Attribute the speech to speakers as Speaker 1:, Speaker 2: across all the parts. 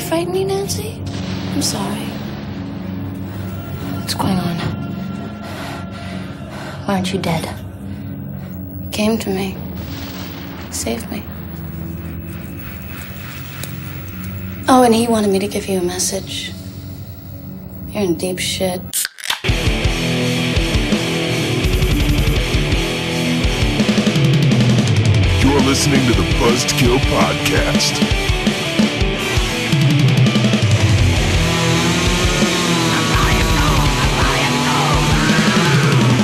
Speaker 1: hide me, Nancy? I'm sorry. What's going on? Why aren't you dead? You came to me. Saved me. Oh, and he wanted me to give you a message. You're in deep shit.
Speaker 2: You're listening to the Buzzkill Podcast.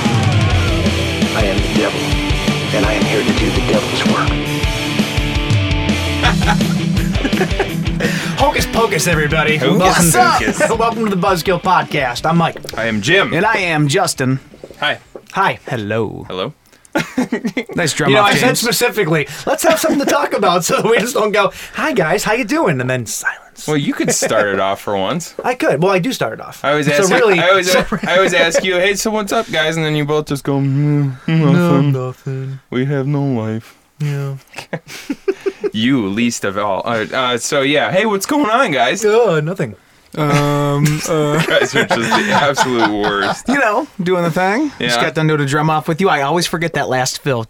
Speaker 3: I am the devil, and I am here to do the devil's work.
Speaker 4: Hocus pocus, everybody.
Speaker 5: Hocus
Speaker 4: Welcome,
Speaker 5: pocus.
Speaker 4: Welcome to the Buzzkill Podcast. I'm Mike.
Speaker 5: I am Jim.
Speaker 4: And I am Justin.
Speaker 5: Hi.
Speaker 4: Hi. Hello.
Speaker 5: Hello.
Speaker 4: Nice drum
Speaker 5: You know,
Speaker 4: off,
Speaker 5: I said
Speaker 4: James. specifically, let's have something to talk about so we just don't go, hi guys, how you doing? And then silence.
Speaker 5: Well, you could start it off for once.
Speaker 4: I could. Well, I do start it off.
Speaker 5: I always
Speaker 4: so
Speaker 5: ask.
Speaker 4: really,
Speaker 5: I always.
Speaker 4: so
Speaker 5: I always ask you, hey, so what's up, guys? And then you both just go, mm, mm, nothing.
Speaker 4: nothing.
Speaker 5: We have no life.
Speaker 4: Yeah.
Speaker 5: You least of all. Uh, uh, so yeah, hey, what's going on, guys? You
Speaker 4: Uh, nothing.
Speaker 6: Um, uh,
Speaker 5: guys are just the absolute worst.
Speaker 6: you know, doing the thing. Just
Speaker 5: Yeah.
Speaker 6: got done doing a drum off with you. I always forget that last fill.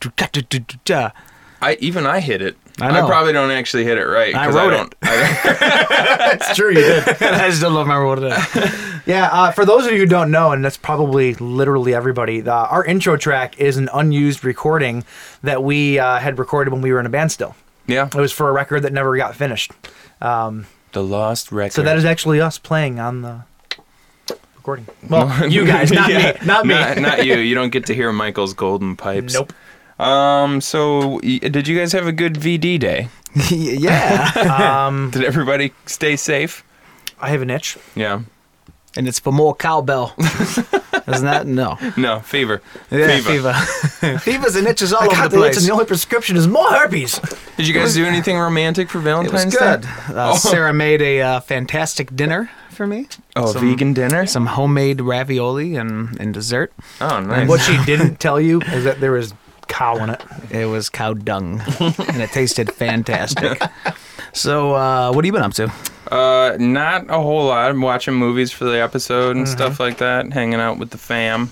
Speaker 5: I even I hit it.
Speaker 6: I know.
Speaker 5: probably don't actually hit it right.
Speaker 6: I
Speaker 5: 'cause
Speaker 6: wrote
Speaker 5: don't, I,
Speaker 4: It's true, you did.
Speaker 6: I just don't remember what it is.
Speaker 4: Yeah, uh, for those of you who don't know, and that's probably literally everybody, uh, our intro track is an unused recording that we uh, had recorded when we were in a band still.
Speaker 5: yeah.
Speaker 4: It was for a record that never got finished.
Speaker 5: The lost record.
Speaker 4: So that is actually us playing on the recording. Well, you guys, not
Speaker 5: Yeah.
Speaker 4: me, not me.
Speaker 5: Not, not you. You don't get to hear Michael's golden pipes.
Speaker 4: Nope.
Speaker 5: Um. So, y- did you guys have a good VD day?
Speaker 6: yeah.
Speaker 5: Did everybody stay safe?
Speaker 4: I have an itch.
Speaker 5: Yeah.
Speaker 6: And it's for more cowbell. Isn't that? No.
Speaker 5: No, fever.
Speaker 6: Yeah, fever. Fevers and itches all
Speaker 4: I
Speaker 6: over
Speaker 4: got the
Speaker 6: the
Speaker 4: itch,
Speaker 6: place.
Speaker 4: and the only prescription is more herpes.
Speaker 5: Did you guys do anything romantic for
Speaker 6: it was
Speaker 5: Valentine's
Speaker 6: good.
Speaker 5: Day?
Speaker 6: Uh, Sarah made a uh, fantastic dinner for me.
Speaker 5: Oh,
Speaker 6: Some-
Speaker 5: vegan dinner?
Speaker 6: Some homemade ravioli and, and dessert.
Speaker 5: Oh, nice.
Speaker 4: What she didn't tell you is that there was cow in it.
Speaker 6: It was cow dung, and it tasted fantastic. So, uh, what have you been up to?
Speaker 5: Uh, not a whole lot. I'm watching movies for the episode and
Speaker 6: Mm-hmm.
Speaker 5: stuff like that, hanging out with the fam.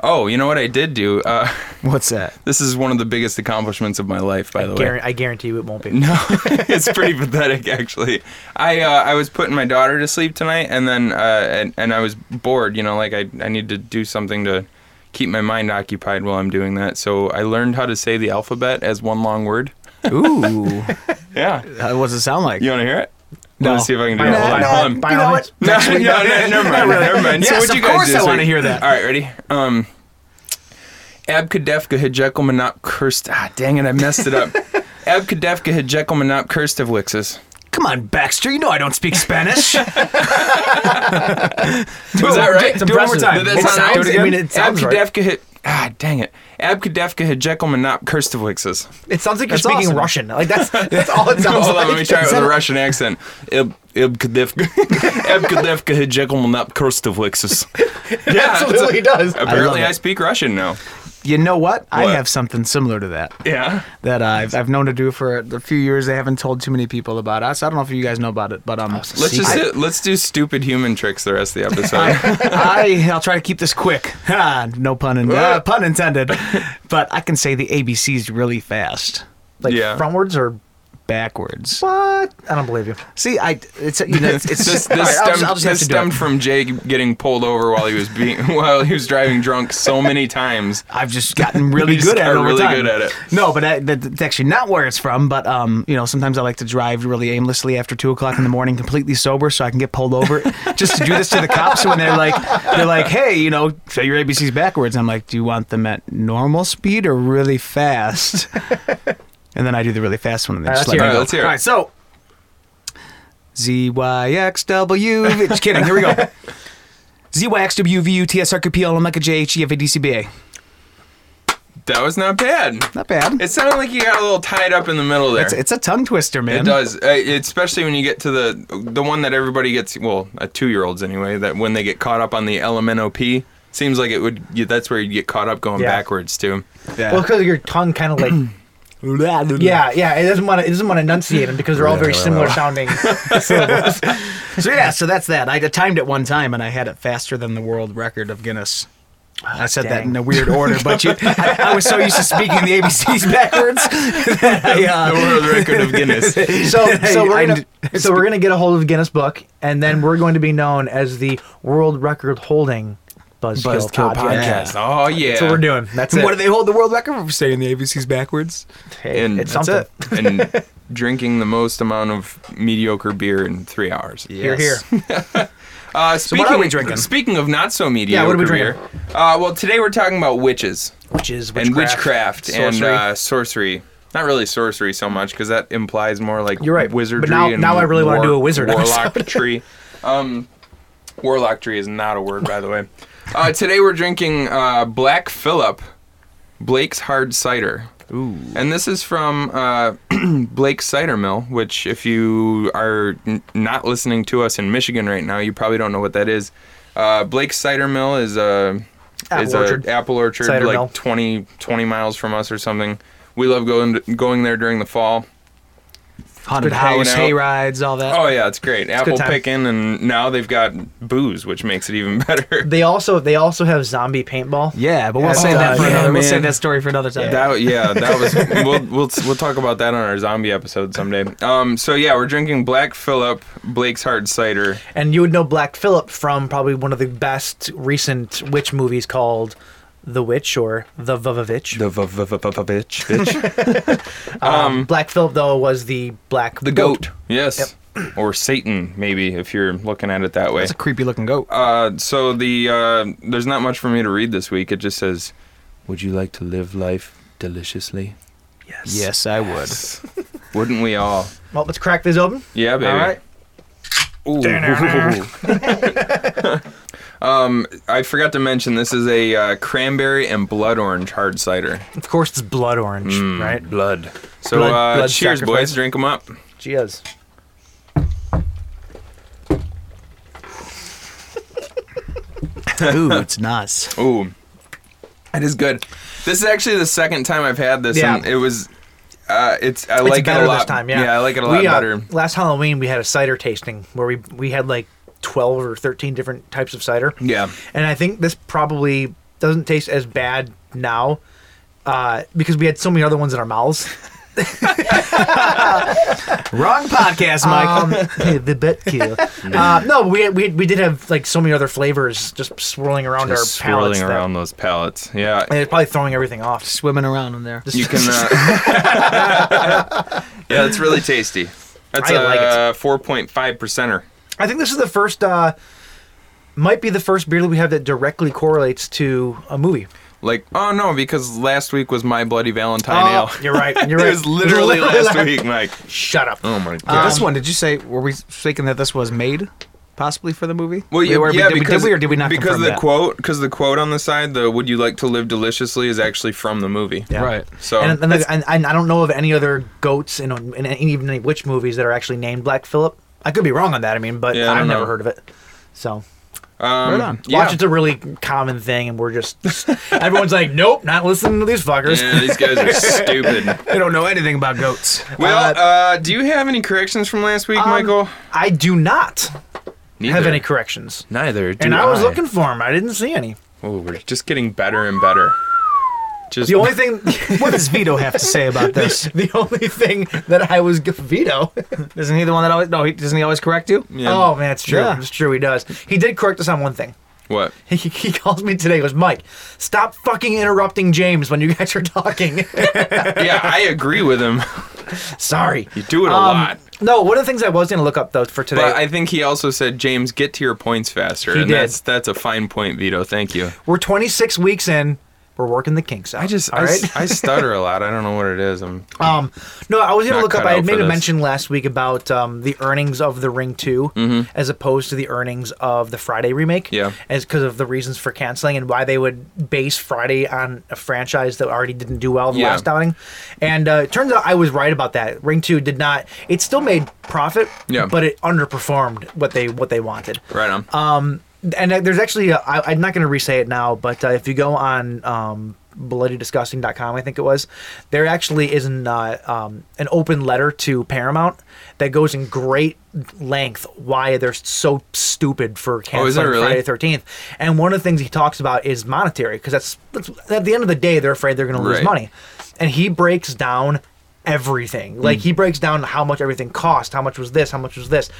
Speaker 5: Oh, you know what I did do? Uh,
Speaker 6: What's that?
Speaker 5: this is one of the biggest accomplishments of my life, by the way.
Speaker 4: Guar- I guarantee you it won't be.
Speaker 5: No, it's pretty pathetic actually. I uh, I was putting my daughter to sleep tonight, and then uh, and, and I was bored. You know, like I I need to do something to keep my mind occupied while I'm doing that. So I learned how to say the alphabet as one long word.
Speaker 6: Ooh,
Speaker 5: Yeah,
Speaker 6: Uh, what's it sound like?
Speaker 5: you want to hear it?
Speaker 6: No.
Speaker 5: Let's see if I can do it.
Speaker 6: No,
Speaker 5: Hold on,
Speaker 6: no,
Speaker 5: hold on.
Speaker 6: You know what?
Speaker 5: No, no, no, never mind, never mind. so
Speaker 6: Yes,
Speaker 5: what you
Speaker 6: of
Speaker 5: guys
Speaker 6: course
Speaker 5: do
Speaker 6: I
Speaker 5: this
Speaker 6: wanna
Speaker 5: week?
Speaker 6: hear that.
Speaker 5: All right, ready? Um, Abkadefka Hejekel Monop Kirst. Ah, dang it, I messed it up. Abkadefka Hejekel Monop Kirstavlixis.
Speaker 6: Come on, Baxter. You know I don't speak Spanish.
Speaker 5: Is that right?
Speaker 6: Do it one more time.
Speaker 5: Did that
Speaker 6: It
Speaker 5: sound
Speaker 6: sounds-
Speaker 5: right?
Speaker 6: I mean, it sounds right.
Speaker 5: Abkadevka hit. Ah, dang it. Abkadevka hit Jekyll Monop Kirstavixes.
Speaker 4: It sounds like you're
Speaker 6: That's
Speaker 4: speaking
Speaker 6: awesome.
Speaker 4: Russian. Like that's that's all it sounds
Speaker 5: Hold
Speaker 4: like.
Speaker 5: on, let me try it
Speaker 4: Is
Speaker 5: with
Speaker 4: that-
Speaker 5: a Russian accent. Ib- Ibkadevka. Abkadevka hit Jekyll Monop Kirstavixes. Yeah,
Speaker 4: Absolutely
Speaker 5: it's a-
Speaker 4: does.
Speaker 5: Apparently,
Speaker 6: I love
Speaker 5: I,
Speaker 6: it.
Speaker 5: speak Russian now.
Speaker 6: you know what? I
Speaker 5: What?
Speaker 6: have something similar to that
Speaker 5: Yeah.
Speaker 6: that I've, I've known to do for a few years. I haven't told too many people about us. I don't know if you guys know about it, but um,
Speaker 5: Let's just do, let's do stupid human tricks the rest of the episode.
Speaker 6: I I'll try to keep this quick. Ha, no pun in, uh, pun intended. But I can say the ABCs really fast,
Speaker 4: Like
Speaker 5: Yeah.
Speaker 4: frontwards or
Speaker 6: backwards.
Speaker 4: what? I don't believe you.
Speaker 6: See, I it's you know it's, it's
Speaker 5: this this
Speaker 6: All right, I'll
Speaker 5: stemmed,
Speaker 6: just- I'll just have
Speaker 5: this
Speaker 6: to do it.
Speaker 5: stemmed from Jay getting pulled over while he was being while he was driving drunk so many times.
Speaker 6: I've just gotten really
Speaker 5: just
Speaker 6: good at
Speaker 5: got
Speaker 6: it. Over
Speaker 5: really
Speaker 6: time.
Speaker 5: good at it.
Speaker 6: No, but that, that, that's actually not where it's from. But um, you know, sometimes I like to drive really aimlessly after two o'clock in the morning, completely sober, so I can get pulled over, just to do this to the cops. So when they're like, they're like, hey, you know, say your ABCs backwards. I'm like, do you want them at normal speed or really fast? and then I do the really fast one, and they
Speaker 4: All right,
Speaker 6: just
Speaker 4: let's
Speaker 6: let
Speaker 4: hear
Speaker 6: me
Speaker 5: it.
Speaker 6: go.
Speaker 5: Let's hear it.
Speaker 6: All right, so. Z Y X W. Just kidding. Here we go. Z Y X W V U T S R Q P L M N O P J H E F A D C B A.
Speaker 5: That was not bad.
Speaker 6: Not bad.
Speaker 5: It sounded like you got a little tied up in the middle there.
Speaker 6: It's, it's a tongue twister, man.
Speaker 5: it does, uh, especially when you get to the the one that everybody gets. Well, uh, two year olds anyway. That when they get caught up on the LMNOP, seems like it would. You, that's where you would get caught up going
Speaker 4: Yeah.
Speaker 5: backwards too.
Speaker 6: Yeah.
Speaker 4: Well, because your tongue kind of like Yeah, yeah. It doesn't want to. It doesn't want to enunciate them because they're all very similar sounding syllables.
Speaker 6: So yeah, so that's that. I timed it one time and I had it faster than the world record of Guinness. I said that
Speaker 4: dang.
Speaker 6: in a weird order, but you, I, I was so used to speaking the ABCs backwards. that I, uh,
Speaker 5: The world record of Guinness.
Speaker 4: So, so
Speaker 6: I-
Speaker 4: we're
Speaker 6: I
Speaker 4: gonna, so we're gonna get a hold of the Guinness Book, and then we're going to be known as the world record holding Buzzkill,
Speaker 6: Buzzkill
Speaker 4: podcast.
Speaker 6: podcast.
Speaker 5: Oh yeah.
Speaker 4: That's what we're doing. That's it.
Speaker 6: What do they hold the world record for saying the ABCs backwards?
Speaker 4: Hey, it's something.
Speaker 5: and drinking the most amount of mediocre beer in three hours.
Speaker 4: You're here.
Speaker 5: Uh, speaking,
Speaker 6: are we drinking?
Speaker 5: Speaking of not so mediocre
Speaker 4: what are we
Speaker 5: beer,
Speaker 4: drinking?
Speaker 5: uh, well, today we're talking about witches
Speaker 4: Which is
Speaker 5: and witchcraft and
Speaker 4: sorcery.
Speaker 5: uh, sorcery. Not really sorcery so much because that implies more like
Speaker 4: You're right. But
Speaker 5: wizardry.
Speaker 4: now-
Speaker 5: and
Speaker 4: now I really wanna
Speaker 5: war-
Speaker 4: do a wizard
Speaker 5: warlock tree. Um, warlock tree is not a word, by the way. Uh, today we're drinking uh, Black Phillip, Blake's Hard Cider. Ooh. And this is from uh, Blake's Cider Mill, which, if you are n- not listening to us in Michigan right now, you probably don't know what that is. Uh, Blake's Cider Mill is a
Speaker 4: Apple
Speaker 5: is a
Speaker 4: orchard.
Speaker 5: apple orchard
Speaker 4: Cider
Speaker 5: like
Speaker 4: mill.
Speaker 5: 20, 20 miles from us or something. We love going going there during the fall.
Speaker 6: Haunted
Speaker 4: good
Speaker 6: house,
Speaker 5: hanging out.
Speaker 6: hay rides, all that.
Speaker 5: Oh yeah, it's great. Apple
Speaker 4: time.
Speaker 5: picking, and now they've got booze, which makes it even better.
Speaker 4: They also they also have zombie paintball.
Speaker 6: Yeah, but we'll
Speaker 4: Yeah,
Speaker 6: save that
Speaker 4: uh,
Speaker 6: for
Speaker 5: yeah,
Speaker 6: another. We'll
Speaker 5: man.
Speaker 6: save that story for another time.
Speaker 5: That yeah, that was we'll, we'll we'll talk about that on our zombie episode someday. Um, so yeah, we're drinking Black Phillip, Blake's Hard Cider.
Speaker 4: And you would know Black Phillip from probably one of the best recent witch movies called The Witch or The Vavavitch.
Speaker 5: The v- v- v- v- bitch, bitch,
Speaker 6: Hmm.
Speaker 4: um, Black Phillip though was the black
Speaker 5: the goat. Yes, or Satan maybe if you're looking at it that way.
Speaker 6: That's a creepy looking goat.
Speaker 5: Uh, so the uh, there's not much for me to read this week. It just says, "Would you like to live life deliciously?"
Speaker 4: Yes.
Speaker 6: yes, I would.
Speaker 5: Wouldn't we all?
Speaker 4: Well, let's crack this open.
Speaker 5: Yeah, baby.
Speaker 4: All right.
Speaker 5: Ooh. um, I forgot to mention this is a uh, cranberry and blood orange hard cider.
Speaker 4: Of course, it's blood orange, right?
Speaker 5: Mm, Blood. So
Speaker 4: Blood-
Speaker 5: uh,
Speaker 4: blood
Speaker 5: cheers,
Speaker 4: sacrifice.
Speaker 5: boys. Drink them up.
Speaker 4: Cheers.
Speaker 6: Ooh, it's nice.
Speaker 5: Ooh, that is good. This is actually the second time I've had this,
Speaker 4: Yeah.
Speaker 5: and it was. Uh, it's I
Speaker 4: It's
Speaker 5: like it
Speaker 4: better
Speaker 5: a lot.
Speaker 4: this time. Yeah.
Speaker 5: I like it a lot
Speaker 4: We, uh,
Speaker 5: better.
Speaker 4: Last Halloween, we had a cider tasting where we we had like twelve or thirteen different types of cider.
Speaker 5: Yeah.
Speaker 4: And I think this probably doesn't taste as bad now uh, because we had so many other ones in our mouths.
Speaker 6: Wrong podcast, Mike.
Speaker 4: Um, hey, the bet kill.
Speaker 5: Mm.
Speaker 4: Uh, no, we, we we did have like so many other flavors just swirling around
Speaker 5: Just
Speaker 4: our palates.
Speaker 5: swirling
Speaker 4: that-
Speaker 5: around those pallets. Yeah.
Speaker 4: and it's probably throwing everything off.
Speaker 6: Swimming around in there.
Speaker 5: You can. Uh, yeah, it's really tasty. That's
Speaker 4: I like it.
Speaker 5: a four point five percenter.
Speaker 4: I think this is the first, uh, might be the first beer that we have that directly correlates to a movie.
Speaker 5: Like, oh no, because last week was my bloody Valentine ale.
Speaker 4: you're right. Oh, You're
Speaker 5: it
Speaker 4: right.
Speaker 5: was literally last week, Mike.
Speaker 4: Shut up.
Speaker 5: Oh my
Speaker 6: Uh,
Speaker 5: god.
Speaker 6: this one, did you say? Were we thinking that this was made, possibly for the movie?
Speaker 5: well,
Speaker 6: We
Speaker 5: yeah,
Speaker 6: were- we-
Speaker 5: yeah,
Speaker 6: did, we-
Speaker 5: because
Speaker 6: did we or did we not
Speaker 5: because
Speaker 6: confirm
Speaker 5: the
Speaker 6: that?
Speaker 5: quote because the quote on the side, the "Would you like to live deliciously?" is actually from the movie.
Speaker 4: Yeah.
Speaker 6: Right.
Speaker 5: So
Speaker 4: And, and, and, and I don't know of any other goats in, in, any- even any witch movies that are actually named Black Phillip. I could be wrong on that. I mean, but
Speaker 5: Yeah, I don't
Speaker 4: I've never
Speaker 5: know.
Speaker 4: heard of it. So
Speaker 5: um,
Speaker 6: Right on.
Speaker 5: Yeah.
Speaker 4: watch it's a really common thing, and we're just everyone's like, nope, not listening to these fuckers.
Speaker 5: yeah, these guys are stupid.
Speaker 6: They don't know anything about goats.
Speaker 5: Well, uh, do you have any corrections from last week, Michael?
Speaker 4: I do not
Speaker 5: Neither.
Speaker 4: have any corrections,
Speaker 5: Neither.
Speaker 4: and I was looking for them. I didn't see any.
Speaker 5: Oh, we're just getting better and better. Just
Speaker 4: The only thing,
Speaker 6: what does Vito have to say about this?
Speaker 4: the only thing that I was g- veto.
Speaker 6: Isn't he the one that always? No, he, doesn't he always correct you?
Speaker 5: Yeah.
Speaker 4: Oh man, it's true.
Speaker 6: Yeah.
Speaker 4: It's true. He does. He did correct us on one thing.
Speaker 5: what?
Speaker 4: He, he calls me today. He goes, Mike, stop fucking interrupting James when you guys are talking.
Speaker 5: yeah, I agree with him.
Speaker 4: Sorry.
Speaker 5: You do it a
Speaker 4: Um,
Speaker 5: lot.
Speaker 4: No, one of the things I was going to look up though for today.
Speaker 5: But I think he also said, James, get to your points faster.
Speaker 4: He
Speaker 5: and
Speaker 4: did.
Speaker 5: that's that's a fine point, Vito. Thank you.
Speaker 4: we're 26 weeks in. We're working the kinks out.
Speaker 5: I just
Speaker 4: all
Speaker 5: I,
Speaker 4: right.
Speaker 5: s- I stutter a lot. I don't know what it is. I'm
Speaker 4: um, no, I was going to
Speaker 5: Not
Speaker 4: look up.
Speaker 5: cut
Speaker 4: I
Speaker 5: out
Speaker 4: had
Speaker 5: for
Speaker 4: made a
Speaker 5: this.
Speaker 4: mention last week about um, the earnings of The Ring 2 as opposed to the earnings of the Friday remake.
Speaker 5: Mm-hmm. Yeah.
Speaker 4: as because of the reasons for canceling and why they would base Friday on a franchise that already didn't do well the
Speaker 5: Yeah.
Speaker 4: last outing. And uh, it turns out I was right about that. Ring Two did not. It still made profit.
Speaker 5: Yeah.
Speaker 4: but it underperformed what they what they wanted
Speaker 5: right on.
Speaker 4: and uh, there's actually a, I, I'm not going to re-say it now, but uh, if you go on um, bloodydisgusting.com, I think it was. There actually is an uh, um, an open letter to Paramount that goes in great length why they're so stupid for
Speaker 5: Oh, is
Speaker 4: canceling
Speaker 5: it really?
Speaker 4: Friday the Thirteenth. And one of the things he talks about is monetary because that's, that's at the end of the day they're afraid they're going to lose
Speaker 5: Right.
Speaker 4: money, and he breaks down everything. Like
Speaker 5: Mm.
Speaker 4: he breaks down how much everything cost, how much was this, how much was this,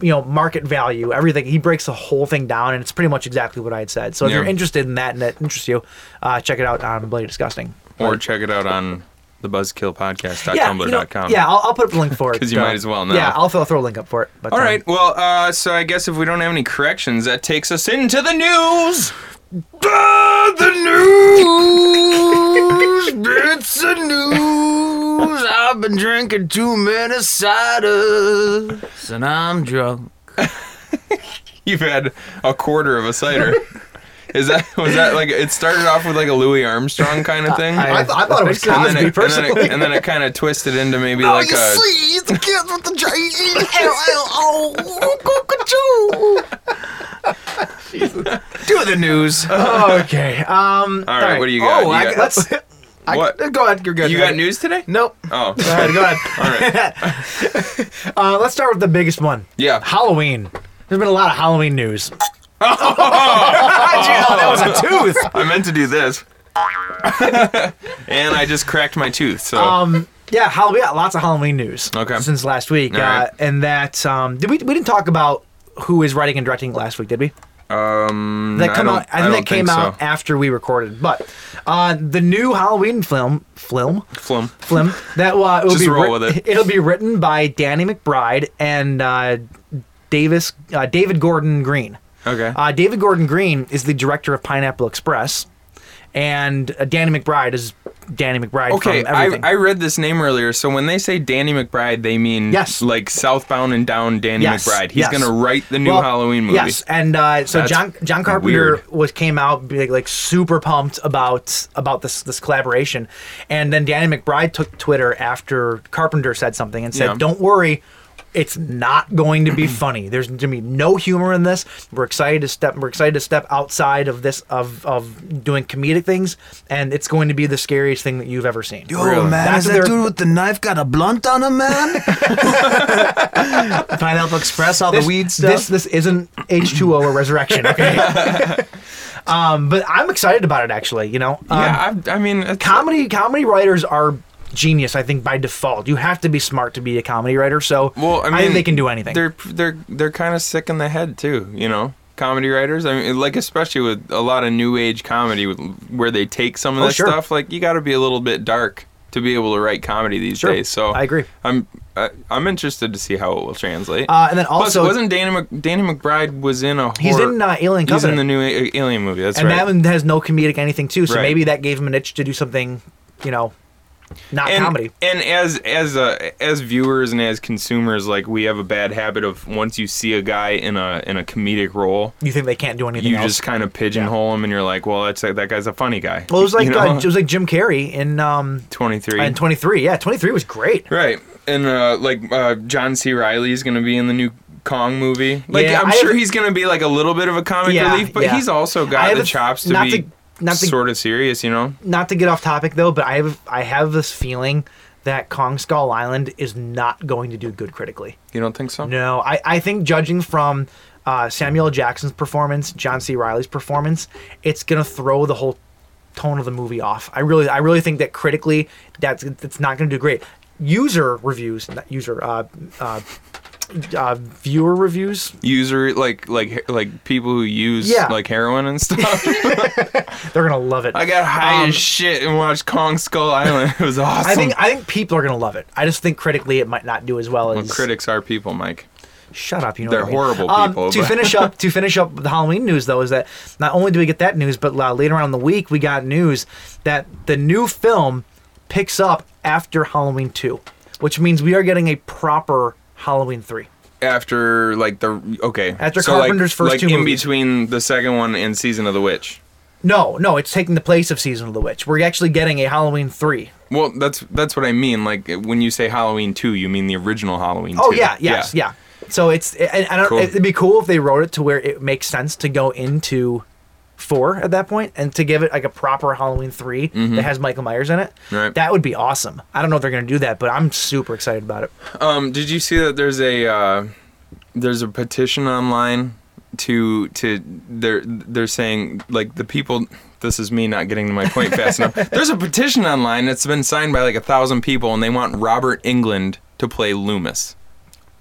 Speaker 4: you know, market value, everything. He breaks the whole thing down, and it's pretty much exactly what I had said. So if
Speaker 5: Yeah.
Speaker 4: you're interested in that and that interests you, uh, check it out on Bloody Disgusting.
Speaker 5: Or check it out on the buzzkillpodcast.tumblr.com.
Speaker 4: Yeah, you know, yeah, I'll, I'll put up a link for it
Speaker 5: 'Cause you
Speaker 4: uh,
Speaker 5: might as well now.
Speaker 4: Yeah, I'll throw, throw a link up for it. But
Speaker 5: All
Speaker 4: um,
Speaker 5: right. Well, uh, so I guess if we don't have any corrections, that takes us into the news. Ah, the news. it's the news.
Speaker 6: I've been drinking too many ciders and I'm drunk.
Speaker 5: You've had a quarter of a cider. Is that was that like it started off with like a Louis Armstrong kind of thing?
Speaker 4: I, th- I thought it was
Speaker 5: and
Speaker 4: Cosby
Speaker 5: then, it, and, then
Speaker 4: personally.
Speaker 5: it, and then it kind of twisted into maybe like a
Speaker 6: Oh, see, the kid with the J E L L O Do the news.
Speaker 4: okay. Um,
Speaker 5: All right, what do you got?
Speaker 6: Oh,
Speaker 5: Oh, You
Speaker 6: I-
Speaker 5: got-
Speaker 6: let's. I,
Speaker 5: What?
Speaker 6: Go ahead. You're good.
Speaker 5: you got news today?
Speaker 6: Nope.
Speaker 5: Oh,
Speaker 4: All right, go ahead.
Speaker 5: all right.
Speaker 4: Uh, let's start with the biggest one.
Speaker 5: Yeah.
Speaker 4: Halloween. There's been a lot of Halloween news. that was a tooth.
Speaker 5: I meant to do this. and I just cracked my tooth. So
Speaker 4: Um, yeah, Halloween. Yeah, lots of Halloween news.
Speaker 5: Okay.
Speaker 4: Since last week, uh,
Speaker 5: All right.
Speaker 4: and that um, did we we didn't talk about who is writing and directing last week, did we?
Speaker 5: um,
Speaker 4: That come
Speaker 5: I don't-
Speaker 4: out. I think that
Speaker 5: don't
Speaker 4: came out
Speaker 5: so.
Speaker 4: after we recorded. But uh, the new Halloween film, film,
Speaker 5: Flum.
Speaker 4: film that uh, it'll
Speaker 5: Just
Speaker 4: be
Speaker 5: roll
Speaker 4: writ-
Speaker 5: with it.
Speaker 4: will be written by Danny McBride and uh, Davis uh, David Gordon Green.
Speaker 5: Okay.
Speaker 4: Uh, David Gordon Green is the director of Pineapple Express, and uh, Danny McBride is Danny McBride
Speaker 5: Okay,
Speaker 4: from
Speaker 5: I,
Speaker 4: everything.
Speaker 5: I read this name earlier. So when they say Danny McBride, they mean
Speaker 4: Yes.
Speaker 5: like Southbound and Down Danny
Speaker 4: Yes,
Speaker 5: McBride. He's
Speaker 4: yes.
Speaker 5: gonna write the new
Speaker 4: Well,
Speaker 5: Halloween movie.
Speaker 4: Yes, and uh, so
Speaker 5: That's
Speaker 4: John John Carpenter
Speaker 5: weird.
Speaker 4: was came out like, like super pumped about about this this collaboration, and then Danny McBride took Twitter after Carpenter said something and said,
Speaker 5: Yeah.
Speaker 4: "Don't worry." It's not going to be funny. There's going to be no humor in this. We're excited to step. We're excited to step outside of this of of doing comedic things, and it's going to be the scariest thing that you've ever seen.
Speaker 6: Yo,
Speaker 5: Really?
Speaker 6: man,
Speaker 4: That's
Speaker 6: is that
Speaker 4: their-
Speaker 6: dude with the knife got a blunt on him, man? Pineapple Express, all
Speaker 4: this,
Speaker 6: the weed
Speaker 4: This
Speaker 6: stuff.
Speaker 4: this isn't H two O or Resurrection, okay? um, but I'm excited about it actually. You know, um,
Speaker 5: Yeah, I, I mean, it's-
Speaker 4: comedy comedy writers are genius. I think by default, you have to be smart to be a comedy writer. So
Speaker 5: Well, I mean,
Speaker 4: think they can do anything.
Speaker 5: They're they're they're kind of sick in the head too, you know. Comedy writers, I mean, like especially with a lot of new age comedy, with, where they take some of
Speaker 4: Oh,
Speaker 5: this
Speaker 4: sure.
Speaker 5: stuff. Like you got to be a little bit dark to be able to write comedy these
Speaker 4: Sure.
Speaker 5: days. So
Speaker 4: I agree.
Speaker 5: I'm I, I'm interested to see how it will translate.
Speaker 4: Uh, and then
Speaker 5: Plus,
Speaker 4: also-
Speaker 5: wasn't Danny Mc, Danny McBride was in a horror,
Speaker 4: He's in, uh, Alien
Speaker 5: He's in
Speaker 4: Covenant.
Speaker 5: the new A- Alien movie. That's
Speaker 4: and
Speaker 5: right.
Speaker 4: that one has no comedic anything too. So
Speaker 5: Right.
Speaker 4: maybe that gave him an itch to do something, you know, not
Speaker 5: and,
Speaker 4: comedy.
Speaker 5: And as as uh, as viewers and as consumers, like we have a bad habit of once you see a guy in a in a comedic role,
Speaker 4: You think they can't do anything
Speaker 5: you
Speaker 4: else?
Speaker 5: just kind of pigeonhole him and you're like, well, that's that guy's a funny guy.
Speaker 4: well, it was like
Speaker 5: you
Speaker 4: uh, it was like Jim Carrey in um
Speaker 5: 23.
Speaker 4: in 23. Yeah, 23 was great.
Speaker 5: right. And uh, like uh, John C. Riley is going to be in the new Kong movie. Like
Speaker 4: Yeah,
Speaker 5: I'm
Speaker 4: I
Speaker 5: sure
Speaker 4: have-
Speaker 5: he's going to be like a little bit of a comic
Speaker 4: Yeah,
Speaker 5: relief, but
Speaker 4: yeah.
Speaker 5: he's also
Speaker 4: I
Speaker 5: got
Speaker 4: have
Speaker 5: the
Speaker 4: a-
Speaker 5: chops to
Speaker 4: not
Speaker 5: be
Speaker 4: to- not to-
Speaker 5: sort of serious, you know?
Speaker 4: not to get off topic though, but I have I have this feeling that Kong Skull Island is not going to do good critically.
Speaker 5: You don't think so?
Speaker 4: No, I, I think judging from uh, Samuel L. Jackson's performance, John C. Riley's performance, it's gonna throw the whole tone of the movie off. I really I really think that critically that's it's not gonna do great. User reviews, not user, uh, uh, uh, viewer reviews.
Speaker 5: User like like like people who use
Speaker 4: Yeah.
Speaker 5: like heroin and stuff.
Speaker 4: They're gonna love it.
Speaker 5: I got high
Speaker 4: Um,
Speaker 5: as shit and watched Kong Skull Island. It was awesome.
Speaker 4: I think I think people are gonna love it. I just think critically it might not do as well as
Speaker 5: Well, critics are people, Mike.
Speaker 4: Shut up! You know
Speaker 5: They're
Speaker 4: what I mean.
Speaker 5: horrible
Speaker 4: Um,
Speaker 5: people,
Speaker 4: to
Speaker 5: but-
Speaker 4: finish up, to finish up the Halloween news though is that not only do we get that news, but uh, later on in the week we got news that the new film picks up after Halloween two, which means we are getting a proper Halloween three.
Speaker 5: after like the okay
Speaker 4: After
Speaker 5: like-
Speaker 4: Carpenter's first
Speaker 5: like
Speaker 4: two
Speaker 5: in
Speaker 4: movies.
Speaker 5: between the second one and season of the witch
Speaker 4: No, no, it's taking the place of Season of the Witch. We're actually getting a Halloween three.
Speaker 5: well that's that's what i mean like when you say halloween 2 you mean the original halloween
Speaker 4: Oh
Speaker 5: 2.
Speaker 4: yeah, yes, yeah. So it's and, and I don't,
Speaker 5: Cool.
Speaker 4: it'd be cool if they wrote it to where it makes sense to go into four at that point, and to give it like a proper Halloween 3 that has Michael Myers in it,
Speaker 5: Mm-hmm. Right.
Speaker 4: that would be awesome. I don't know if they're gonna do that, but I'm super excited about it.
Speaker 5: Um, did you see that there's a uh, there's a petition online to to they're they're saying like the people. This is me not getting to my point fast enough. There's a petition online that's been signed by like a thousand people, and they want Robert England to play Loomis.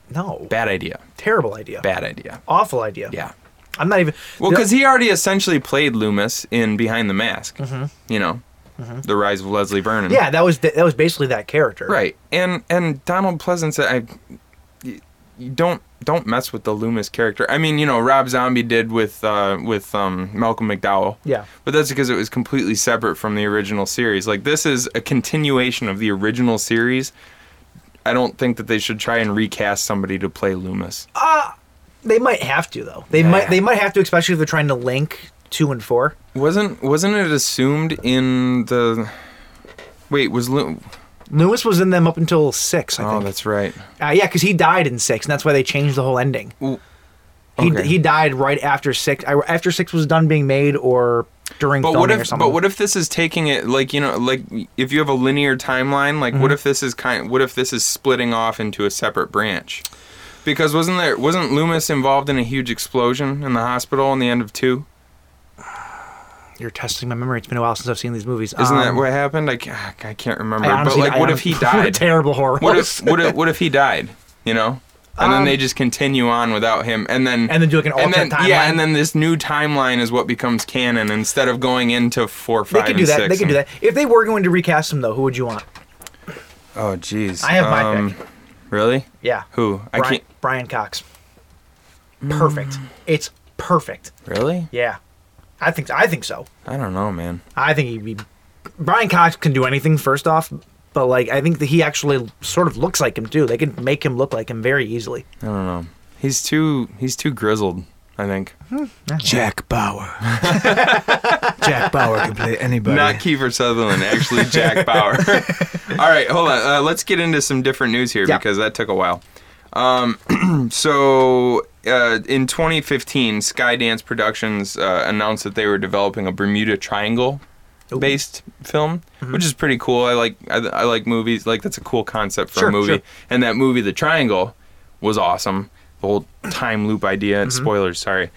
Speaker 4: No,
Speaker 5: Bad idea.
Speaker 4: terrible idea,
Speaker 5: Bad idea.
Speaker 4: awful idea.
Speaker 5: Yeah.
Speaker 4: I'm not even.
Speaker 5: Well, because he already essentially played Loomis in Behind the Mask. You know, the Rise of Leslie Vernon.
Speaker 4: Mm-hmm. yeah, that was that was basically that character.
Speaker 5: Right, and and Donald Pleasance, I you- you don't don't mess with the Loomis character. I mean, you know, Rob Zombie did with uh, with um, Malcolm McDowell.
Speaker 4: Yeah.
Speaker 5: but that's because it was completely separate from the original series. Like this is a continuation of the original series. I don't think that they should try and recast somebody to play Loomis.
Speaker 4: They might have to though. They might they might have to, especially if they're trying to link two and four.
Speaker 5: Wasn't wasn't it assumed in the? Wait, was Loom?
Speaker 4: Lewis was in them up until six, I
Speaker 5: Oh,
Speaker 4: think.
Speaker 5: that's right.
Speaker 4: Uh, yeah, because he died in six, and that's why they changed the whole ending.
Speaker 5: Ooh.
Speaker 4: He,
Speaker 5: Okay.
Speaker 4: he died right after six. I- After six was done being made, or during
Speaker 5: But
Speaker 4: filming
Speaker 5: what
Speaker 4: or
Speaker 5: if?
Speaker 4: something.
Speaker 5: But what if this is taking it like you know, like if you have a linear timeline, like
Speaker 4: Mm-hmm.
Speaker 5: what if this is kind? What if this is splitting off into a separate branch? Because wasn't there wasn't Loomis involved in a huge explosion in the hospital in the end of two?
Speaker 4: You're testing my memory. It's been a while since I've seen these movies.
Speaker 5: Isn't that
Speaker 4: Um,
Speaker 5: what happened? I can't, I can't remember.
Speaker 4: I honestly-
Speaker 5: but like,
Speaker 4: I
Speaker 5: what
Speaker 4: hon-
Speaker 5: if he
Speaker 4: what a
Speaker 5: died?
Speaker 4: terrible horror.
Speaker 5: what
Speaker 4: was.
Speaker 5: if what if what if he died? You know, and then they just continue on without him, and then
Speaker 4: Um, And then do, like, an
Speaker 5: and
Speaker 4: alternate
Speaker 5: then- Yeah,
Speaker 4: timeline?
Speaker 5: and then this new timeline is what becomes canon instead of going into four,
Speaker 4: they
Speaker 5: five,
Speaker 4: could
Speaker 5: and
Speaker 4: do that?
Speaker 5: six
Speaker 4: They could do that.
Speaker 5: and-
Speaker 4: If they were going to recast him, though, who would you want?
Speaker 5: Oh, jeez.
Speaker 4: I have my pick.
Speaker 5: Um, Really?
Speaker 4: Yeah.
Speaker 5: Who? I
Speaker 4: Brian,
Speaker 5: can't.
Speaker 4: Brian Cox. Perfect. It's perfect.
Speaker 5: Really?
Speaker 4: Yeah, I think I think so.
Speaker 5: I don't know, man.
Speaker 4: I think he'd be. Brian Cox can do anything. First off, but like I think that he actually sort of looks like him too. They could make him look like him very easily.
Speaker 5: I don't know. He's too. He's too grizzled. I think.
Speaker 6: Jack Bauer. Jack Bauer can play anybody.
Speaker 5: Not Kiefer Sutherland, actually Jack Bauer. All right, hold on. Uh, let's get into some different news here
Speaker 4: Yeah.
Speaker 5: because that took a while. Um, so, uh, in 2015, Skydance Productions uh, announced that they were developing a Bermuda Triangle based film,
Speaker 4: Mm-hmm.
Speaker 5: which is pretty cool. I like I, I like movies like that's a cool concept for
Speaker 4: Sure,
Speaker 5: a movie.
Speaker 4: sure.
Speaker 5: And that movie, The Triangle, was awesome. The whole time loop idea.
Speaker 4: Mm-hmm.
Speaker 5: Spoilers, sorry.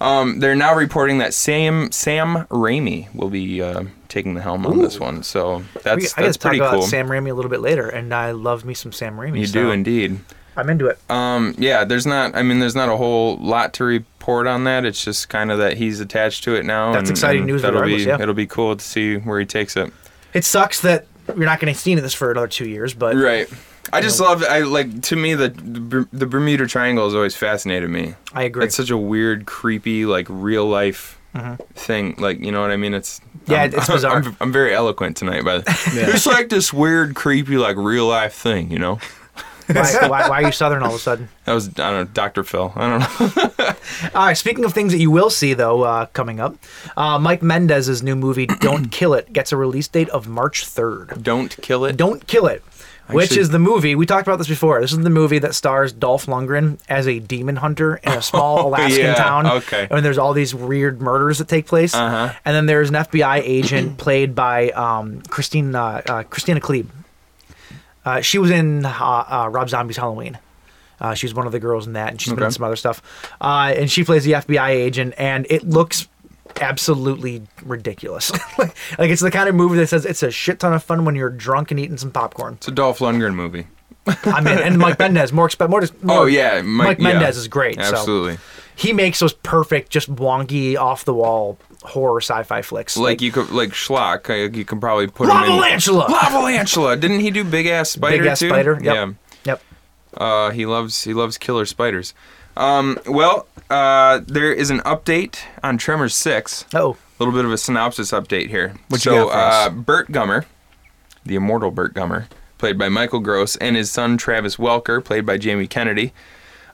Speaker 5: Um, they're now reporting that Sam Sam Raimi will be uh, taking the helm on this one. So
Speaker 4: We-
Speaker 5: that's
Speaker 4: I got
Speaker 5: that's
Speaker 4: to talk
Speaker 5: pretty
Speaker 4: about
Speaker 5: cool.
Speaker 4: Sam Raimi a little bit later, and I love me some Sam Raimi.
Speaker 5: you
Speaker 4: so
Speaker 5: do indeed.
Speaker 4: I'm into it.
Speaker 5: Um, yeah, there's not. I mean, there's not a whole lot to report on that. It's just kind of that he's attached to it now.
Speaker 4: That's exciting news
Speaker 5: That'll be
Speaker 4: regardless, yeah.
Speaker 5: it'll be cool to see where he takes it.
Speaker 4: It sucks that you're not going to see this for another two years, but
Speaker 5: Right. I just love. I like to me the the Bermuda Triangle has always fascinated me.
Speaker 4: I agree. Mm-hmm.
Speaker 5: It's such a weird, creepy, like real life thing. Like you know what I mean? It's
Speaker 4: Yeah,
Speaker 5: I'm-
Speaker 4: it's bizarre.
Speaker 5: I'm, I'm very eloquent tonight, but it's like this weird, creepy, like real life thing. You know.
Speaker 4: why, why, why are you Southern all of a sudden?
Speaker 5: That was I don't know, Dr. Phil. I don't know.
Speaker 4: All right. Speaking of things that you will see though uh, coming up, uh, Mike Mendez's new movie "Don't Kill It" gets a release date of March 3rd.
Speaker 5: Don't kill it.
Speaker 4: Don't Kill It, which
Speaker 5: Actually-
Speaker 4: is the movie we talked about this before. This is the movie that stars Dolph Lundgren as a demon hunter in a small Alaskan
Speaker 5: Oh, yeah,
Speaker 4: town.
Speaker 5: okay.
Speaker 4: and there's all these weird murders that take place. Uh-huh. And then there's an FBI agent played by um, Christine uh, uh, Christina Klebe. Uh, she was in uh, uh, Rob Zombie's Halloween. Uh, she was one of the girls in that, and she's been in
Speaker 5: Okay.
Speaker 4: some other stuff. Uh, and she plays the FBI agent, and it looks absolutely ridiculous. like, like it's the kind of movie that says it's a shit ton of fun when you're drunk and eating some popcorn.
Speaker 5: It's a Dolph Lundgren movie.
Speaker 4: I mean, and Mike Mendez more expect more. more
Speaker 5: Oh yeah,
Speaker 4: Mike,
Speaker 5: yeah.
Speaker 4: Mendez is great.
Speaker 5: Absolutely.
Speaker 4: So. He makes those perfect, just wonky, off the wall horror sci-fi flicks.
Speaker 5: Like you could like Schlock. uh, You can probably put him in.
Speaker 4: Lavalantula!
Speaker 5: Lavalantula! Didn't he do Big Ass Spider
Speaker 4: big ass
Speaker 5: too?
Speaker 4: spider. Yep.
Speaker 5: Yeah.
Speaker 4: Yep.
Speaker 5: Uh, he loves he loves killer spiders. Um, well, uh, there is an update on Tremors Six.
Speaker 4: Oh,
Speaker 5: A little bit of a synopsis update here.
Speaker 6: What you
Speaker 5: so,
Speaker 6: got for us?
Speaker 5: Uh, Bert Gummer, the immortal Bert Gummer, played by Michael Gross, and his son Travis Welker, played by Jamie Kennedy,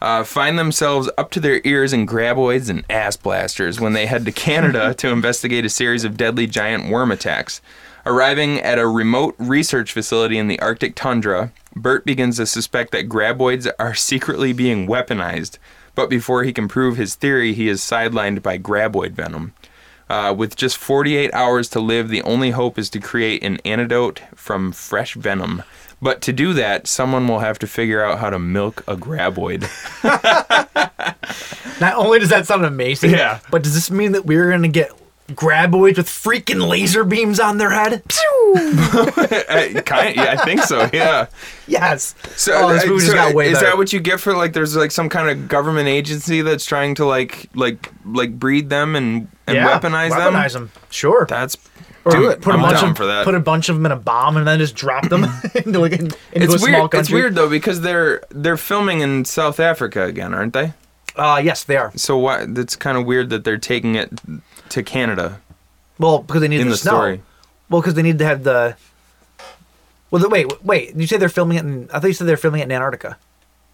Speaker 5: uh, find themselves up to their ears in graboids and ass blasters when they head to Canada to investigate a series of deadly giant worm attacks. Arriving at a remote research facility in the Arctic tundra, Bert begins to suspect that graboids are secretly being weaponized. But before he can prove his theory, he is sidelined by graboid venom. Uh, with just 48 hours to live, the only hope is to create an antidote from fresh venom. But to do that, someone will have to figure out how to milk a graboid.
Speaker 4: Not only does that sound amazing,
Speaker 5: Yeah.
Speaker 4: but does this mean that we're gonna get graboids with freaking laser beams on their head? Pshoo!
Speaker 5: I, Uh, kind, yeah, I think so. Yeah.
Speaker 4: yes.
Speaker 5: So,
Speaker 4: oh, this
Speaker 5: uh,
Speaker 4: movie just
Speaker 5: so
Speaker 4: got way
Speaker 5: is
Speaker 4: better.
Speaker 5: that what you get for like? There's like some kind of government agency that's trying to like like like breed them and and
Speaker 4: Yeah,
Speaker 5: weaponize,
Speaker 4: weaponize
Speaker 5: them.
Speaker 4: them. Sure.
Speaker 5: That's
Speaker 4: Or
Speaker 5: do it.
Speaker 4: Put
Speaker 5: I'm
Speaker 4: a bunch
Speaker 5: down
Speaker 4: of,
Speaker 5: for that.
Speaker 4: Put a bunch of them in a bomb and then just drop them into, like, in- into a
Speaker 5: it's
Speaker 4: small
Speaker 5: weird.
Speaker 4: country.
Speaker 5: It's weird though because they're they're filming in South Africa again, aren't they?
Speaker 4: Uh, yes, they are.
Speaker 5: So why? That's kind of weird that they're taking it to Canada.
Speaker 4: Well, because they need
Speaker 5: In
Speaker 4: the,
Speaker 5: the
Speaker 4: snow.
Speaker 5: story.
Speaker 4: Well, because they need to have the. Well, the, wait, wait. You say they're filming it in? I thought you said they're filming it in Antarctica.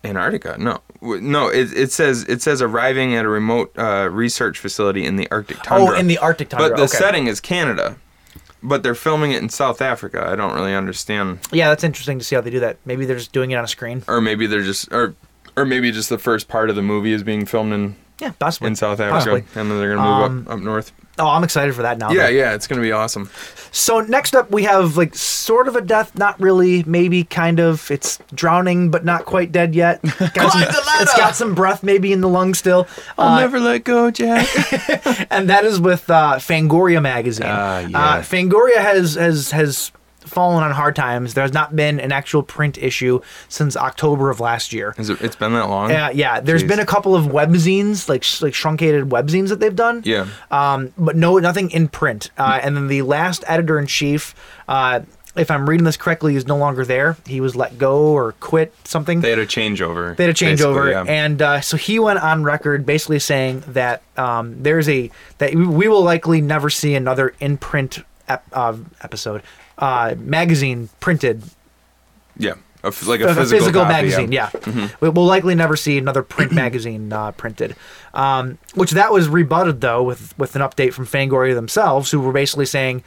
Speaker 5: Antarctica? No, W- no. It, it says it says arriving at a remote uh, research facility in the Arctic tundra.
Speaker 4: Oh, in the Arctic tundra,
Speaker 5: But the
Speaker 4: okay.
Speaker 5: setting is Canada, but they're filming it in South Africa. I don't really understand,
Speaker 4: Yeah, that's interesting to see how they do that. Maybe they're just doing it on a screen.
Speaker 5: or maybe they're just, or or maybe just the first part of the movie is being filmed in
Speaker 4: Yeah, possibly
Speaker 5: in South Africa,
Speaker 4: Possibly.
Speaker 5: and then they're gonna
Speaker 4: Um,
Speaker 5: move up up north.
Speaker 4: Oh, I'm excited for that now.
Speaker 5: Yeah,
Speaker 4: though.
Speaker 5: yeah, it's gonna be awesome.
Speaker 4: So next up, we have like sort of a death, not really, maybe kind of. It's drowning, but not quite dead yet. Got some- it's got some breath, maybe in the lung still. Uh,
Speaker 5: never let go, Jack.
Speaker 4: and that is with uh, Fangoria magazine. Uh,
Speaker 5: Ah, yeah.
Speaker 4: Fangoria has has has fallen on hard times. There has not been an actual print issue since October of last year.
Speaker 5: Is it, it's been that long.
Speaker 4: Yeah, yeah. There's
Speaker 5: Mm. Jeez.
Speaker 4: been a couple of webzines, like sh- like truncated webzines that they've done.
Speaker 5: Yeah.
Speaker 4: Um, but no, nothing in print. Uh, and then the last editor in chief, uh, if I'm reading this correctly, is no longer there. He was let go or quit something.
Speaker 5: They had a changeover.
Speaker 4: They had a changeover,
Speaker 5: basically, yeah.
Speaker 4: and uh, so he went on record basically saying that um, there's a that we- we will likely never see another in print ep- uh, episode uh, magazine printed
Speaker 5: yeah, a f- like a,
Speaker 4: a
Speaker 5: physical,
Speaker 4: physical,
Speaker 5: copy, Mm-hmm.
Speaker 4: magazine. Yeah, we, will likely never see another print magazine uh, printed. Um, which that was rebutted though with with an update from Fangoria themselves, who were basically saying,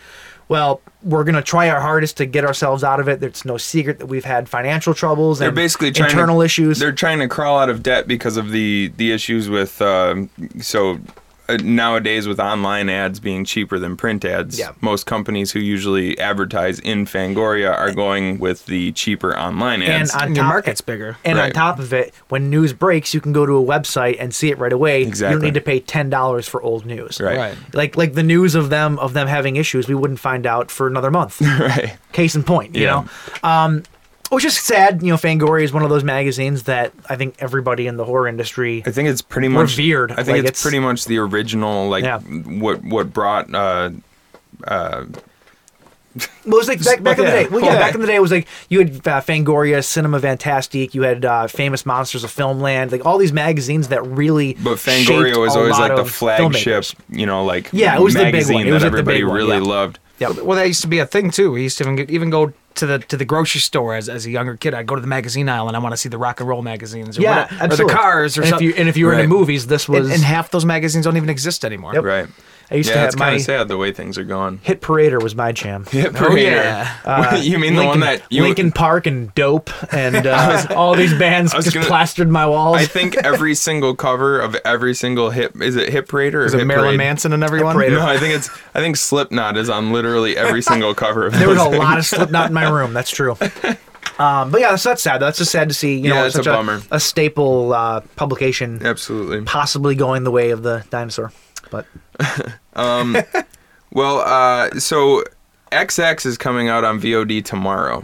Speaker 4: "Well, we're going to try our hardest to get ourselves out of it. It's no secret that we've had financial troubles
Speaker 5: They're
Speaker 4: and
Speaker 5: basically trying
Speaker 4: internal
Speaker 5: to,
Speaker 4: issues."
Speaker 5: They're trying to crawl out of debt because of the the issues with um, so uh, nowadays with online ads being cheaper than print ads.
Speaker 4: Yeah.
Speaker 5: Most companies who usually advertise in Fangoria are going with the cheaper online
Speaker 4: and
Speaker 5: ads.
Speaker 4: on
Speaker 6: Your
Speaker 4: top,
Speaker 6: market's bigger.
Speaker 4: And on
Speaker 5: Right.
Speaker 4: top of it, when news breaks, you can go to a website and see it right away. You
Speaker 5: Exactly.
Speaker 4: don't need to pay ten dollars for old news.
Speaker 5: right.
Speaker 6: Right.
Speaker 4: Like like the news of them of them having issues, we wouldn't find out for another month.
Speaker 5: Right.
Speaker 4: Case in point, you
Speaker 5: Yeah.
Speaker 4: know. Um, which is sad. You know, Fangoria is one of those magazines that I think everybody in the horror industry.
Speaker 5: I think it's pretty much
Speaker 4: Revered,
Speaker 5: I think
Speaker 4: like,
Speaker 5: it's,
Speaker 4: it's-
Speaker 5: pretty much the original, like
Speaker 4: Yeah.
Speaker 5: what what brought uh,
Speaker 4: Well, it was like back, back in the
Speaker 5: Yeah.
Speaker 4: day. Well, yeah,
Speaker 5: Okay.
Speaker 4: back in the day, it was like you had uh, Fangoria, Cinema Fantastique, you had uh, Famous Monsters of Filmland, like all these magazines that really.
Speaker 5: But Fangoria
Speaker 4: shaped
Speaker 5: was
Speaker 4: a
Speaker 5: always
Speaker 4: lot
Speaker 5: like the
Speaker 4: of
Speaker 5: flagship,
Speaker 4: filmmakers.
Speaker 5: you know, like
Speaker 4: Yeah, it was the big
Speaker 5: magazine
Speaker 4: one. It
Speaker 5: that
Speaker 4: was, like, the
Speaker 5: everybody
Speaker 4: big one,
Speaker 5: really
Speaker 4: yeah.
Speaker 5: loved.
Speaker 4: Yep.
Speaker 6: Well, that used to be a thing too. We used to even get, even go to the to the grocery store as, as a younger kid. I'd go to the magazine aisle and I want to see the rock and roll magazines, or,
Speaker 4: yeah,
Speaker 6: what- or the
Speaker 4: absolutely.
Speaker 6: cars, or
Speaker 4: and
Speaker 6: something.
Speaker 4: If you, and if you were
Speaker 5: Right.
Speaker 4: into movies, this was.
Speaker 6: and, and half those magazines don't even exist anymore.
Speaker 4: Yep.
Speaker 5: Right.
Speaker 4: I used to
Speaker 5: Yeah,
Speaker 4: have
Speaker 5: it's kind
Speaker 4: my
Speaker 5: of sad the way things are going.
Speaker 4: Hit Parader was my jam.
Speaker 5: Hit
Speaker 6: Oh, yeah.
Speaker 5: Parade. you mean the one
Speaker 4: Linkin-
Speaker 5: that you?
Speaker 4: Linkin Park and Dope and uh, all these bands
Speaker 5: was
Speaker 4: just
Speaker 5: gonna-
Speaker 4: plastered my walls.
Speaker 5: I think every single cover of every single hip is it Hip Parade or
Speaker 6: Is it
Speaker 5: Hit
Speaker 6: Marilyn
Speaker 5: Parade?
Speaker 6: Manson and everyone?
Speaker 4: Parade.
Speaker 5: No, I think it's I think Slipknot is on literally every single cover of.
Speaker 4: there was
Speaker 5: those
Speaker 4: a lot of Slipknot in my room. That's true. Um, but yeah, that's, that's sad. That's just sad to see. You
Speaker 5: Yeah,
Speaker 4: know,
Speaker 5: it's a
Speaker 4: such
Speaker 5: bummer.
Speaker 4: a staple uh, publication
Speaker 5: things. Absolutely.
Speaker 4: possibly going the way of the dinosaur. But
Speaker 5: Well, uh, so XX is coming out on VOD tomorrow,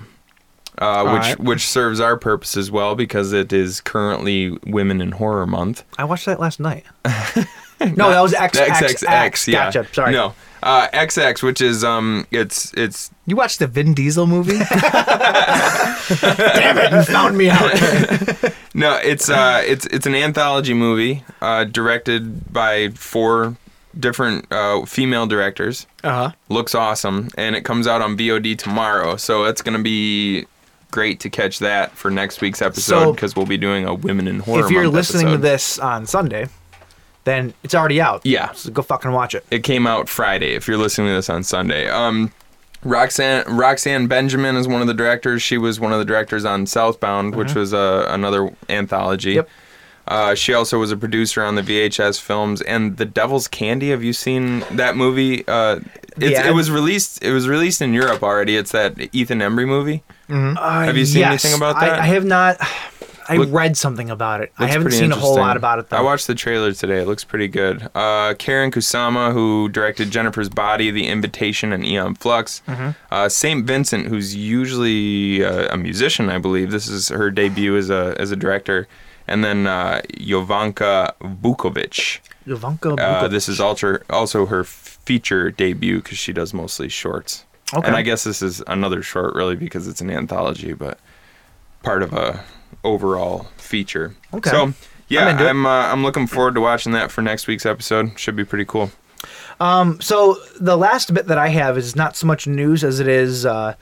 Speaker 5: uh, which
Speaker 6: right.
Speaker 5: which serves our purpose as well because it is currently Women in Horror Month.
Speaker 4: I watched that last night. no, that was X X X.
Speaker 5: yeah.
Speaker 4: Gotcha. Sorry.
Speaker 5: No, uh, XX, which is um, it's it's
Speaker 6: You watched the Vin Diesel movie?
Speaker 4: Damn it! You found me out.
Speaker 5: no, it's uh, it's it's an anthology movie uh, directed by four different uh, female directors.
Speaker 6: Uh
Speaker 4: Uh-huh.
Speaker 6: huh.
Speaker 5: Looks awesome, and it comes out on VOD tomorrow, so it's gonna be great to catch that for next week's episode
Speaker 4: So-
Speaker 5: because we'll be doing a Women in Horror.
Speaker 4: if you're
Speaker 5: Month
Speaker 4: listening
Speaker 5: episode.
Speaker 4: to this on Sunday, then it's already out.
Speaker 5: Yeah.
Speaker 4: So go fucking watch it.
Speaker 5: it came out Friday. If you're listening to this on Sunday, um, Roxanne Roxanne Benjamin is one of the directors. She was one of the directors on Southbound, which was uh, another anthology.
Speaker 4: Uh-huh. Yep.
Speaker 5: Uh, she also was a producer on the VHS films and The Devil's Candy. Have you seen that movie? Uh, it's,
Speaker 4: Yeah.
Speaker 5: It was released. It was released in Europe already. It's that Ethan Embry movie.
Speaker 4: Uh,
Speaker 5: Have you seen
Speaker 4: yes,
Speaker 5: anything about
Speaker 4: I-
Speaker 5: that?
Speaker 4: I, have not. I
Speaker 5: Look-
Speaker 4: read something about it. I
Speaker 5: Looks
Speaker 4: haven't
Speaker 5: pretty
Speaker 4: seen a whole
Speaker 5: interesting.
Speaker 4: lot about it though.
Speaker 5: I watched the trailer today. It looks pretty good. Uh, Karen Kusama, who directed Jennifer's Body, The Invitation, and Eon Flux.
Speaker 4: Mm-hmm.
Speaker 5: Uh, Saint Vincent, who's usually uh, a musician, I believe. This is her debut as a as a director. And then uh, Jovanka Vukovic.
Speaker 4: Ivanka
Speaker 5: Uh,
Speaker 4: Bukovic.
Speaker 5: this is also also her feature debut because she does mostly shorts.
Speaker 4: Okay.
Speaker 5: And I guess this is another short, really, because it's an anthology, but part of a overall feature.
Speaker 4: Okay.
Speaker 5: So yeah,
Speaker 4: I'm into it.
Speaker 5: I'm uh, I'm looking forward to watching that for next week's episode. Should be pretty cool.
Speaker 4: so the last bit that I have is not so much news as it is uh,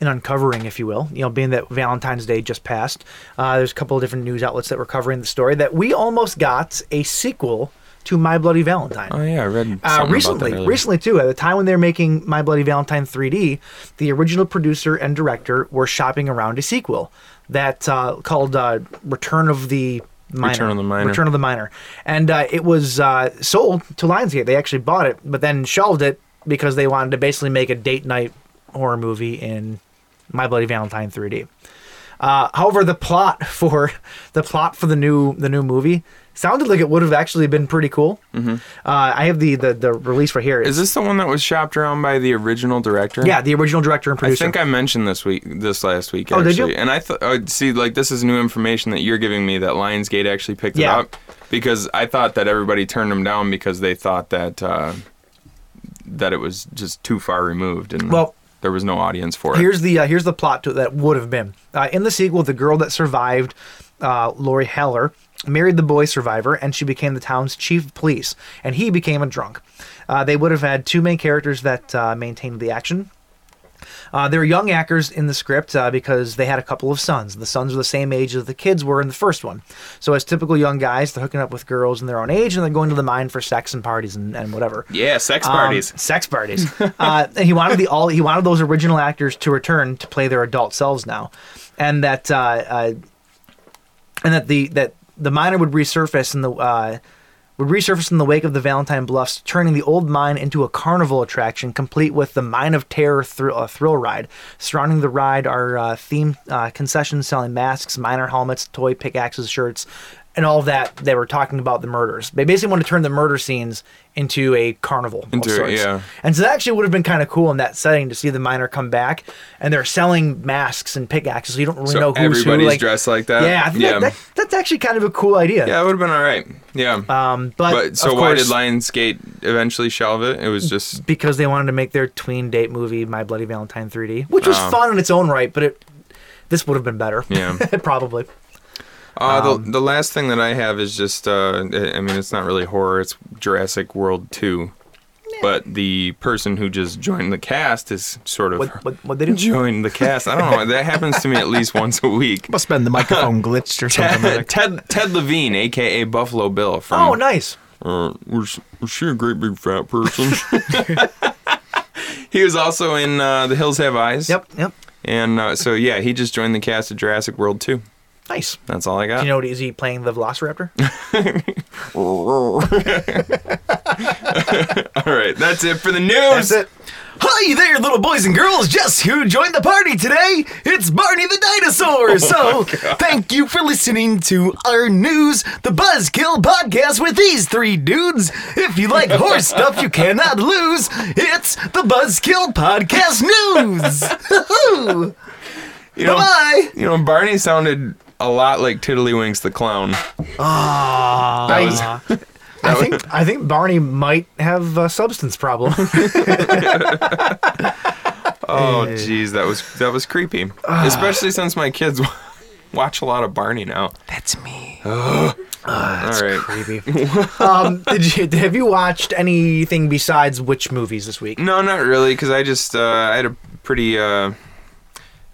Speaker 4: an uncovering, if you will. You know, being that Valentine's Day just passed, uh, there's a couple of different news outlets that were covering the story that we almost got a sequel to My Bloody Valentine.
Speaker 5: Oh yeah, I read
Speaker 4: Uh, recently, recently too, at the time when they were making My Bloody Valentine 3D, the original producer and director were shopping around a sequel that uh, called uh, Return of the Miner.
Speaker 5: Return of the Miner.
Speaker 4: Return of the Miner, and uh, it was uh, sold to Lionsgate. They actually bought it, but then shelved it because they wanted to basically make a date night horror movie in My Bloody Valentine 3D. Uh, however, the plot for the plot for the new the new movie sounded like it would have actually been pretty cool. Uh, I have the, the the release right here.
Speaker 5: Mm-hmm. Is this the one that was shopped around by the original director?
Speaker 4: yeah, the original director and
Speaker 5: I
Speaker 4: producer.
Speaker 5: think I mentioned this week, this last week
Speaker 4: Oh,
Speaker 5: actually,
Speaker 4: did you?
Speaker 5: and I thought, oh, see, like this is new information that you're giving me that Lionsgate actually picked
Speaker 4: Yeah.
Speaker 5: it up because I thought that everybody turned them down because they thought that uh, that it was just too far removed and
Speaker 4: Well,
Speaker 5: there was no audience for it.
Speaker 4: Here's the uh, here's the plot to it that would have been uh, in the sequel. The girl that survived, uh, Lori Heller, married the boy survivor, and she became the town's chief of police, and he became a drunk. Uh, they would have had two main characters that uh, maintained the action. Uh, there were young actors in the script uh, because they had a couple of sons. The sons were the same age as the kids were in the first one. So, as typical young guys, they're hooking up with girls in their own age and they're going to the mine for sex and parties and, and whatever.
Speaker 5: yeah, sex
Speaker 4: Um,
Speaker 5: parties.
Speaker 4: sex parties. uh, and he wanted the all he wanted those original actors to return to play their adult selves now, and that uh, uh, and that the that the miner would resurface in the uh, would resurface in the wake of the Valentine Bluffs, turning the old mine into a carnival attraction, complete with the Mine of Terror thr- uh, thrill ride. Surrounding the ride are uh, themed uh, concessions selling masks, miner helmets, toy pickaxes, shirts, and all that. They were talking about the murders. They basically want to turn the murder scenes into a carnival.
Speaker 5: Into-
Speaker 4: of sorts.
Speaker 5: yeah.
Speaker 4: And so that actually would have been kind of cool in that setting to see the miner come back, and they're selling masks and pickaxes. So you don't really
Speaker 5: So
Speaker 4: know who's
Speaker 5: everybody's
Speaker 4: who. Like,
Speaker 5: dressed like that?
Speaker 4: Yeah, I think
Speaker 5: Yeah.
Speaker 4: That, that, that's actually kind of a cool idea.
Speaker 5: yeah, it would have been all right. Yeah.
Speaker 4: Um, but,
Speaker 5: but so
Speaker 4: of
Speaker 5: why
Speaker 4: course, Mm.
Speaker 5: did Lionsgate eventually shelve it? It was just
Speaker 4: because they wanted to make their tween date movie My Bloody Valentine 3D, which was fun in its own right, but it this would have been better.
Speaker 5: Um, Yeah.
Speaker 4: probably.
Speaker 5: Uh,
Speaker 4: Um,
Speaker 5: the, the last thing that I have is just, uh, I I mean, it's not really horror, it's Jurassic World 2. But the person who just joined the cast is sort of
Speaker 4: What what what they do?
Speaker 5: joined the cast. I don't know. That happens to me at least once a week.
Speaker 6: Must have been the microphone glitched or something.
Speaker 5: Ted, Ted
Speaker 6: like
Speaker 5: Ted Levine, aka Buffalo Bill, from
Speaker 4: Oh, nice.
Speaker 5: uh, was, was she a great big fat person? he was also in uh, The Hills Have Eyes.
Speaker 4: Yep, yep.
Speaker 5: And uh, so yeah, he just joined the cast of Jurassic World 2.
Speaker 4: Nice.
Speaker 5: That's all I got.
Speaker 4: Do you know what is he playing the Velociraptor?
Speaker 5: all right, that's it for the news.
Speaker 6: that. Hi there, little boys and girls. Just who joined the party today? It's Barney the dinosaur. so, thank you for listening to our news, the Buzzkill podcast with these three dudes. If you like horse stuff, you cannot lose. It's the Buzzkill podcast news.
Speaker 5: You know-
Speaker 6: Bye.
Speaker 5: You know, Barney sounded a lot like Tiddlywinks the clown.
Speaker 6: Uh,
Speaker 5: That was-
Speaker 4: I think I think Barney might have a substance problem.
Speaker 5: oh, jeez, that was that was creepy.
Speaker 4: Ah.
Speaker 5: Especially since my kids watch a lot of Barney now. Ah,
Speaker 6: That's me.
Speaker 5: All right.
Speaker 4: um, did you have you watched anything besides witch movies this week?
Speaker 5: No, not really, because I just uh, I had a pretty uh,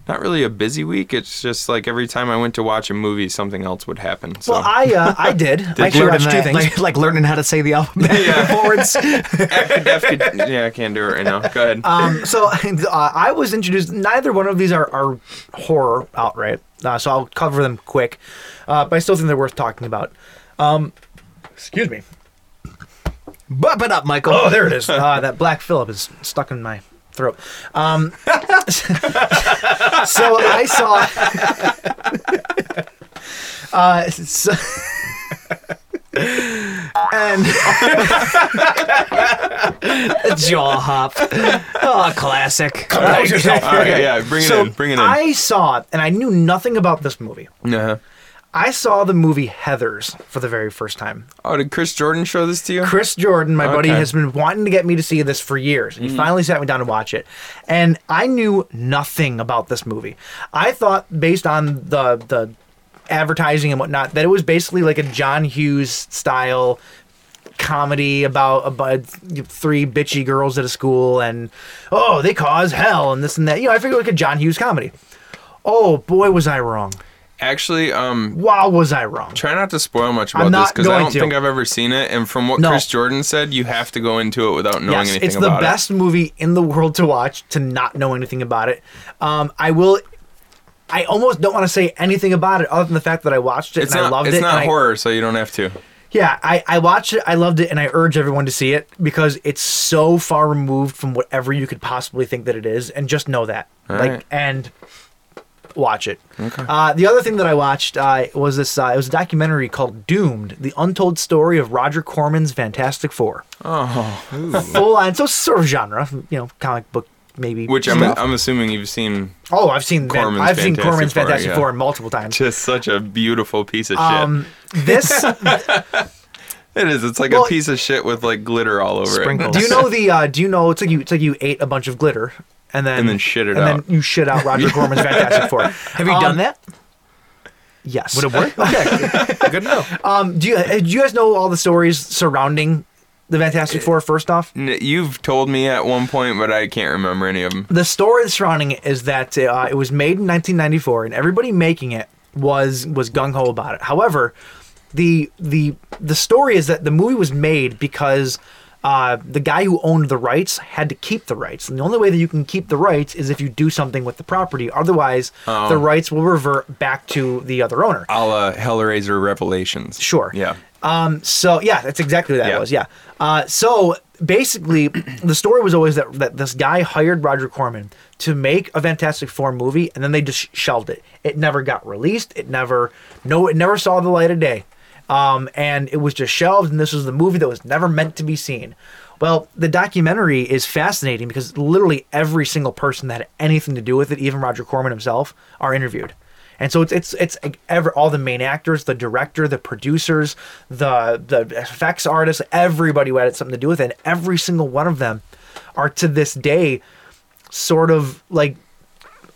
Speaker 5: not really a busy week. It's just like every time I went to watch a movie, something else would happen. So.
Speaker 4: Well, I uh, I did. I actually
Speaker 6: Learning
Speaker 4: watched two
Speaker 6: that-
Speaker 4: things.
Speaker 6: Like, like learning how to say the alphabet forwards.
Speaker 5: F- could- yeah, I can't do it right now. Go ahead.
Speaker 4: Um, so uh, I was introduced. Neither one of these are, are horror outright, uh, so I'll cover them quick. Uh, but I still think they're worth talking about. Excuse me.
Speaker 6: Bump it up, Michael.
Speaker 4: Oh, there it is. Ah, that Black Phillip is stuck in my throat. Um, so I saw. uh, so-
Speaker 6: And jaw hop. Oh, classic.
Speaker 5: All right, yeah, bring it in, bring it in.
Speaker 4: I saw, and I knew nothing about this movie.
Speaker 5: uh-huh.
Speaker 4: I saw the movie Heather's for the very first time.
Speaker 5: Oh, did Chris Jordan show this to you?
Speaker 4: Chris Jordan, my buddy,
Speaker 5: Okay.
Speaker 4: has been wanting to get me to see this for years, and he finally sat me down to watch it. And I knew nothing about this movie. I thought, based on the the advertising and whatnot, that it was basically like a John Hughes style comedy about about three bitchy girls at a school, and oh, they cause hell and this and that. You know, I figured like a John Hughes comedy. Oh boy, was I wrong!
Speaker 5: Actually, um,
Speaker 4: Wow, was I wrong!
Speaker 5: try not to spoil much about
Speaker 4: I'm
Speaker 5: this
Speaker 4: not
Speaker 5: because I
Speaker 4: going
Speaker 5: don't
Speaker 4: to.
Speaker 5: think I've ever seen it. And from what
Speaker 4: No.
Speaker 5: Chris Jordan said, you have to go into it without knowing anything
Speaker 4: it's
Speaker 5: about
Speaker 4: the best movie in the world to watch to not know anything about it. Um, I will. I almost don't want to say anything about it other than the fact that I watched it
Speaker 5: it. It's
Speaker 4: and
Speaker 5: not,
Speaker 4: I loved
Speaker 5: it's
Speaker 4: it.
Speaker 5: not
Speaker 4: and I-
Speaker 5: horror, so you don't have to.
Speaker 4: yeah, I, I watched it, I loved it, and I urge everyone to see it because it's so far removed from whatever you could possibly think that it is, and just know that. like
Speaker 5: right.
Speaker 4: and watch it. Uh, the other thing that I watched uh, was this uh, it was a documentary called Doomed, the untold story of Roger Corman's Fantastic Four. Oh. Full on so sort of genre, you know, comic book maybe.
Speaker 5: Which I'm,
Speaker 4: stuff.
Speaker 5: I'm assuming you've seen.
Speaker 4: Oh, I've seen Van-
Speaker 5: Corman's
Speaker 4: I've seen
Speaker 5: Fantastic
Speaker 4: Corman's
Speaker 5: Four,
Speaker 4: Fantastic
Speaker 5: yeah.
Speaker 4: Four multiple times.
Speaker 5: Just such a beautiful piece of
Speaker 4: Um this
Speaker 5: shit. It is. It's like
Speaker 4: well-
Speaker 5: a piece of shit with like glitter all over
Speaker 6: Sprinkles.
Speaker 5: it.
Speaker 4: Do you know the? Uh, do you know? It's like you. It's like you ate a bunch of glitter and then
Speaker 5: And then shit it
Speaker 4: and
Speaker 5: out.
Speaker 4: then you shit out Roger Corman's Fantastic Four. Um,
Speaker 6: Have you done that?
Speaker 4: Yes.
Speaker 6: Would it work?
Speaker 4: Okay.
Speaker 6: Good to know.
Speaker 4: um, do you? uh, Do you guys know all the stories surrounding the
Speaker 6: Uh,
Speaker 4: Fantastic Four? First off,
Speaker 5: N- You've told me at one point, but I can't remember any of them.
Speaker 4: the story surrounding it is that uh, it was made in 1994, and everybody making it was was gung ho about it. However, the the the story is that the movie was made because uh, the guy who owned the rights had to keep the rights, and the only way that you can keep the rights is if you do something with the property. Otherwise, the rights will revert back to the other owner.
Speaker 5: A la Hellraiser Revelations.
Speaker 4: Sure.
Speaker 5: Yeah.
Speaker 4: Um, so yeah, that's exactly what that
Speaker 5: Yeah.
Speaker 4: was. Yeah. Uh, so basically, the story was always that that this guy hired Roger Corman to make a Fantastic Four movie, and then they just shelved it. It never got released. It never no, it never saw the light of day. Um, and it was just shelved, and this was the movie that was never meant to be seen. Well, the documentary is fascinating because literally every single person that had anything to do with it, even Roger Corman himself, are interviewed. And so it's it's it's like ever all the main actors, the director, the producers, the the effects artists, everybody who had something to do with it. And every single one of them are to this day sort of like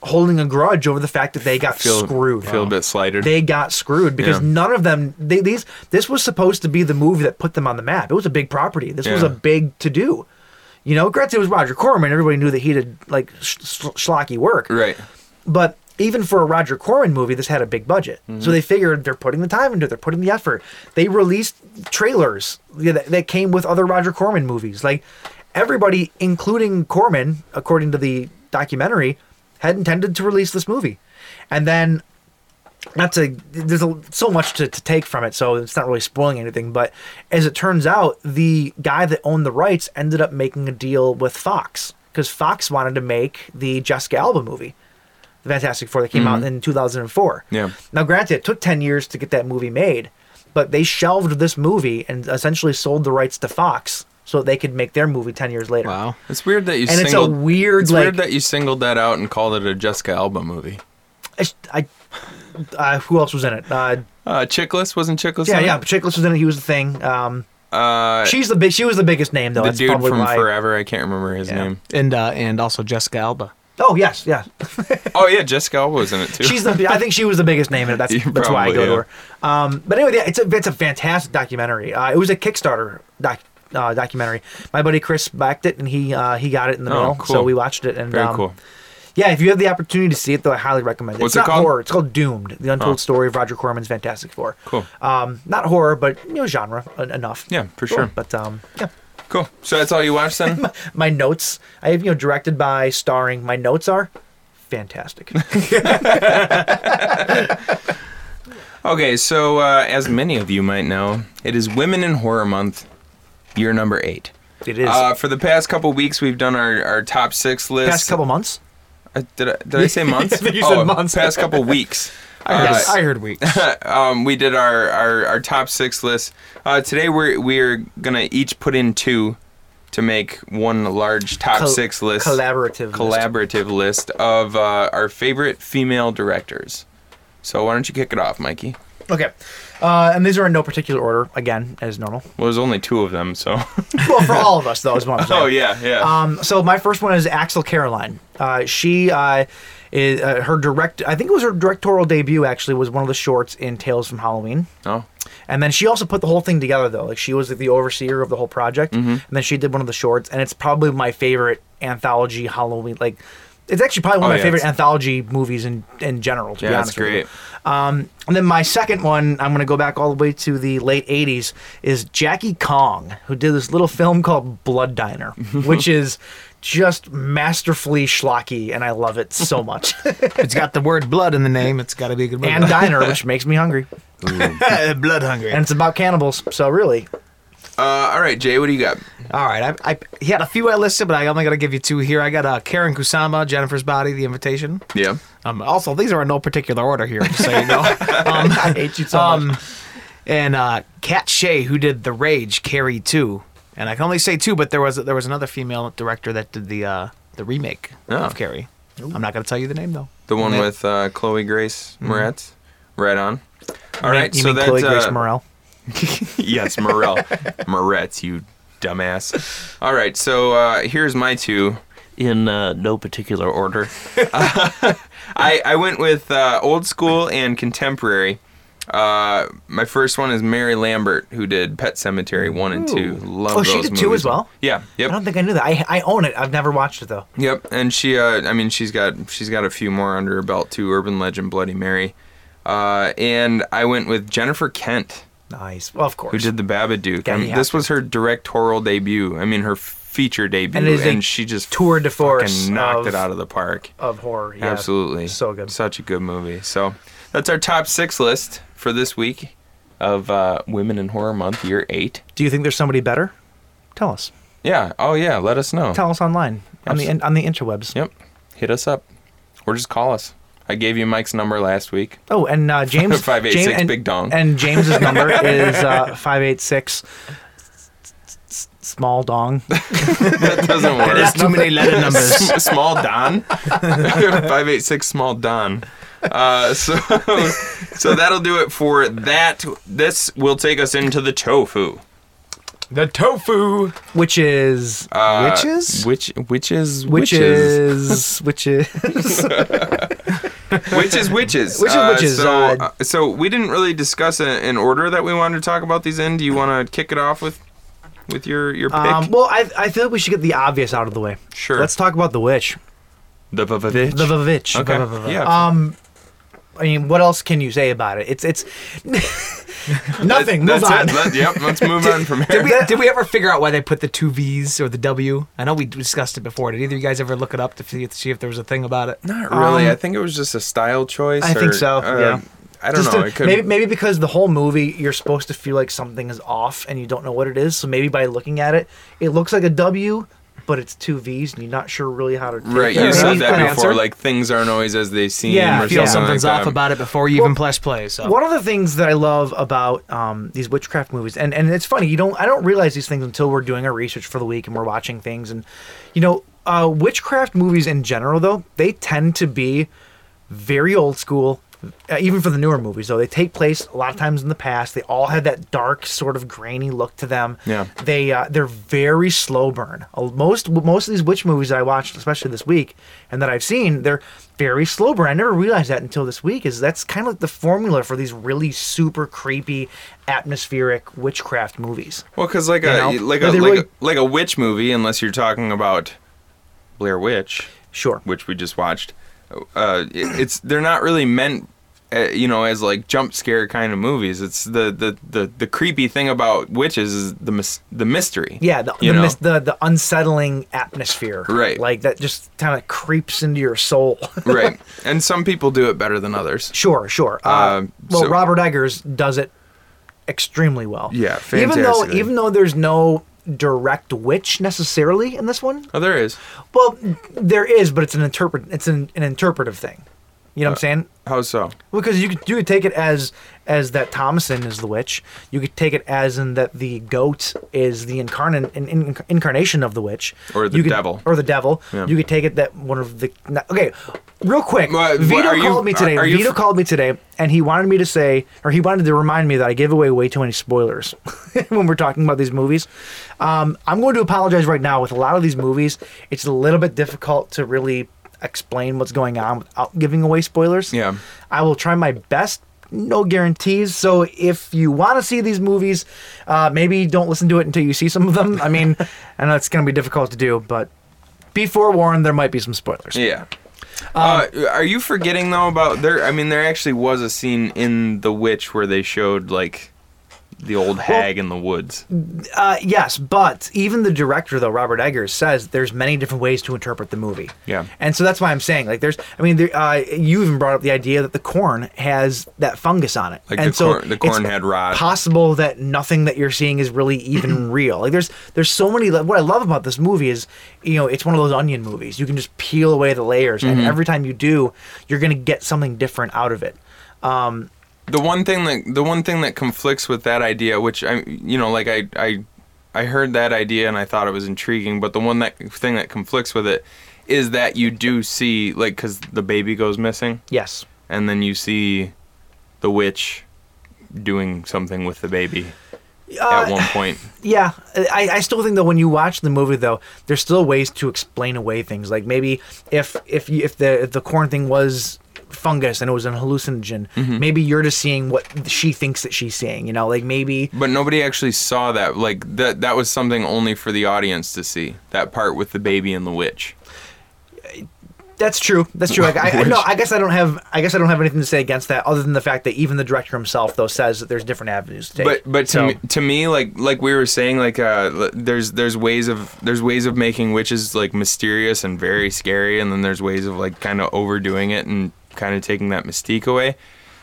Speaker 4: holding a grudge over the fact that they got
Speaker 5: Feel,
Speaker 4: screwed.
Speaker 5: Feel a bit slighted.
Speaker 4: They got screwed because
Speaker 5: Yeah.
Speaker 4: none of them they, these this was supposed to be the movie that put them on the map. It was a big property. This was
Speaker 5: Yeah.
Speaker 4: a big to do. You know, granted it was Roger Corman. Everybody knew that he did like sh- sh- schlocky work.
Speaker 5: right.
Speaker 4: But even for a Roger Corman movie, this had a big budget. So they figured they're putting the time into it, they're putting the effort. They released trailers that, that came with other Roger Corman movies. Like everybody, including Corman, according to the documentary, had intended to release this movie. And then not to there's a, so much to, to take from it so it's not really spoiling anything but as it turns out the guy that owned the rights ended up making a deal with fox because fox wanted to make the jessica alba movie the fantastic four that came out in 2004
Speaker 5: Yeah.
Speaker 4: now granted it took 10 years to get that movie made but they shelved this movie and essentially sold the rights to fox so that they could make their movie 10 years later
Speaker 6: Wow.
Speaker 5: It's weird that you
Speaker 4: And it's a
Speaker 5: singled,
Speaker 4: weird,
Speaker 5: It's
Speaker 4: like-
Speaker 5: weird that you singled that out and called it a Jessica Alba movie.
Speaker 4: I, I- uh, who else was in it uh,
Speaker 5: Uh, Chickless wasn't Chickless.
Speaker 4: yeah
Speaker 5: in it?
Speaker 4: yeah Chickless was in it he was the thing um,
Speaker 5: Uh,
Speaker 4: She's the big. She was the biggest name though.
Speaker 5: the
Speaker 4: That's
Speaker 5: dude
Speaker 4: probably
Speaker 5: from
Speaker 4: why.
Speaker 5: Forever. I can't remember his
Speaker 4: Yeah.
Speaker 5: name.
Speaker 6: And uh, and also Jessica Alba.
Speaker 4: Oh yes, yeah.
Speaker 5: Oh yeah, Jessica Alba was in it too.
Speaker 4: She's the. I think she was the biggest name in it. That's
Speaker 5: You
Speaker 4: that's why I go
Speaker 5: probably,
Speaker 4: to her. Um, but anyway, yeah, it's a it's a fantastic documentary. Uh, it was a Kickstarter doc. Uh, documentary. My buddy Chris backed it, and he uh, he got it in the
Speaker 5: Oh,
Speaker 4: mail,
Speaker 5: cool.
Speaker 4: so we watched it. And
Speaker 5: very
Speaker 4: um,
Speaker 5: cool.
Speaker 4: Yeah, if you have the opportunity to see it, though, I highly recommend it.
Speaker 5: What's
Speaker 4: it's not
Speaker 5: it called? Oh.
Speaker 4: horror. It's called Doomed: The Untold Story of Roger Corman's Fantastic Four.
Speaker 5: Cool.
Speaker 4: Um, not horror, but you know genre en- enough.
Speaker 5: Yeah, for sure.
Speaker 4: But um, yeah.
Speaker 5: Cool. So that's all you watched then?
Speaker 4: my notes i have you know directed by starring my notes are fantastic
Speaker 5: Okay, so uh, as many of you might know, it is Women in Horror Month, year number eight.
Speaker 4: It is.
Speaker 5: Uh, for the past couple weeks, we've done our, our top six list.
Speaker 4: Past couple months.
Speaker 5: Uh, did I, did I say months? Oh,
Speaker 4: I think you said months.
Speaker 5: Past couple weeks. Uh,
Speaker 4: Yes, I heard weeks.
Speaker 5: um, we did our, our, our top six list. Uh, today we're we're gonna each put in two to make one large top
Speaker 4: Col-
Speaker 5: six list
Speaker 4: collaborative list.
Speaker 5: collaborative list of uh, our favorite female directors. So why don't you kick it off, Mikey?
Speaker 4: Okay, uh, and these are in no particular order. Again, as normal.
Speaker 5: Well, there's only two of them, so.
Speaker 4: Well, for all of us though, is what I'm saying.
Speaker 5: oh yeah, yeah.
Speaker 4: Um, so my first one is Axel Caroline. Uh, she uh, is uh, her direct. I think it was her directorial debut. Actually, was one of the shorts in Tales from Halloween.
Speaker 5: oh.
Speaker 4: And then she also put the whole thing together though. Like she was the overseer of the whole project,
Speaker 5: Mm-hmm.
Speaker 4: and then she did one of the shorts. And it's probably my favorite anthology Halloween. Like, it's actually probably one of
Speaker 5: Oh,
Speaker 4: my
Speaker 5: yeah,
Speaker 4: favorite
Speaker 5: it's-
Speaker 4: anthology movies in in general. To be
Speaker 5: Yeah,
Speaker 4: honest
Speaker 5: that's
Speaker 4: with you.
Speaker 5: great.
Speaker 4: Um, and then my second one, I'm going to go back all the way to the late 80s, is Jackie Kong, who did this little film called Blood Diner, which is just masterfully schlocky, and I love it so much.
Speaker 6: It's got the word blood in the name. It's got to be a good movie.
Speaker 4: and Diner, which makes me hungry.
Speaker 6: blood hungry.
Speaker 4: And it's about cannibals, so really.
Speaker 5: Uh, all right, Jay, what do you got?
Speaker 6: All right, I, I he had a few I listed, but I only got to give you two here. I got uh, Karen Kusama, Jennifer's Body, The Invitation.
Speaker 5: Yeah.
Speaker 6: Um, also, these are in no particular order here, just so you know. Um,
Speaker 4: I hate you so
Speaker 6: um,
Speaker 4: much.
Speaker 6: and uh, Kat Shea, who did The Rage, Carrie two, and I can only say two, but there was there was another female director that did the uh, the remake
Speaker 5: Oh.
Speaker 6: of Carrie. I'm not going to tell you the name though.
Speaker 5: The one
Speaker 6: Yeah.
Speaker 5: with uh, Chloe Grace Moretz. Right on.
Speaker 4: Mm-hmm.
Speaker 5: All
Speaker 4: You
Speaker 5: right,
Speaker 4: mean
Speaker 5: so that's
Speaker 4: Chloe Grace
Speaker 5: uh,
Speaker 4: Morrell?
Speaker 5: yes, Morel. Moretz, you dumbass. All right, so uh, here's my two in uh, no particular order. I, I went with uh, old school and contemporary. Uh, my first one is Mary Lambert, who did Pet Cemetery one and two. Love
Speaker 4: Oh, she
Speaker 5: those
Speaker 4: did two
Speaker 5: movies.
Speaker 4: as well?
Speaker 5: Yeah. Yep.
Speaker 4: I don't think I knew that. I, I own it. I've never watched it, though.
Speaker 5: Yep, and she, uh, I mean, she's got she's got a few more under her belt too. Urban Legend, Bloody Mary, uh, and I went with Jennifer Kent,
Speaker 4: Nice. Well, of course.
Speaker 5: who did The Babadook.
Speaker 4: Yeah,
Speaker 5: I mean,
Speaker 4: you have
Speaker 5: this was her directorial debut. I mean, her feature debut,
Speaker 4: And
Speaker 5: and,
Speaker 4: it is a
Speaker 5: she just
Speaker 4: tour de force
Speaker 5: fucking knocked
Speaker 4: of-
Speaker 5: it out of the park.
Speaker 4: Of horror. Yeah.
Speaker 5: Absolutely,
Speaker 4: So good.
Speaker 5: such a good movie. So that's our top six list for this week of uh, Women in Horror Month, Year Eight.
Speaker 4: Do you think there's somebody better? Tell us.
Speaker 5: Yeah. Oh yeah. Let us know.
Speaker 4: Tell us online on the
Speaker 5: Absol-
Speaker 4: on the interwebs.
Speaker 5: Yep. Hit us up, or just call us. I gave you Mike's number last week.
Speaker 4: Oh, and uh, James
Speaker 5: Five eight
Speaker 4: James-
Speaker 5: six,
Speaker 4: and,
Speaker 5: big dong.
Speaker 4: And James's number is uh, five eight six. s- s- Small dong.
Speaker 5: That doesn't work.
Speaker 6: There's too many letter numbers.
Speaker 5: S- small Don, five eight six. Small Don. Uh, so, so that'll do it for that. This will take us into the tofu,
Speaker 6: the tofu
Speaker 4: Which is
Speaker 5: uh,
Speaker 6: witches.
Speaker 5: which which is
Speaker 4: which
Speaker 5: witches.
Speaker 4: is which is
Speaker 5: which is witches,
Speaker 4: Which is witches,
Speaker 5: So,
Speaker 4: uh,
Speaker 5: uh, so we didn't really discuss a, an order that we wanted to talk about these in. Do you want to kick it off with with your your pick?
Speaker 4: um, well I I feel like we should get the obvious out of the way.
Speaker 5: Sure.
Speaker 4: Let's talk about the witch.
Speaker 5: the v-
Speaker 4: The the witch.
Speaker 5: Okay.
Speaker 4: The- the- the-
Speaker 5: Yeah.
Speaker 4: Um I mean what else can you say about it? It's it's nothing.
Speaker 5: That's
Speaker 4: Move on.
Speaker 5: it. Let- yep. Let's move on from here.
Speaker 6: Did we, did we ever figure out why they put the two V's or the W? I know we discussed it before. Did either of you guys ever look it up to see, to see if there was a thing about it?
Speaker 5: Not really.
Speaker 4: Um,
Speaker 5: I think it was just a style choice.
Speaker 4: I think
Speaker 5: or-
Speaker 4: so,
Speaker 5: uh,
Speaker 4: yeah.
Speaker 5: I don't
Speaker 4: Just
Speaker 5: know.
Speaker 4: to-
Speaker 5: it could
Speaker 4: maybe maybe because the whole movie you're supposed to feel like something is off and you don't know what it is. So maybe by looking at it, it looks like a W, but it's two V's and you're not sure really how to. take
Speaker 5: right.
Speaker 4: it.
Speaker 5: You
Speaker 6: Yeah,
Speaker 5: said
Speaker 6: maybe
Speaker 5: that
Speaker 6: an
Speaker 5: before.
Speaker 6: answer.
Speaker 5: Like things aren't always as they seem.
Speaker 4: Yeah,
Speaker 5: or
Speaker 4: feel
Speaker 5: something
Speaker 6: something's
Speaker 5: like
Speaker 6: off
Speaker 5: that.
Speaker 6: about it before you even press play. So
Speaker 4: One of the things that I love about um, these witchcraft movies, and, and it's funny, you don't I don't realize these things until we're doing our research for the week and we're watching things, and you know, uh, witchcraft movies in general though they tend to be very old school. Uh, even for the newer movies, though, they take place a lot of times in the past. They all had that dark, sort of grainy look to them.
Speaker 5: Yeah.
Speaker 4: They uh, they're very slow burn. Uh, Most most of these witch movies I watched, especially this week, and that I've seen, they're very slow burn. I never realized that until this week. Is that's kind of like the formula for these really super creepy, atmospheric witchcraft movies.
Speaker 5: Well, because like a
Speaker 4: You know?
Speaker 5: like a
Speaker 4: But they
Speaker 5: like,
Speaker 4: really-
Speaker 5: a like a witch movie, unless you're talking about Blair Witch,
Speaker 4: Sure.
Speaker 5: which we just watched. Uh, it- it's they're not really meant uh, you know, as like jump scare kind of movies. It's the the the, the creepy thing about witches is the mys- the mystery.
Speaker 4: Yeah, the
Speaker 5: you
Speaker 4: the,
Speaker 5: know?
Speaker 4: mis- the the unsettling atmosphere.
Speaker 5: Right.
Speaker 4: Like that just kind of creeps into your soul.
Speaker 5: right. And some people do it better than others.
Speaker 4: sure, sure. Uh,
Speaker 5: Um,
Speaker 4: well,
Speaker 5: so-
Speaker 4: Robert Eggers does it extremely well.
Speaker 5: Yeah,
Speaker 4: Even though
Speaker 5: fantastically.
Speaker 4: even though there's no direct witch necessarily in this one.
Speaker 5: Oh, there is.
Speaker 4: Well, there is, but it's an interpret it's an, an interpretive thing. You know
Speaker 5: Uh,
Speaker 4: what I'm saying?
Speaker 5: How so?
Speaker 4: Because you could you could take it as as that Thomason is the witch. You could take it as in that the goat is the incarnate in, in, incarnation of the witch,
Speaker 5: Or the
Speaker 4: You could-
Speaker 5: devil.
Speaker 4: or the devil.
Speaker 5: Yeah.
Speaker 4: You could take it that one of the no- okay. Real quick,
Speaker 5: What- what-
Speaker 4: Vito
Speaker 5: are you-
Speaker 4: called me today.
Speaker 5: are- are you
Speaker 4: Vito
Speaker 5: f-
Speaker 4: called me today, and he wanted me to say, or he wanted to remind me that I give away way too many spoilers when we're talking about these movies. Um, I'm going to apologize right now. With a lot of these movies, it's a little bit difficult to really explain what's going on without giving away spoilers.
Speaker 5: Yeah.
Speaker 4: I will try my best. No guarantees. So if you want to see these movies, uh, maybe don't listen to it until you see some of them. I mean, I know it's going to be difficult to do, but be forewarned, there might be some spoilers.
Speaker 5: Yeah. uh, are you forgetting though about there? I mean, there actually was a scene in The Witch where they showed like the old hag in the woods.
Speaker 4: Uh, yes, but even the director, though Robert Eggers, says there's many different ways to interpret the movie.
Speaker 5: Yeah.
Speaker 4: and so that's why I'm saying like there's. I mean, there, uh, you even brought up the idea that the corn has that fungus on it,
Speaker 5: Like
Speaker 4: and
Speaker 5: the
Speaker 4: so
Speaker 5: corn- the corn
Speaker 4: it's
Speaker 5: had rot.
Speaker 4: Possible that nothing that you're seeing is really even real. Like there's there's so many. like, What I love about this movie is you know it's one of those onion movies. You can just peel away the layers,
Speaker 5: Mm-hmm.
Speaker 4: and every time you do, you're gonna get something different out of it.
Speaker 5: the one thing that the one thing that conflicts with that idea which i you know like i i i heard that idea and i thought it was intriguing but the one that thing that conflicts with it is that you do see like because the baby goes missing
Speaker 4: Yes.
Speaker 5: and then you see the witch doing something with the baby at one point
Speaker 4: Yeah, I, I still think that when you watch the movie, though, there's still ways to explain away things. Like maybe if if you, if the if the corn thing was fungus and it was an hallucinogen,
Speaker 5: Mm-hmm.
Speaker 4: maybe you're just seeing what she thinks that she's seeing. You know, like maybe
Speaker 5: but nobody actually saw that like that that was something only for the audience to see that part with the baby and the witch
Speaker 4: that's true. That's true. Like, I, I- no, I guess I don't have I guess I don't have anything to say against that, other than the fact that even the director himself though says that there's different avenues to take.
Speaker 5: But but to,
Speaker 4: So-
Speaker 5: me, to me, like like we were saying, like uh, l- there's there's ways of there's ways of making witches like mysterious and very scary, and then there's ways of like kind of overdoing it and kind of taking that mystique away.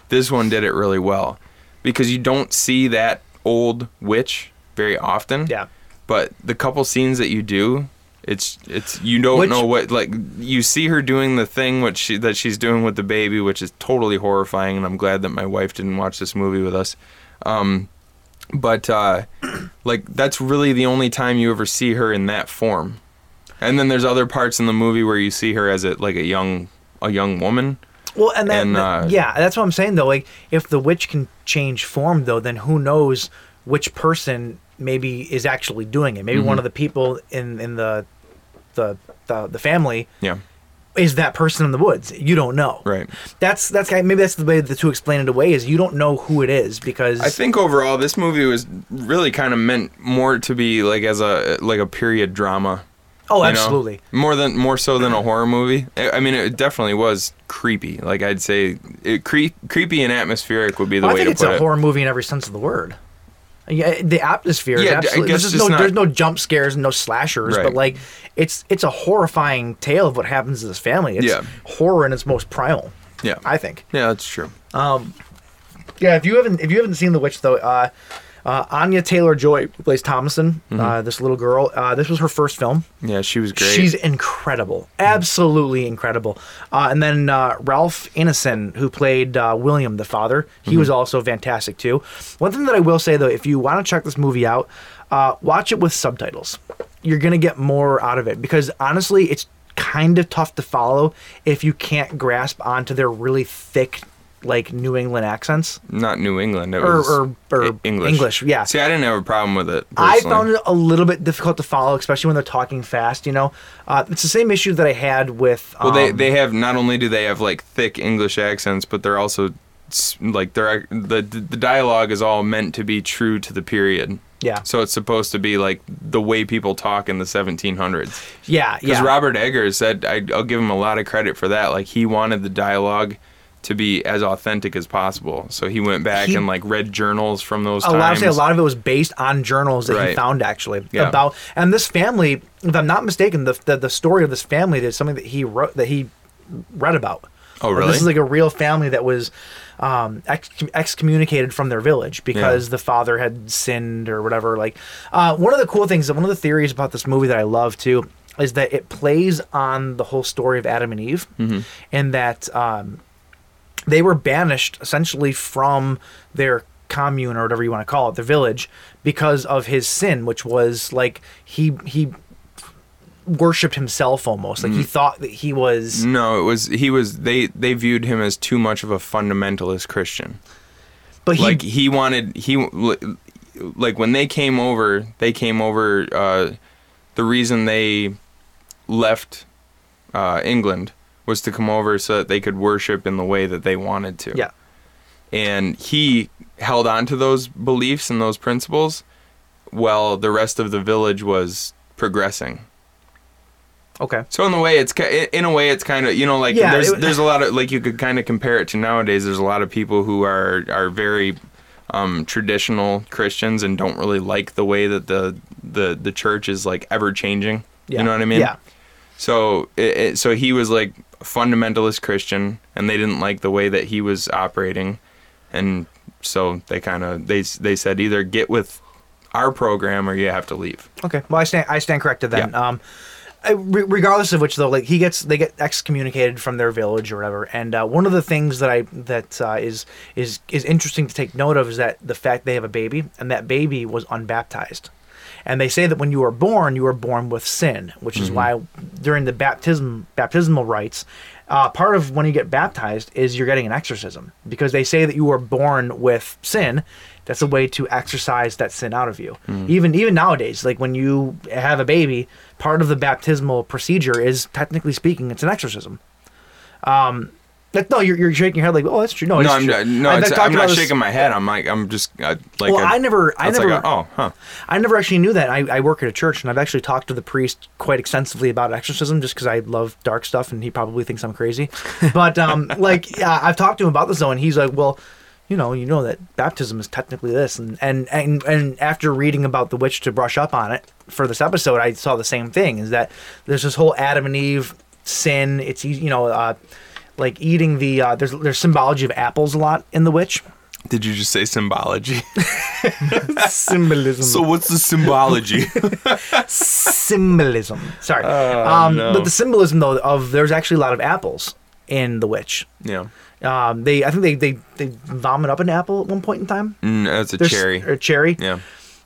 Speaker 5: This one did it really well because you don't see that old witch very often.
Speaker 4: Yeah.
Speaker 5: But the couple scenes that you do, it's it's you don't
Speaker 4: Which-
Speaker 5: know what like you see her doing the thing what she that she's doing with the baby, which is totally horrifying, and I'm glad that my wife didn't watch this movie with us. Um, but uh, like that's really the only time you ever see her in that form. And then there's other parts in the movie where you see her as a like a young a young woman.
Speaker 4: Well, and then
Speaker 5: And, uh,
Speaker 4: yeah, that's what I'm saying though. Like, if the witch can change form though, then who knows which person maybe is actually doing it? Maybe
Speaker 5: Mm-hmm.
Speaker 4: one of the people in in the the the, the family
Speaker 5: Yeah.
Speaker 4: is that person in the woods. You don't know.
Speaker 5: Right.
Speaker 4: That's that's kind- maybe that's the way the to explain it away is you don't know who it is because
Speaker 5: I think overall this movie was really kind of meant more to be like as a like a period drama.
Speaker 4: oh
Speaker 5: you know?
Speaker 4: absolutely
Speaker 5: More than more so than a horror movie. I I mean, it definitely was creepy. Like I'd say, it, cre- creepy and atmospheric would be the
Speaker 4: Well, Oh, I
Speaker 5: way
Speaker 4: think it's
Speaker 5: to put
Speaker 4: a
Speaker 5: it.
Speaker 4: horror movie in every sense of the word. Yeah, the atmosphere
Speaker 5: Yeah, I
Speaker 4: is absolutely.
Speaker 5: guess
Speaker 4: There's, just no,
Speaker 5: just not-
Speaker 4: there's no jump scares and no slashers, but
Speaker 5: Right.
Speaker 4: like it's it's a horrifying tale of what happens to this family. It's
Speaker 5: Yeah.
Speaker 4: horror in its most primal.
Speaker 5: Yeah.
Speaker 4: I think.
Speaker 5: yeah, that's true.
Speaker 4: Yeah, if you haven't if you haven't seen The Witch though, uh, uh, Anya Taylor Joy plays Thomason,
Speaker 5: Mm-hmm.
Speaker 4: uh, this little girl. Uh, this was her first film.
Speaker 5: Yeah, she was great.
Speaker 4: She's incredible, absolutely incredible. Uh, and then uh, Ralph Ineson, who played uh, William the father, he was
Speaker 5: Mm-hmm.
Speaker 4: also fantastic too. One thing that I will say though, if you want to check this movie out, uh, watch it with subtitles. You're gonna get more out of it because honestly, it's kind of tough to follow if you can't grasp onto their really thick, like New England accents.
Speaker 5: not New England. It
Speaker 4: Or-
Speaker 5: was
Speaker 4: or- or
Speaker 5: E- English.
Speaker 4: English, yeah.
Speaker 5: See, I didn't have a problem with it.
Speaker 4: I
Speaker 5: personally.
Speaker 4: found it a little bit difficult to follow, especially when they're talking fast. You know, uh, it's the same issue that I had with. Um,
Speaker 5: Well, they they have not only do they have like thick English accents, but they're also s- like they're ac- the the dialogue is all meant to be true to the period.
Speaker 4: Yeah.
Speaker 5: So it's supposed to be like the way people talk in the 1700s.
Speaker 4: yeah,
Speaker 5: Because
Speaker 4: yeah.
Speaker 5: Robert Eggers said, I, I'll give him a lot of credit for that. Like he wanted the dialogue to be as authentic as possible. So he went back
Speaker 4: He-
Speaker 5: and like read journals from those
Speaker 4: a
Speaker 5: times.
Speaker 4: lot of say a lot of it was based on journals that he
Speaker 5: Right.
Speaker 4: found actually
Speaker 5: Yeah.
Speaker 4: about and this family if i'm not mistaken the, the the story of this family is something that he wrote that he read about
Speaker 5: Oh,
Speaker 4: Like,
Speaker 5: really?
Speaker 4: this is like a real family that was um ex- excommunicated from their village because the father had sinned or whatever like uh one of the cool things one of the theories about this movie that i love too is that it plays on the whole story of adam and eve
Speaker 5: Mm-hmm.
Speaker 4: and that um they were banished essentially from their commune or whatever you want to call it, their village, because of his sin, which was like he he worshipped himself almost. Like
Speaker 5: Mm.
Speaker 4: he thought that he was
Speaker 5: no, it was he was they they viewed him as too much of a fundamentalist Christian.
Speaker 4: but he
Speaker 5: like he wanted he like when they came over they came over uh the reason they left uh england was to come over so that they could worship in the way that they wanted to
Speaker 4: Yeah.
Speaker 5: and he held on to those beliefs and those principles while the rest of the village was progressing
Speaker 4: Okay.
Speaker 5: so in the way, it's ki- in a way, it's kind of you know like
Speaker 4: Yeah,
Speaker 5: there's
Speaker 4: it-
Speaker 5: there's a lot of like you could kind of compare it to nowadays. There's a lot of people who are are very um, traditional Christians and don't really like the way that the the the church is like ever changing.
Speaker 4: Yeah.
Speaker 5: You know what I mean?
Speaker 4: Yeah.
Speaker 5: So it, it, so he was like a fundamentalist Christian, and they didn't like the way that he was operating, and so they kind of they s- they said either get with our program or you have to leave.
Speaker 4: Okay. Well, I stand I stand corrected then.
Speaker 5: Yeah.
Speaker 4: Um, I- re- regardless of which though, like he gets they get excommunicated from their village or whatever. And uh, one of the things that I that uh, is is is interesting to take note of is that the fact they have a baby and that baby was unbaptized. And they say that when you were born, you were born with sin, which is why during the baptism baptismal rites, uh, part of when you get baptized is you're getting an exorcism because they say that you were born with sin. That's a way to exorcise that sin out of you. Even even nowadays, like when you have a baby, part of the baptismal procedure is technically speaking, it's an exorcism. Um, that, no, you're, you're shaking your head like, oh, that's true. No,
Speaker 5: No,
Speaker 4: it's
Speaker 5: I'm
Speaker 4: true.
Speaker 5: not, no,
Speaker 4: I've
Speaker 5: it's,
Speaker 4: talked
Speaker 5: I'm not
Speaker 4: about this-
Speaker 5: shaking my head. I'm like, I'm just uh, like.
Speaker 4: Well,
Speaker 5: I
Speaker 4: I never- I
Speaker 5: it's Like
Speaker 4: never-
Speaker 5: a, oh, huh.
Speaker 4: I never actually knew that. I, I work at a church and I've actually talked to the priest quite extensively about exorcism just because I love dark stuff and he probably thinks I'm crazy. But, um, like, yeah, I've talked to him about this though, and he's like, well, you know, you know that baptism is technically this, and and and, and after reading about the witch to brush up on it for this episode, I saw the same thing: is that there's this whole Adam and Eve sin. It's you know, uh, like eating the uh, there's there's symbology of apples a lot in the witch
Speaker 5: Did you just say symbology?
Speaker 4: symbolism.
Speaker 5: so what's the symbology?
Speaker 4: symbolism. Sorry. um,
Speaker 5: Oh, no.
Speaker 4: But the symbolism though of there's actually a lot of apples in The Witch.
Speaker 5: yeah,
Speaker 4: Um, they I think they, they they vomit up an apple at one point in time.
Speaker 5: mm, that's a
Speaker 4: There's-
Speaker 5: cherry.
Speaker 4: Or cherry.
Speaker 5: yeah,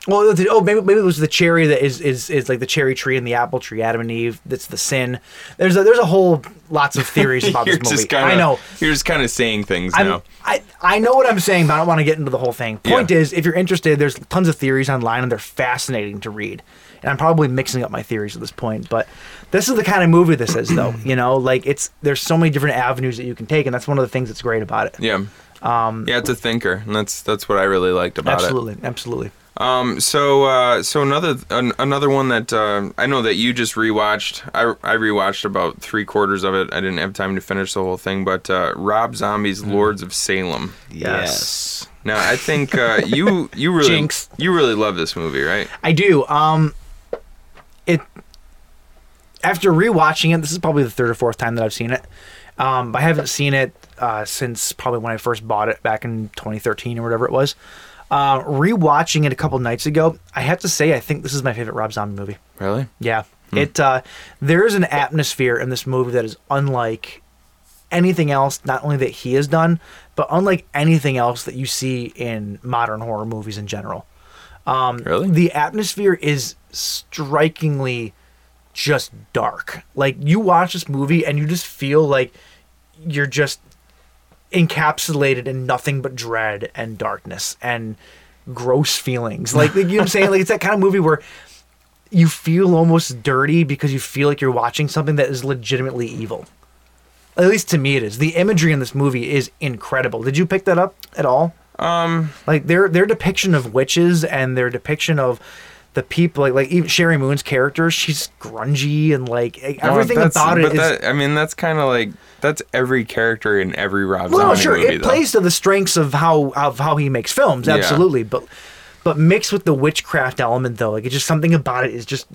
Speaker 4: Well, the, oh, maybe maybe it was the cherry that is, is is like the cherry tree and the apple tree, Adam and Eve. That's the sin. There's a, there's a whole lots of theories about this movie.
Speaker 5: kinda,
Speaker 4: I know.
Speaker 5: You're just kind of saying things
Speaker 4: I'm,
Speaker 5: now.
Speaker 4: I I know what I'm saying, but I don't want to get into the whole thing. Point
Speaker 5: Yeah.
Speaker 4: is, if you're interested, there's tons of theories online, and they're fascinating to read. And I'm probably mixing up my theories at this point, but this is the kind of movie this is, though. You know, like it's there's so many different avenues that you can take, and that's one of the things that's great about it.
Speaker 5: Yeah. Um, yeah, it's a thinker, and that's that's what I really liked about it.
Speaker 4: absolutely, absolutely.
Speaker 5: Um, so uh, so another an, another one that uh, I know that you just rewatched. I I rewatched about three quarters of it. I didn't have time to finish the whole thing, but uh, Rob Zombie's
Speaker 4: Hmm.
Speaker 5: Lords of Salem.
Speaker 6: Yes.
Speaker 5: Now I think uh, you you really
Speaker 4: Jinx.
Speaker 5: you really love this movie, right?
Speaker 4: I do. Um, it after rewatching it, this is probably the third or fourth time that I've seen it. Um, I haven't seen it uh, since probably when I first bought it back in 2013 or whatever it was. Uh, rewatching it a couple nights ago, I have to say I think this is my favorite Rob Zombie movie.
Speaker 5: Really?
Speaker 4: Yeah, it uh, there is an atmosphere in this movie that is unlike anything else. Not only that he has done, but unlike anything else that you see in modern horror movies in general.
Speaker 5: Really?
Speaker 4: The atmosphere is strikingly just dark. Like you watch this movie and you just feel like you're just encapsulated in nothing but dread and darkness and gross feelings. Like you know what I'm saying? Like it's that kind of movie where you feel almost dirty because you feel like you're watching something that is legitimately evil. At least to me it is. The imagery in this movie is incredible. Did you pick that
Speaker 5: Um,
Speaker 4: up at all? like their their depiction of witches and their depiction of the people like like even Sherry Moon's character, she's grungy and like e, everything
Speaker 5: that's-
Speaker 4: about it
Speaker 5: but
Speaker 4: is.
Speaker 5: that, I mean, that's kind of like that's every character in every Rob
Speaker 4: well, no,
Speaker 5: Zombie
Speaker 4: sure,
Speaker 5: movie.
Speaker 4: it
Speaker 5: though.
Speaker 4: plays to the strengths of how of how he makes films,
Speaker 5: Yeah.
Speaker 4: absolutely. But but mixed with the witchcraft element though, like it's just something about it is just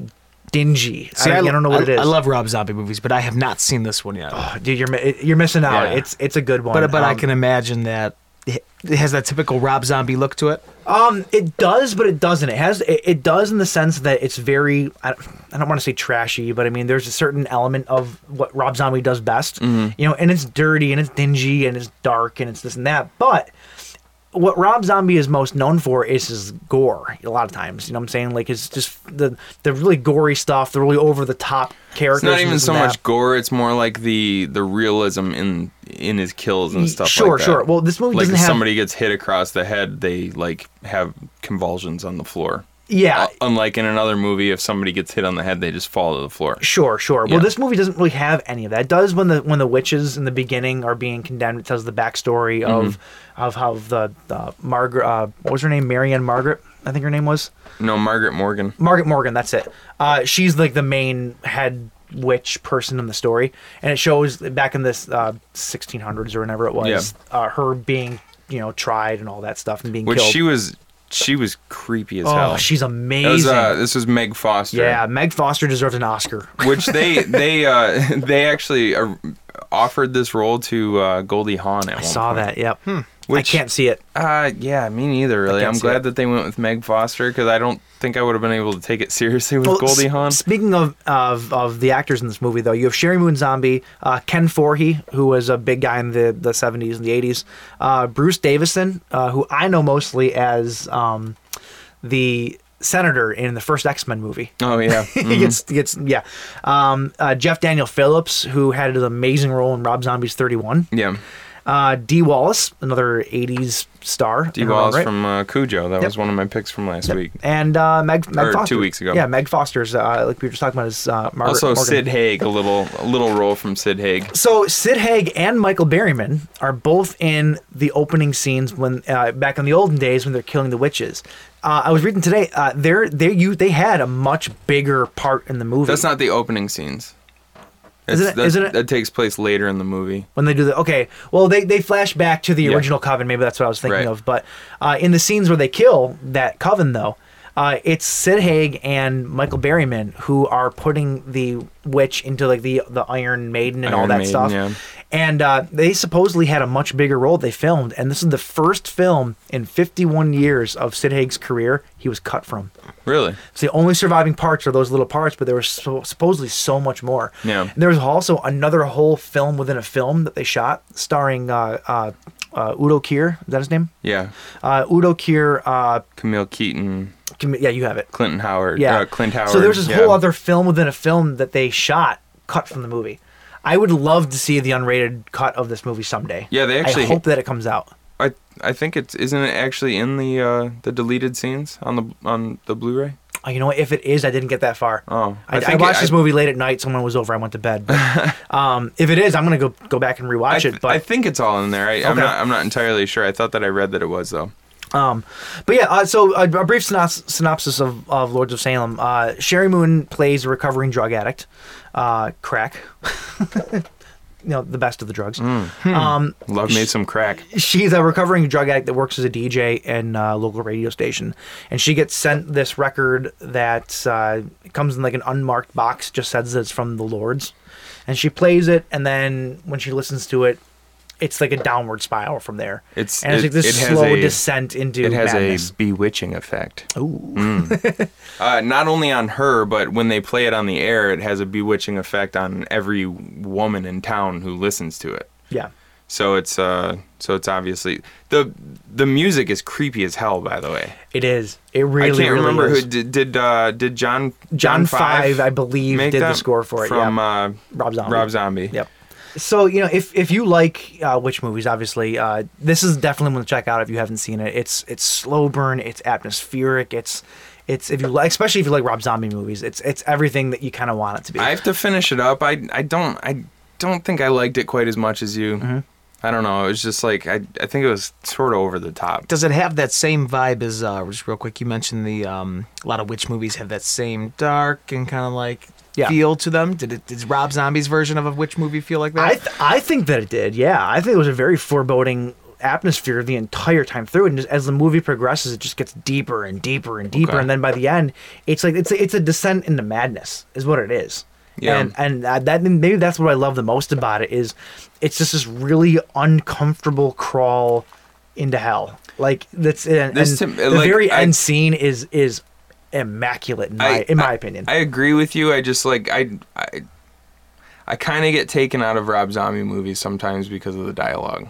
Speaker 4: dingy. I, I don't know what it is.
Speaker 6: I love Rob Zombie movies, but I have not seen this one yet.
Speaker 4: Dude, you're mi- you're missing out.
Speaker 6: Yeah.
Speaker 4: It's it's a good one.
Speaker 6: Oh, but but I
Speaker 4: Um,
Speaker 6: can imagine that it has that typical Rob Zombie look to it.
Speaker 4: Um, it does, but it doesn't. It has it, it does in the sense that it's very. I, don't- I don't want to say trashy, but I mean there's a certain element of what Rob Zombie does best. You know, and it's dirty and it's dingy and it's dark and it's this and that. But what Rob Zombie is most known for is his gore. A lot of times, you know, what I'm saying like it's just the the really gory stuff, the really over the top characters.
Speaker 5: It's not
Speaker 4: and
Speaker 5: even
Speaker 4: this
Speaker 5: so
Speaker 4: and that.
Speaker 5: much gore; it's more like the the realism in in his kills and stuff.
Speaker 4: Sure,
Speaker 5: like that.
Speaker 4: sure. Well, this movie
Speaker 5: like
Speaker 4: doesn't
Speaker 5: if
Speaker 4: have-
Speaker 5: somebody gets hit across the head, they like have convulsions on the floor.
Speaker 4: Yeah.
Speaker 5: U- unlike in another movie, if somebody gets hit on the head, they just fall to the floor.
Speaker 4: Sure, sure. Well,
Speaker 5: Yeah.
Speaker 4: this movie doesn't really have any of that. It does when the when the witches in the beginning are being condemned. It tells the backstory of
Speaker 5: Mm-hmm.
Speaker 4: of how the, the Margaret, uh, what was her name, Marianne Margaret, I think her name was
Speaker 5: No, Margaret Morgan.
Speaker 4: Margaret Morgan. That's it. Uh, she's like the main head witch person in the story, and it shows back in this uh, 1600s or whenever it was,
Speaker 5: Yeah.
Speaker 4: uh, her being you know tried and all that stuff and being
Speaker 5: Which
Speaker 4: killed.
Speaker 5: she was, she was creepy as
Speaker 4: oh,
Speaker 5: hell.
Speaker 4: she's
Speaker 5: That was,
Speaker 4: amazing.
Speaker 5: uh, this was Meg Foster.
Speaker 4: yeah, Meg Foster deserves an Oscar.
Speaker 5: which they they uh, they actually uh, offered this role to uh, Goldie Hawn. At
Speaker 4: I saw that. Yep.
Speaker 5: Hmm. Which-
Speaker 4: I can't see it.
Speaker 5: Uh, yeah, me neither. Really,
Speaker 4: can't
Speaker 5: I'm
Speaker 4: see
Speaker 5: glad
Speaker 4: it.
Speaker 5: that they went with Meg Foster because I don't think I would have been able to take it seriously with
Speaker 4: Well,
Speaker 5: Goldie
Speaker 4: s-
Speaker 5: Hawn.
Speaker 4: Speaking of, of of the actors in this movie, though, you have Sherry Moon Zombie, uh, Ken Forhey, who was a big guy in the the seventies and the eighties, uh, Bruce Davison, uh, who I know mostly as um, the senator in the first X Men movie.
Speaker 5: Oh yeah,
Speaker 4: he gets he gets yeah. Um, uh, Jeff Daniel Phillips, who had an amazing role in Rob Zombie's Thirty One.
Speaker 5: yeah.
Speaker 4: Uh, D Wallace, another ei'ties star.
Speaker 5: D
Speaker 4: in her own
Speaker 5: Wallace
Speaker 4: right.
Speaker 5: from uh, Cujo. That was one of my picks from last week.
Speaker 4: And uh, Meg, Meg
Speaker 5: Or Er, two
Speaker 4: Foster.
Speaker 5: weeks ago.
Speaker 4: Yeah, Meg Foster's uh, like we were just talking about is uh, Margaret
Speaker 5: Also,
Speaker 4: Morgan.
Speaker 5: Sid Haig, a little a little role from Sid Haig.
Speaker 4: So Sid Haig and Michael Berryman are both in the opening scenes when uh, back in the olden days when they're killing the witches. Uh, I was reading today. Uh, they're they you they had a much bigger part in the movie.
Speaker 5: That's not the opening scenes. It's,
Speaker 4: Isn't it-
Speaker 5: that's-
Speaker 4: isn't it-
Speaker 5: That takes place later in the movie.
Speaker 4: when they do the okay. Well, they they flash back to the
Speaker 5: Yeah.
Speaker 4: original coven. Maybe that's what I was thinking
Speaker 5: Right.
Speaker 4: of. But uh, in the scenes where they kill that coven, though, uh, it's Sid Haig and Michael Berryman who are putting the witch into like the the Iron Maiden and all
Speaker 5: Iron
Speaker 4: that
Speaker 5: Maiden,
Speaker 4: stuff.
Speaker 5: yeah.
Speaker 4: And uh, they supposedly had a much bigger role they filmed, and this is the first film in 51 years of Sid Haig's career he was cut from.
Speaker 5: Really?
Speaker 4: So the only surviving parts are those little parts, but there was so, supposedly so much more.
Speaker 5: Yeah.
Speaker 4: And there was also another whole film within a film that they shot starring uh, uh, uh, Udo Kier. Is that his name?
Speaker 5: Yeah.
Speaker 4: Uh, Udo Kier. Uh,
Speaker 5: Camille Keaton,
Speaker 4: com- yeah, you have it.
Speaker 5: Clinton Howard.
Speaker 4: Yeah.
Speaker 5: Uh, Clint Howard.
Speaker 4: So there's this
Speaker 5: yeah.
Speaker 4: whole other film within a film that they shot cut from the movie. I would love to see the unrated cut of this movie someday.
Speaker 5: Yeah, they actually-
Speaker 4: I hope that it comes out.
Speaker 5: I I think it's isn't it actually in the uh, the deleted scenes on the on the Blu-ray.
Speaker 4: Oh, you know what? If it is, I didn't get that far.
Speaker 5: Oh.
Speaker 4: I,
Speaker 5: I
Speaker 4: I,
Speaker 5: think
Speaker 4: watched
Speaker 5: it-
Speaker 4: this
Speaker 5: I-
Speaker 4: movie late at night. Someone was over. I went to bed. But, um, if it is, I'm gonna go go back and rewatch
Speaker 5: I, th-
Speaker 4: it. But
Speaker 5: I think it's all in there. I, I'm
Speaker 4: Okay.
Speaker 5: not I'm not entirely sure. I thought that I read that it was though.
Speaker 4: Um, but yeah, uh, so a, a brief synops- synopsis of, of Lords of Salem. Uh, Sherry Moon plays a recovering drug addict, uh, crack. you know, the best of the drugs.
Speaker 5: Mm.
Speaker 4: Um,
Speaker 5: Love made some crack.
Speaker 4: she's a recovering drug addict that works as a DJ in a local radio station. And she gets sent this record that uh, comes in like an unmarked box, just says that it's from the Lords. And she plays it, and then when she listens to it, it's like a downward spiral from there.
Speaker 5: It's-
Speaker 4: and it's
Speaker 5: it-
Speaker 4: like this
Speaker 5: it has
Speaker 4: slow
Speaker 5: a-
Speaker 4: descent into
Speaker 5: It has
Speaker 4: madness.
Speaker 5: a bewitching effect. Ooh. uh, not only on her, but when they play it on the air, it has a bewitching effect on every woman in town who listens to it.
Speaker 4: yeah.
Speaker 5: So it's uh so it's obviously the the music is creepy as hell. By the way,
Speaker 4: It is. It really.
Speaker 5: I can't
Speaker 4: really
Speaker 5: remember
Speaker 4: is.
Speaker 5: who did did, uh, did John
Speaker 4: John Five, I believe,
Speaker 5: make
Speaker 4: did the
Speaker 5: that?
Speaker 4: score for it,
Speaker 5: from
Speaker 4: yeah.
Speaker 5: uh,
Speaker 4: Rob Zombie.
Speaker 5: Rob Zombie.
Speaker 4: Yep. So you know, if if you like uh, witch movies, obviously, uh, this is definitely one to check out if you haven't seen it. It's it's slow burn. It's atmospheric. It's it's if you like, especially if you like Rob Zombie movies, it's it's everything that you kind of want it to be. Mm-hmm.
Speaker 5: I have to finish it up. I I don't I don't think I liked it quite as much as you. I don't know. It was just like I, I think it was sort of over the top.
Speaker 6: Does it have that same vibe as uh, just real quick? You mentioned the um, a lot of witch movies have that same dark and kind of like
Speaker 4: Yeah.
Speaker 6: feel to them. Did it? Did Rob Zombie's version of a witch movie feel like that?
Speaker 4: I th- I think that it did. Yeah, I think it was a very foreboding atmosphere the entire time through, and just as the movie progresses, it just gets deeper and deeper and deeper,
Speaker 5: Okay.
Speaker 4: and then by the end, it's like it's a, it's a descent into madness, is what it is.
Speaker 5: Yeah.
Speaker 4: And and uh, that and maybe that's what I love the most about it is, it's just this really uncomfortable crawl into hell. Like that's and,
Speaker 5: This
Speaker 4: and
Speaker 5: to-
Speaker 4: the
Speaker 5: like,
Speaker 4: very
Speaker 5: I-
Speaker 4: end scene is is immaculate in my in my opinion.
Speaker 5: I agree with you. I just like I I, I kind of get taken out of Rob Zombie movies sometimes because of the dialogue,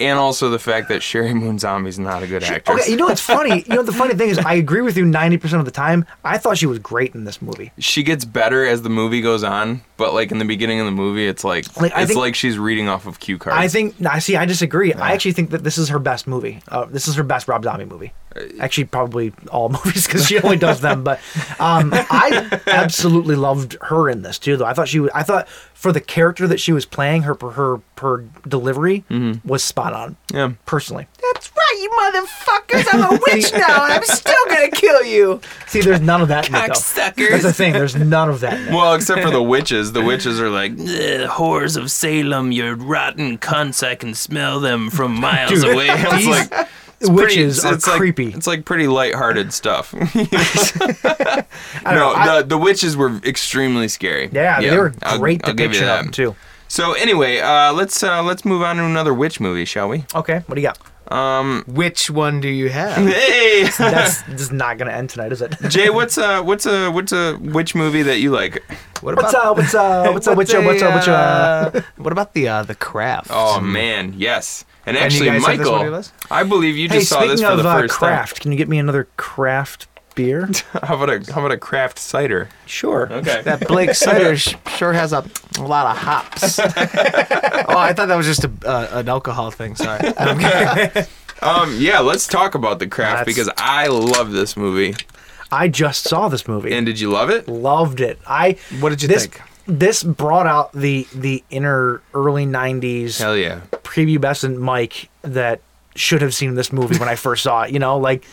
Speaker 5: and also the fact that Sherry Moon Zombie's not a good actress.
Speaker 4: Okay, you know what's funny? You know the funny thing is, I agree with you ninety percent of the time. I thought she was great in this movie.
Speaker 5: she gets better as the movie goes on, but like in the beginning of the movie, it's like,
Speaker 4: Like, I
Speaker 5: it's
Speaker 4: think-
Speaker 5: like she's reading off of cue cards.
Speaker 4: I think I see. I disagree. I actually think that this is her best movie. Uh, this is her best Rob Zombie movie. Actually, probably all movies because she only does them. But um, I absolutely loved her in this too. Though I thought she, was, I thought for the character that she was playing, her her her delivery was spot on.
Speaker 5: Yeah.
Speaker 4: personally.
Speaker 6: That's right, you motherfuckers! I'm a witch now, and I'm still gonna kill you.
Speaker 4: See, there's none of that in it though.
Speaker 5: Cocksuckers.
Speaker 4: That's the thing. There's none of that. In it.
Speaker 5: Well, except for the witches. The witches are like, "Ugh,
Speaker 7: whores of Salem, your rotten cunts, I can smell them from miles away.
Speaker 5: it's like it's
Speaker 4: witches are
Speaker 5: like-
Speaker 4: creepy.
Speaker 5: It's like pretty lighthearted stuff. no,
Speaker 4: know, I-
Speaker 5: the the witches were extremely scary.
Speaker 4: Yeah, they were
Speaker 5: I'll-
Speaker 4: great
Speaker 5: I'll give you
Speaker 4: depiction of
Speaker 5: that.
Speaker 4: them too.
Speaker 5: So anyway, uh, let's uh, let's move on to another witch movie, shall we?
Speaker 4: Okay, what do you got?
Speaker 6: Which one do you have?
Speaker 5: Hey,
Speaker 4: That's this is not gonna end tonight, is it?
Speaker 5: Jay, what's uh what's a what's a witch movie that you like?
Speaker 6: What
Speaker 4: What's up? What's up? What's up? What's up? What's up? What's up?
Speaker 6: uh, what about the uh, the craft?
Speaker 5: Oh man, yes. And actually,
Speaker 6: guys have this one on your
Speaker 5: Michael,
Speaker 6: list?
Speaker 5: I believe you
Speaker 4: Hey,
Speaker 5: just saw this
Speaker 4: speaking
Speaker 5: for
Speaker 4: of
Speaker 5: the
Speaker 4: uh,
Speaker 5: first
Speaker 4: craft, can you get me another craft beer?
Speaker 5: time. How about a how about a craft cider?
Speaker 4: Sure.
Speaker 5: Okay.
Speaker 6: That Blake cider sh- sure has a, a lot of hops. oh, I thought that was just a, uh, an alcohol thing. Sorry.
Speaker 5: Um, yeah, let's talk about the
Speaker 4: That's-
Speaker 5: craft because I love this movie.
Speaker 4: I just saw this movie.
Speaker 5: And did you love it?
Speaker 4: loved it. I
Speaker 6: What did you
Speaker 4: this,
Speaker 6: think?
Speaker 4: This brought out the the inner early '90s
Speaker 5: Hell yeah.
Speaker 4: prepubescent Mike that should have seen this movie when I first saw it. You know, like,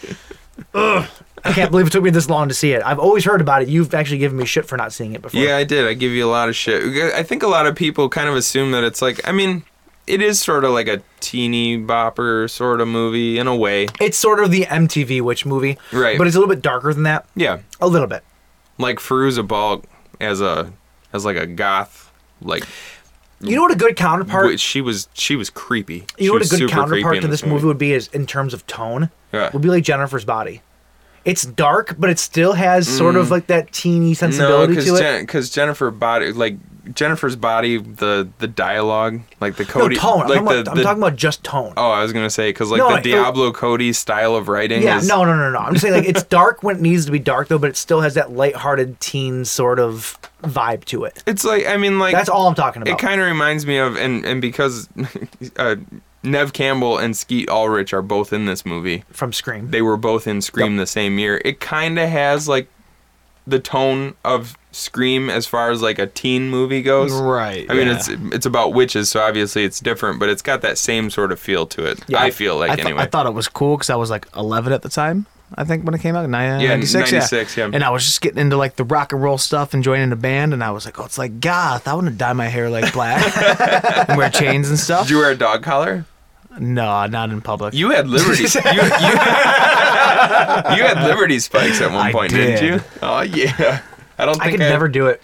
Speaker 4: ugh, I can't believe it took me this long to see it. I've always heard about it. You've actually given me shit for not seeing it before.
Speaker 5: Yeah, I did. I give you a lot of shit. I think a lot of people kind of assume that it's like, I mean, it is sort of like a teeny bopper sort of movie in a way.
Speaker 4: It's sort of the MTV witch movie,
Speaker 5: Right.
Speaker 4: But it's a little bit darker than that.
Speaker 5: Yeah.
Speaker 4: A little bit.
Speaker 5: Like Feruza Balk as a as like a goth like
Speaker 4: You know what a good counterpart?
Speaker 5: witch- she was she was creepy.
Speaker 4: you
Speaker 5: She
Speaker 4: know what a
Speaker 5: was
Speaker 4: good
Speaker 5: super creepy
Speaker 4: counterpart
Speaker 5: in
Speaker 4: to this movie would be is in terms of tone.
Speaker 5: Yeah.
Speaker 4: Would be like Jennifer's Body. It's dark, but it still has sort of like that teeny
Speaker 5: Mm. No,
Speaker 4: sensibility
Speaker 5: because
Speaker 4: to it.
Speaker 5: Jennifer body like Jennifer's body the the dialogue like the
Speaker 4: no
Speaker 5: Cody
Speaker 4: tone. I'm,
Speaker 5: like
Speaker 4: talking about, I'm talking about just tone.
Speaker 5: Oh, I was gonna say because like
Speaker 4: No,
Speaker 5: the
Speaker 4: it-
Speaker 5: Diablo Cody style of writing.
Speaker 4: Yeah,
Speaker 5: is,
Speaker 4: no, no, no, no. I'm just saying, like, it's dark when it needs to be dark, though, but it still has that lighthearted teen sort of vibe to it.
Speaker 5: It's like I mean, like
Speaker 4: That's all I'm talking about.
Speaker 5: It kind of reminds me of and and because uh, Nev Campbell and Skeet Ulrich are both in this movie.
Speaker 4: from Scream.
Speaker 5: They were both in Scream the same year. It kind of has like the tone of Scream as far as like a teen movie goes.
Speaker 6: Right,
Speaker 5: I mean,
Speaker 6: yeah.
Speaker 5: it's it's about witches, so obviously it's different, but it's got that same sort of feel to it. I feel like
Speaker 6: I th-
Speaker 5: anyway.
Speaker 6: I thought it was cool because I was like 11 at the time. I think when it came out, Nin-
Speaker 5: Yeah,
Speaker 6: 96,
Speaker 5: 96, yeah.
Speaker 6: And I was just getting into like the rock and roll stuff and joining a band, and I was like, oh, it's like goth. I want to dye my hair like black and wear chains and stuff.
Speaker 5: Did you wear a dog collar?
Speaker 6: no, not in public.
Speaker 5: You had Liberty. you, you, you had Liberty spikes at one
Speaker 6: I
Speaker 5: point,
Speaker 6: did.
Speaker 5: did. not you? Oh yeah. I don't think
Speaker 4: I could
Speaker 5: I-
Speaker 4: never do it.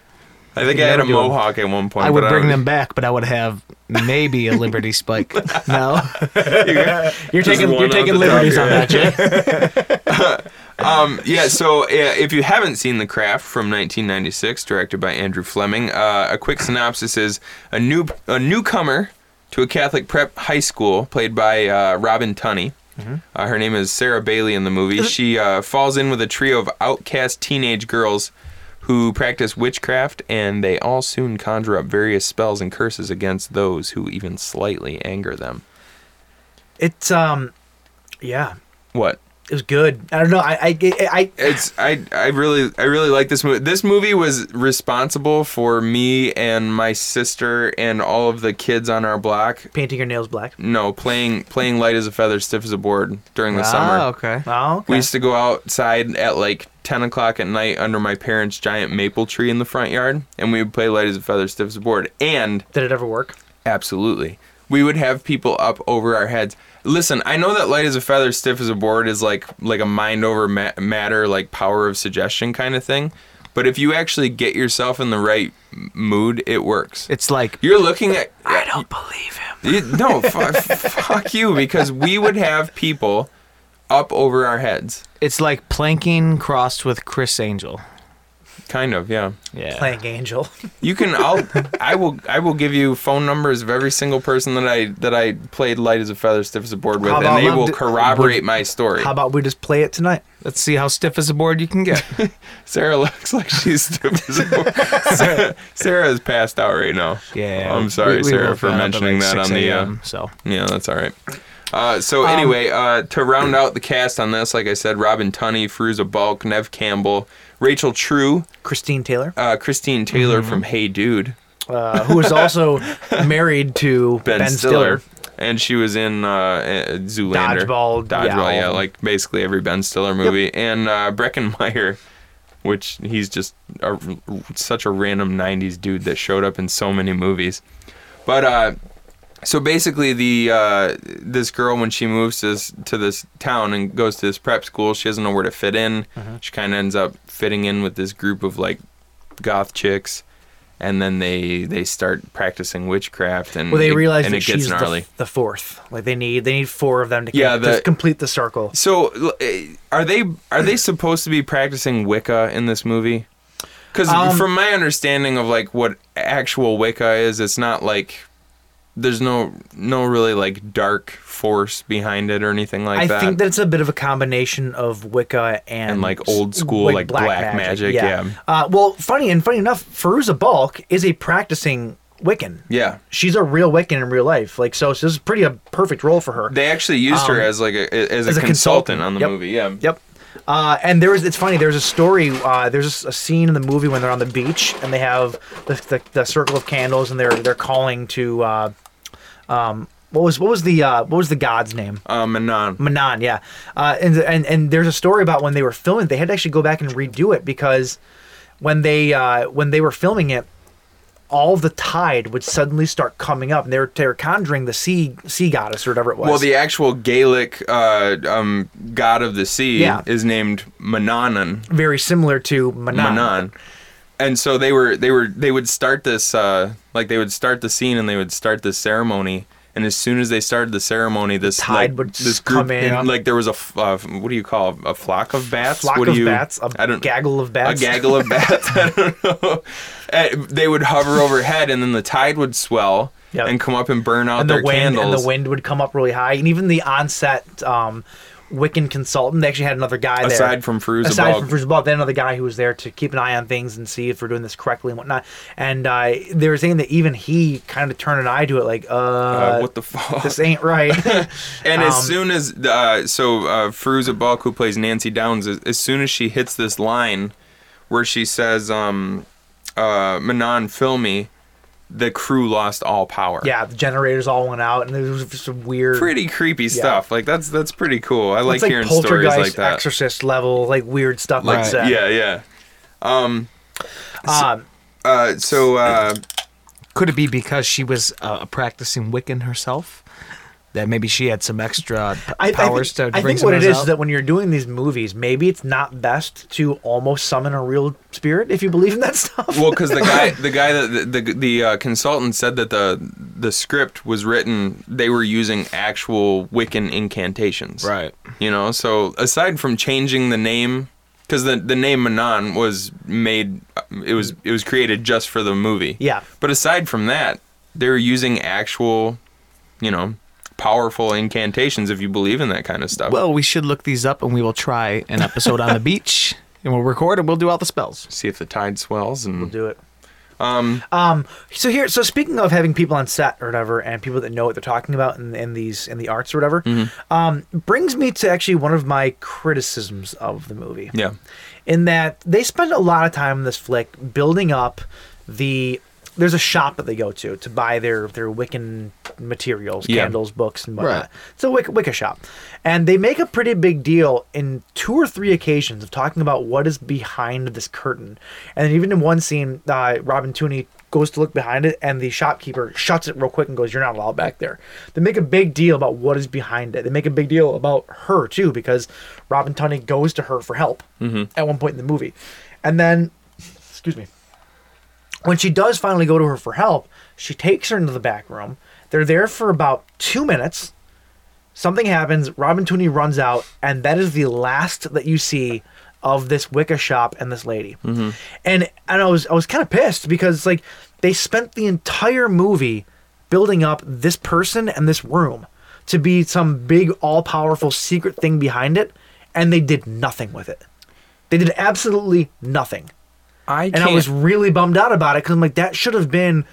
Speaker 5: I think
Speaker 4: could
Speaker 5: I had
Speaker 4: never
Speaker 5: a
Speaker 4: do 'em.
Speaker 5: mohawk at one point.
Speaker 6: I
Speaker 5: but
Speaker 6: would bring
Speaker 5: don't-
Speaker 6: them back, but I would have maybe a Liberty Spike. No,
Speaker 4: You're
Speaker 5: Just
Speaker 4: taking
Speaker 5: one
Speaker 4: you're
Speaker 5: off
Speaker 4: taking
Speaker 5: the top
Speaker 4: liberties
Speaker 5: of your
Speaker 4: on
Speaker 5: head.
Speaker 4: that, Jay.
Speaker 5: Um, yeah. So uh, if you haven't seen The Craft from 1996, directed by Andrew Fleming, uh, a quick synopsis is a new a newcomer to a Catholic prep high school, played by uh, Robin Tunney. Uh, her name is Sarah Bailey in the movie. She uh, falls in with a trio of outcast teenage girls who practice witchcraft, and they all soon conjure up various spells and curses against those who even slightly anger them.
Speaker 4: It's um, yeah.
Speaker 5: What?
Speaker 4: It was good. I don't know. I I, I, I
Speaker 5: it's I I really I really like this movie. This movie was responsible for me and my sister and all of the kids on our block.
Speaker 4: painting your nails black.
Speaker 5: No, playing playing light as a feather, stiff as a board during the summer.
Speaker 6: Ah, okay.
Speaker 4: Oh, okay.
Speaker 5: We used to go outside at like ten o'clock at night under my parents' giant maple tree in the front yard, and we would play light as a feather, stiff as a board. And
Speaker 4: Did it ever work?
Speaker 5: Absolutely. We would have people up over our heads. Listen, I know that light as a feather, stiff as a board is like like a mind over ma- matter, like power of suggestion kind of thing. But if you actually get yourself in the right m- mood, it works.
Speaker 6: It's like
Speaker 5: You're looking at
Speaker 7: I don't believe him.
Speaker 5: you- no, f- fuck you, because we would have people up over our heads.
Speaker 6: it's like planking crossed with Chris Angel.
Speaker 5: Kind of, yeah.
Speaker 6: Yeah.
Speaker 4: Playing Angel.
Speaker 5: You can. I'll. I will. I will give you phone numbers of every single person that I that I played light as a feather, stiff as a board with,
Speaker 4: How
Speaker 5: and
Speaker 4: about
Speaker 5: they
Speaker 4: love
Speaker 5: will
Speaker 4: to-
Speaker 5: corroborate my story.
Speaker 4: How about we just play it tonight?
Speaker 6: Let's see how stiff as a board you can get.
Speaker 5: Sarah looks like she's stiff as a board. Sarah, Sarah is passed out right now. Oh,
Speaker 6: Yeah.
Speaker 5: I'm sorry,
Speaker 6: we- we
Speaker 5: Sarah,
Speaker 6: woke
Speaker 5: for
Speaker 6: up at
Speaker 5: mentioning
Speaker 6: like
Speaker 5: that
Speaker 6: 6
Speaker 5: on the. Uh,
Speaker 6: a.m., so
Speaker 5: yeah, that's all right. Uh,
Speaker 6: Um,
Speaker 5: so anyway, uh, to round out the cast on this, like I said, Robin Tunney, Fruza Balk, Nev Campbell, Rachel True,
Speaker 4: Christine Taylor,
Speaker 5: uh, Christine Taylor
Speaker 6: Mm-hmm.
Speaker 5: from Hey Dude,
Speaker 4: uh, who is also married to
Speaker 5: Ben,
Speaker 4: Ben,
Speaker 5: Stiller.
Speaker 4: Stiller.
Speaker 5: And she was in uh, uh, Zoolander,
Speaker 4: Dodgeball,
Speaker 5: Dodgeball,
Speaker 4: yeah, all
Speaker 5: yeah,
Speaker 4: of them.
Speaker 5: like basically every Ben Stiller movie, and uh, Breckenmeyer, which he's just a, such a random '90s dude that showed up in so many movies. But uh, so basically, the uh, this girl when she moves to this, to this town and goes to this prep school, she doesn't know where to fit in.
Speaker 4: Mm-hmm.
Speaker 5: She kind of ends up fitting in with this group of like goth chicks. And then they, they start practicing witchcraft, and
Speaker 4: Well, they
Speaker 5: it-
Speaker 4: realize
Speaker 5: and
Speaker 4: that
Speaker 5: it gets
Speaker 4: she's
Speaker 5: gnarly.
Speaker 4: the, the fourth. Like they need they need four of them to,
Speaker 5: Yeah,
Speaker 4: yeah,
Speaker 5: the-
Speaker 4: to complete the circle.
Speaker 5: So, l- eh, are they are they supposed to be practicing Wicca in this movie? Because
Speaker 4: Um,
Speaker 5: from my understanding of like what actual Wicca is, it's not like there's no no really like dark force behind it or anything like
Speaker 4: I
Speaker 5: that.
Speaker 4: think that it's a bit of a combination of Wicca and,
Speaker 5: And, like, old school, like, black magic, yeah.
Speaker 4: Uh, well, funny and funny enough, Feruza Balk is a practicing Wiccan.
Speaker 5: yeah,
Speaker 4: She's a real Wiccan in real life. Like so, so this is pretty a perfect role for her.
Speaker 5: they actually used her
Speaker 4: Um,
Speaker 5: as like a as,
Speaker 4: as
Speaker 5: a,
Speaker 4: a
Speaker 5: consultant,
Speaker 4: consultant.
Speaker 5: on the
Speaker 4: Yep.
Speaker 5: movie. Yeah.
Speaker 4: Yep. Uh, and there was it's funny. There's a story. Uh, there's a scene in the movie when they're on the beach and they have the, the, the circle of candles and they're they're calling to uh, um, what was what was the uh, what was the god's name?
Speaker 5: Um, and non.
Speaker 4: Manon, yeah. Uh, and and and there's a story about when they were filming, they had to actually go back and redo it because when they uh, when they were filming it, all the tide would suddenly start coming up, and they were they were conjuring the sea sea goddess or whatever it was.
Speaker 5: Well, the actual Gaelic uh, um, god of the sea
Speaker 4: Yeah.
Speaker 5: is named Mananan.
Speaker 4: very similar to Manon.
Speaker 5: Manon. And so they were they were they would start this uh like they would start the scene and they would start this ceremony and as soon as they started the ceremony this
Speaker 4: tide
Speaker 5: like,
Speaker 4: would
Speaker 5: this
Speaker 4: just
Speaker 5: group
Speaker 4: come in.
Speaker 5: like there was a f- uh, what do you call a flock of bats
Speaker 4: Flock
Speaker 5: what do
Speaker 4: of
Speaker 5: you,
Speaker 4: bats, a
Speaker 5: I don't-
Speaker 4: gaggle of bats.
Speaker 5: a gaggle of bats I don't know And they would hover overhead and then the tide would swell
Speaker 4: Yep.
Speaker 5: and come up and burn out
Speaker 4: and
Speaker 5: their
Speaker 4: the wind
Speaker 5: candles
Speaker 4: and the wind would come up really high, and even the onset um, Wiccan consultant, they actually had another guy there.
Speaker 5: Aside from Firouzabad.
Speaker 4: aside from Bruce Ball, they had another guy who was there to keep an eye on things and see if we're doing this correctly and whatnot. And uh, they were saying that even he kind of turned an eye to it, like, uh,
Speaker 5: uh, what the fuck
Speaker 4: this ain't right.
Speaker 5: And
Speaker 4: Um,
Speaker 5: as soon as uh, so uh, Feruza Balk, who plays Nancy Downs, as, as soon as she hits this line where she says, um, uh, "Manon, fill me," the crew lost all power.
Speaker 4: yeah, the generators all went out, and it was just some weird,
Speaker 5: pretty creepy stuff. Like that's that's pretty cool. I like,
Speaker 4: it's like
Speaker 5: hearing stories
Speaker 4: poltergeist,
Speaker 5: like that.
Speaker 4: exorcist level, like weird stuff
Speaker 5: Like,
Speaker 4: like, that.
Speaker 5: Yeah, yeah.
Speaker 4: Um,
Speaker 5: Uh, so uh,
Speaker 6: could it be because she was uh, a practicing Wiccan herself? That maybe she had some extra p-
Speaker 4: I, I
Speaker 6: powers
Speaker 4: think,
Speaker 6: to
Speaker 4: I
Speaker 6: bring
Speaker 4: think what it is
Speaker 6: some of those
Speaker 4: is
Speaker 6: out?
Speaker 4: that when you're doing these movies, maybe it's not best to almost summon a real spirit if you believe in that stuff.
Speaker 5: well, because the guy, the guy that the the, the uh, consultant said that the the script was written, they were using actual Wiccan incantations.
Speaker 6: Right.
Speaker 5: You know, so aside from changing the name, because the the name Manon was made, uh, it was it was created just for the movie.
Speaker 4: Yeah.
Speaker 5: But aside from that, they were using actual, you know, powerful incantations. If you believe in that kind of stuff.
Speaker 6: Well, we should look these up, and we will try an episode on the beach, and we'll record, and we'll do all the spells.
Speaker 5: see if the tide swells and
Speaker 4: Do it. Um, so here, so speaking of having people on set or whatever, and people that know what they're talking about in, in these in the arts or whatever,
Speaker 5: Mm-hmm.
Speaker 4: um, brings me to actually one of my criticisms of the movie.
Speaker 5: Yeah.
Speaker 4: in that they spend a lot of time in this flick building up the. There's a shop that they go to to buy their their Wiccan materials,
Speaker 5: Yeah.
Speaker 4: candles, books, and whatnot.
Speaker 8: Right.
Speaker 4: It's a Wicca, Wicca shop, and they make a pretty big deal in two or three occasions of talking about what is behind this curtain, and even in one scene, uh, Robin Tooney goes to look behind it, and the shopkeeper shuts it real quick and goes, "You're not allowed back there." They make a big deal about what is behind it. They make a big deal about her too because Robin Tooney goes to her for help at one point in the movie, and then, excuse me when she does finally go to her for help, she takes her into the back room. They're there for about two minutes. Something happens. Robin Tooney runs out, and that is the last that you see of this Wicca shop and this lady. And and I was I was kind of pissed because like they spent the entire movie building up this person and this room to be some big all powerful secret thing behind it, and they did nothing with it. They did absolutely nothing
Speaker 5: I
Speaker 4: and I was really bummed out about it because I'm like, that should have been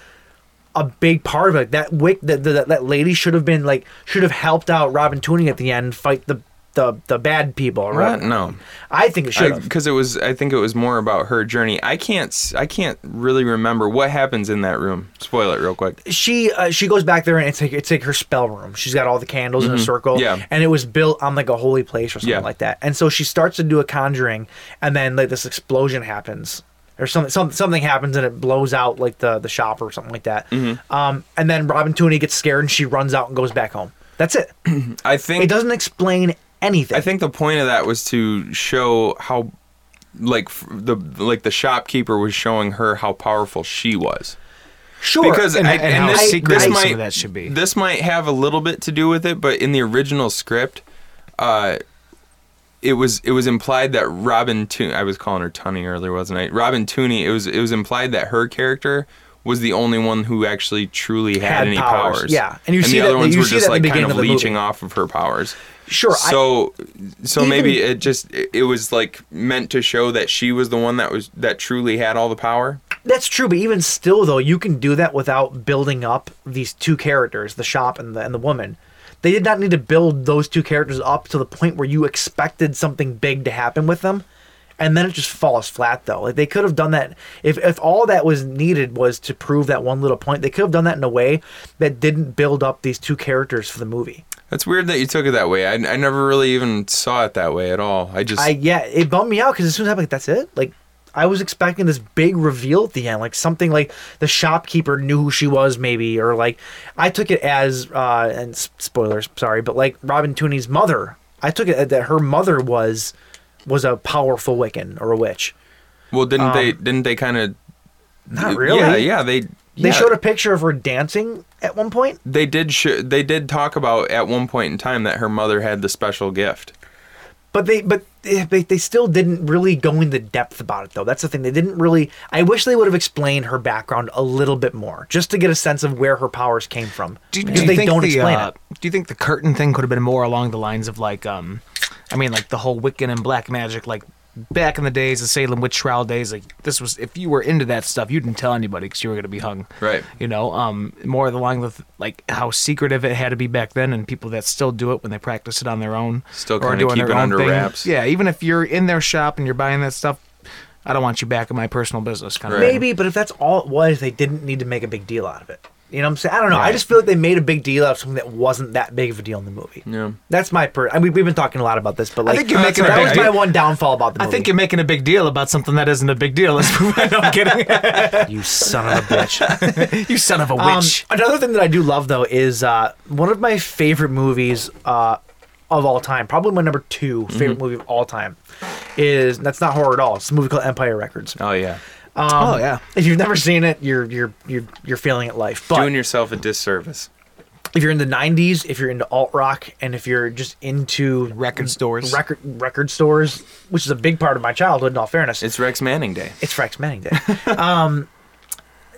Speaker 4: a big part of it. That wick, that that, that lady should have been like, should have helped out Robin Tooning at the end, fight the the the bad people. Right?
Speaker 5: Right? No.
Speaker 4: I think it should have.
Speaker 5: because it was I think it was more about her journey. I can't s- I can't really remember what happens in that room. Spoil it real quick.
Speaker 4: she uh, she goes back there and it's like it's like her spell room. She's got all the candles in a circle,
Speaker 5: Mm-hmm. Yeah.
Speaker 4: and it was built on like a holy place or something
Speaker 5: Yeah.
Speaker 4: like that. And so she starts to do a conjuring, and then like this explosion happens or something some, something happens and it blows out like the the shop or something like that.
Speaker 5: Mm-hmm.
Speaker 4: Um, and then Robin Tooney gets scared and she runs out and goes back home. That's it.
Speaker 5: I think
Speaker 4: It doesn't explain anything.
Speaker 5: I think the point of that was to show how like f- the like the shopkeeper was showing her how powerful she was.
Speaker 4: sure
Speaker 5: Because
Speaker 6: And-
Speaker 5: I,
Speaker 6: and
Speaker 5: and
Speaker 6: how
Speaker 5: this,
Speaker 6: secretive
Speaker 5: this
Speaker 6: some
Speaker 5: might
Speaker 6: of that should be.
Speaker 5: This might have a little bit to do with it, but in the original script, uh, it was it was implied that Robin Tooney. I was calling her Tunney earlier, wasn't I? Robin Tooney. It was it was implied that her character was the only one who actually truly had,
Speaker 4: Had
Speaker 5: any
Speaker 4: powers,
Speaker 5: powers.
Speaker 4: yeah. And you see
Speaker 5: the
Speaker 4: that-
Speaker 5: other ones
Speaker 4: you
Speaker 5: were
Speaker 4: see
Speaker 5: just
Speaker 4: that in
Speaker 5: like
Speaker 4: the
Speaker 5: kind
Speaker 4: beginning
Speaker 5: of
Speaker 4: of the
Speaker 5: leeching
Speaker 4: movie.
Speaker 5: off of her powers.
Speaker 4: Sure, I-
Speaker 5: So so
Speaker 4: Even-
Speaker 5: maybe it just it it was like meant to show that she was the one that was that truly had all the power.
Speaker 4: That's true, but even still, though, you can do that without building up these two characters, the shop and the and the woman. They did not need to build those two characters up to the point where you expected something big to happen with them, and then it just falls flat. Though, like they could have done that if if all that was needed was to prove that one little point, they could have done that in a way that didn't build up these two characters for the movie.
Speaker 5: That's weird that you took it that way. I, I never really even saw it that way at all. I just
Speaker 4: I yeah, it bummed me out because as soon as I'm like, that's it. Like, I was expecting this big reveal at the end, like something like the shopkeeper knew who she was, maybe, or like I took it as uh, and s- spoilers, sorry, but like Robin Tooney's mother, I took it that her mother was was a powerful Wiccan or a witch.
Speaker 5: well didn't they didn't they kind of
Speaker 4: um, Not really.
Speaker 5: Yeah, yeah. They
Speaker 4: They
Speaker 5: yeah,
Speaker 4: showed a picture of her dancing at one point.
Speaker 5: They did. Sh- they did talk about at one point in time that her mother had the special gift.
Speaker 4: But they, but eh, they, they still didn't really go into depth about it though. That's the thing. They didn't really. I wish they would have explained her background a little bit more, just to get a sense of where her powers came from. because they don't explain
Speaker 6: uh,
Speaker 4: it.
Speaker 6: Do you think the curtain thing could have been more along the lines of like, um, I mean, like the whole Wiccan and black magic, like back in the days, the Salem witch trial days, like this was if you were into that stuff, you didn't tell anybody because you were going to be hung,
Speaker 5: Right.
Speaker 6: You know, um, more along with like how secretive it had to be back then, and people that still do it when they practice it on their own,
Speaker 5: Still
Speaker 6: or
Speaker 5: kinda
Speaker 6: doing
Speaker 5: keep
Speaker 6: their
Speaker 5: it
Speaker 6: own
Speaker 5: under
Speaker 6: thing.
Speaker 5: wraps.
Speaker 6: Yeah, even if you're in their shop and you're buying that stuff. I don't want you back in my personal business, kind
Speaker 5: Right.
Speaker 6: of.
Speaker 4: Maybe, but if that's all it was, they didn't need to make a big deal out of it. You know what I'm saying? I don't know. I just feel like they made a big deal out of something that wasn't that big of a deal in the movie.
Speaker 5: Yeah.
Speaker 4: That's my per. I mean, we've been talking a lot about this, but like,
Speaker 6: think you're
Speaker 4: that
Speaker 6: making a big
Speaker 4: was my
Speaker 6: deal.
Speaker 4: one downfall about the
Speaker 6: I
Speaker 4: movie.
Speaker 6: think you're making a big deal about something that isn't a big deal. Let's move on. No, I'm kidding.
Speaker 4: you son of a bitch.
Speaker 6: you son of a
Speaker 4: Um,
Speaker 6: witch.
Speaker 4: another thing that I do love though is uh, one of my favorite movies uh, of all time, probably my number 2
Speaker 6: Mm-hmm.
Speaker 4: favorite movie of all time, is that's not horror at all. It's a movie called Empire Records.
Speaker 5: Oh yeah.
Speaker 6: oh yeah.
Speaker 4: If you've never seen it, you're you're you're you're failing at life. But
Speaker 5: Doing yourself a disservice.
Speaker 4: if you're in the '90s, if you're into alt rock, and if you're just into
Speaker 6: Record stores.
Speaker 4: record record stores, which is a big part of my childhood. In all fairness,
Speaker 5: It's Rex Manning Day.
Speaker 4: It's Rex Manning Day. um,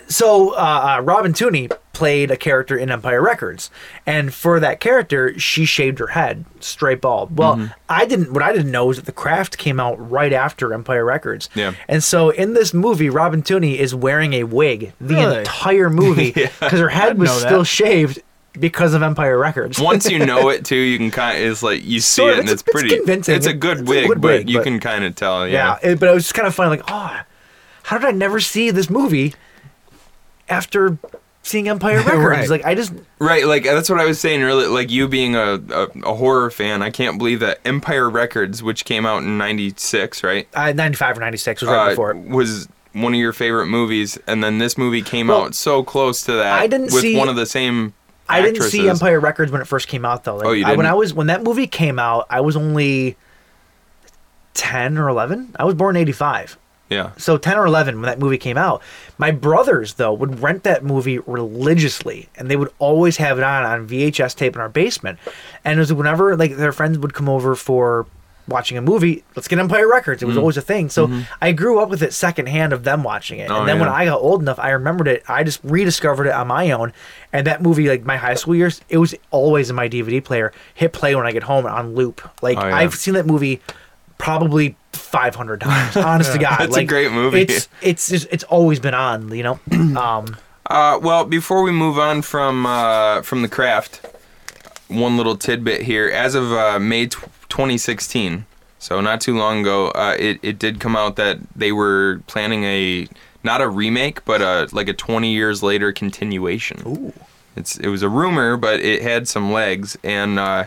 Speaker 4: so uh, uh, Robin Tooney played a character in Empire Records, and for that character, she shaved her head straight bald. Well,
Speaker 6: Mm-hmm.
Speaker 4: I didn't. What I didn't know is that The Craft came out right after Empire Records.
Speaker 5: Yeah.
Speaker 4: And so in this movie, Robin Tooney is wearing a wig the
Speaker 6: Really?
Speaker 4: entire movie because her head was
Speaker 6: know that.
Speaker 4: still shaved because of Empire Records.
Speaker 5: Once you know it too, you can kind. Of, it's like you see
Speaker 4: Sort of,
Speaker 5: it, and
Speaker 4: it's-
Speaker 5: it's,
Speaker 4: it's
Speaker 5: pretty.
Speaker 4: convincing.
Speaker 5: It's a good
Speaker 4: It's a
Speaker 5: wig,
Speaker 4: good
Speaker 5: but
Speaker 4: wig,
Speaker 5: you
Speaker 4: but-
Speaker 5: can kind of tell.
Speaker 4: Yeah,
Speaker 5: Yeah.
Speaker 4: it- but it was just kind of funny, like, oh, how did I never see this movie after seeing Empire Records?
Speaker 6: Right.
Speaker 4: Like, I just
Speaker 5: Right, like uh, that's what I was saying earlier. Like you being a, a, a horror fan, I can't believe that Empire Records, which came out in '96, right,
Speaker 4: uh, ninety five or ninety six was right
Speaker 5: uh,
Speaker 4: before it.
Speaker 5: was one of your favorite movies, and then this movie came
Speaker 4: Well,
Speaker 5: out so close to that.
Speaker 4: I didn't
Speaker 5: with
Speaker 4: see-
Speaker 5: one of the same.
Speaker 4: I didn't see
Speaker 5: actresses.
Speaker 4: Empire Records when it first came out though. Like,
Speaker 5: Oh, you
Speaker 4: I, when
Speaker 5: didn't?
Speaker 4: I was when that movie came out, I was only ten or eleven. I was born eighty five.
Speaker 5: Yeah,
Speaker 4: So 10 or 11 when that movie came out. My brothers though would rent that movie religiously and they would always have it on on VHS tape in our basement. And it was whenever like their friends would come over for watching a movie, let's get Empire Records.
Speaker 5: Mm.
Speaker 4: It was always a thing. So I grew up with it secondhand of them watching it.
Speaker 5: Mm-hmm. Oh,
Speaker 4: and then when
Speaker 5: yeah.
Speaker 4: I got old enough, I remembered it. I just rediscovered it on my own. And that movie like my high school years, it was always in my DVD player. Hit play when I get home on loop. Like
Speaker 5: Oh, yeah.
Speaker 4: I've seen that movie probably 500 times. Honest to God,
Speaker 5: That's a great movie.
Speaker 4: It's it's just, it's always been on, you know. Um,
Speaker 5: Uh, well, before we move on from uh, from the craft, one little tidbit here. As of uh, May tw 2016, so not too long ago, uh, it it did come out that they were planning a not a remake, but a like a 20 years later continuation. Ooh. It's it was a rumor, but it had some legs, and uh,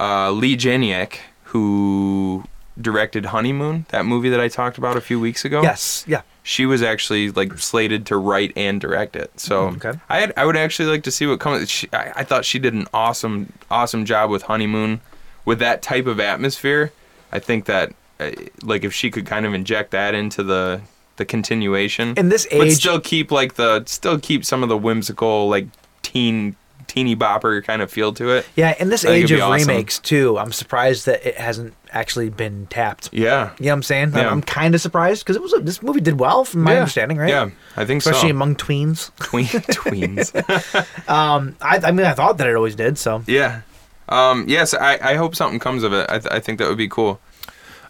Speaker 5: uh, Lee Janiak, who directed Honeymoon, that movie that I talked about a few weeks ago
Speaker 4: yes, yeah.
Speaker 5: she was actually like slated to write and direct it. So
Speaker 4: Okay.
Speaker 5: I had, I would actually like to see what comes. She, I, I thought she did an awesome awesome job with honeymoon, with that type of atmosphere. I think that uh, like if she could kind of inject that into the the continuation
Speaker 4: In this
Speaker 5: but
Speaker 4: age-
Speaker 5: still keep like the still keep some of the whimsical like teen teeny bopper kind of feel to it.
Speaker 4: Yeah, in this
Speaker 5: I
Speaker 4: age
Speaker 5: think it'd
Speaker 4: of
Speaker 5: be awesome.
Speaker 4: remakes too, I'm surprised that it hasn't actually been tapped.
Speaker 5: Yeah.
Speaker 4: You know what I'm saying? I'm-
Speaker 5: Yeah.
Speaker 4: I'm, kind of surprised because it was a, this movie did well from my
Speaker 5: Yeah.
Speaker 4: understanding, right?
Speaker 5: Yeah, I think so.
Speaker 4: especially among tweens.
Speaker 5: Tween, tweens.
Speaker 4: I, I mean, I thought that it always did. So
Speaker 5: Yeah. Um, yes, I, I hope something comes of it. I, th- I think that would be cool.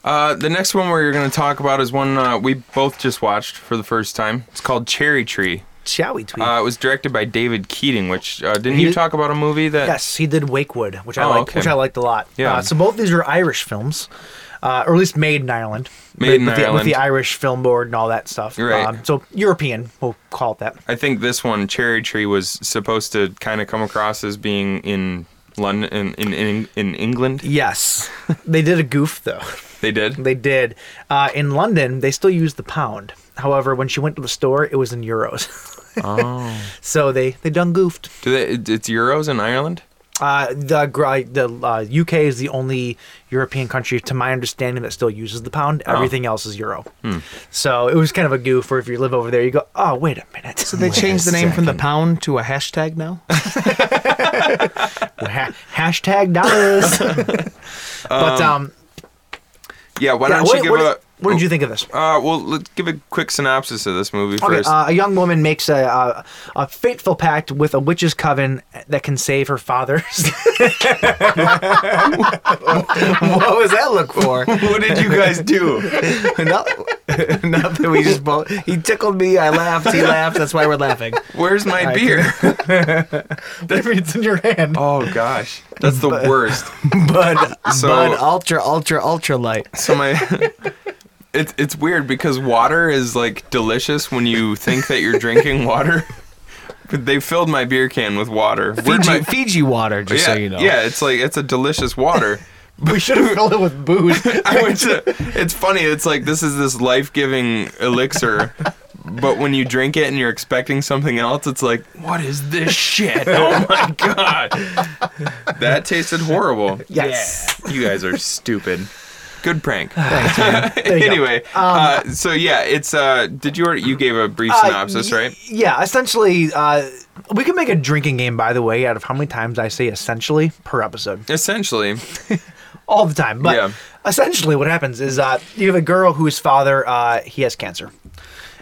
Speaker 5: Uh, the next one we're going to talk about is one uh, we both just watched for the first time. It's called Cherry Tree.
Speaker 4: shall we tweet?
Speaker 5: Uh, it was directed by David Keating, which uh, didn't
Speaker 4: Hmm. He-
Speaker 5: you talk about a movie that?
Speaker 4: Yes, he did Wakewood, which I
Speaker 5: Oh,
Speaker 4: liked,
Speaker 5: okay.
Speaker 4: which I liked a lot.
Speaker 5: Yeah.
Speaker 4: Uh, so both these are Irish films, uh, or at least made in Ireland.
Speaker 5: Made in
Speaker 4: with, The, with
Speaker 5: Ireland.
Speaker 4: the Irish Film Board and all that stuff. Um,
Speaker 5: Right.
Speaker 4: so European, we'll call it that.
Speaker 5: I think this one, Cherry Tree, was supposed to kind of come across as being in London, in in, in, in England.
Speaker 4: Yes, they did a goof though.
Speaker 5: They did.
Speaker 4: They did. Uh, in London, they still use the pound. However, when she went to the store, it was in euros. oh. So they they done goofed.
Speaker 5: Do they? it- It's euros in Ireland.
Speaker 4: Uh, the gr- uh, the uh, UK is the only European country, to my understanding, that still uses the pound. Everything else is euro. So it was kind of a goof. Where if you live over there, you go, oh wait a minute. So
Speaker 6: They changed the name from the pound to a hashtag now.
Speaker 4: ha- hashtag dollars. but um,
Speaker 5: Yeah. Why
Speaker 4: yeah,
Speaker 5: don't
Speaker 4: what,
Speaker 5: you give
Speaker 4: what-
Speaker 5: a?
Speaker 4: what did you think of this?
Speaker 5: Uh, well, let's give a quick synopsis of this movie
Speaker 4: Okay,
Speaker 5: first.
Speaker 4: uh, a young woman makes a, a a fateful pact with a witch's coven that can save her father's.
Speaker 6: what was that look for?
Speaker 5: what did you guys do?
Speaker 6: no, nothing. We just both. He tickled me. I laughed. He laughed. That's why we're laughing.
Speaker 5: Where's my
Speaker 6: I
Speaker 5: beer?
Speaker 4: it's in your hand.
Speaker 5: oh gosh, that's the worst.
Speaker 6: Bud,
Speaker 5: So-
Speaker 6: Bud, ultra, ultra, ultra light.
Speaker 5: So my, it's it's weird because water is like delicious when you think that you're drinking water. But they filled my beer can with water. Where'd
Speaker 6: Fiji,
Speaker 5: my-
Speaker 6: Fiji water,
Speaker 5: yeah,
Speaker 6: just so you know.
Speaker 5: yeah, it's like it's a delicious water.
Speaker 4: We should have filled it with booze.
Speaker 5: I went to. It's funny. It's like this is this life giving elixir, but when you drink it and you're expecting something else, it's like, what is this shit? Oh my god, that tasted horrible.
Speaker 4: Yes.
Speaker 5: Yeah. you guys are stupid. Good prank.
Speaker 4: you go. Um,
Speaker 5: anyway, uh, so yeah, it's. Uh, did you already, you gave a brief
Speaker 4: Uh,
Speaker 5: synopsis,
Speaker 4: y-
Speaker 5: right?
Speaker 4: Yeah, essentially, uh, we can make a drinking game, by the way, out of how many times I say essentially per episode.
Speaker 5: Essentially,
Speaker 4: All the time. But
Speaker 5: Yeah.
Speaker 4: essentially, what happens is uh, you have a girl whose father, uh, he has cancer.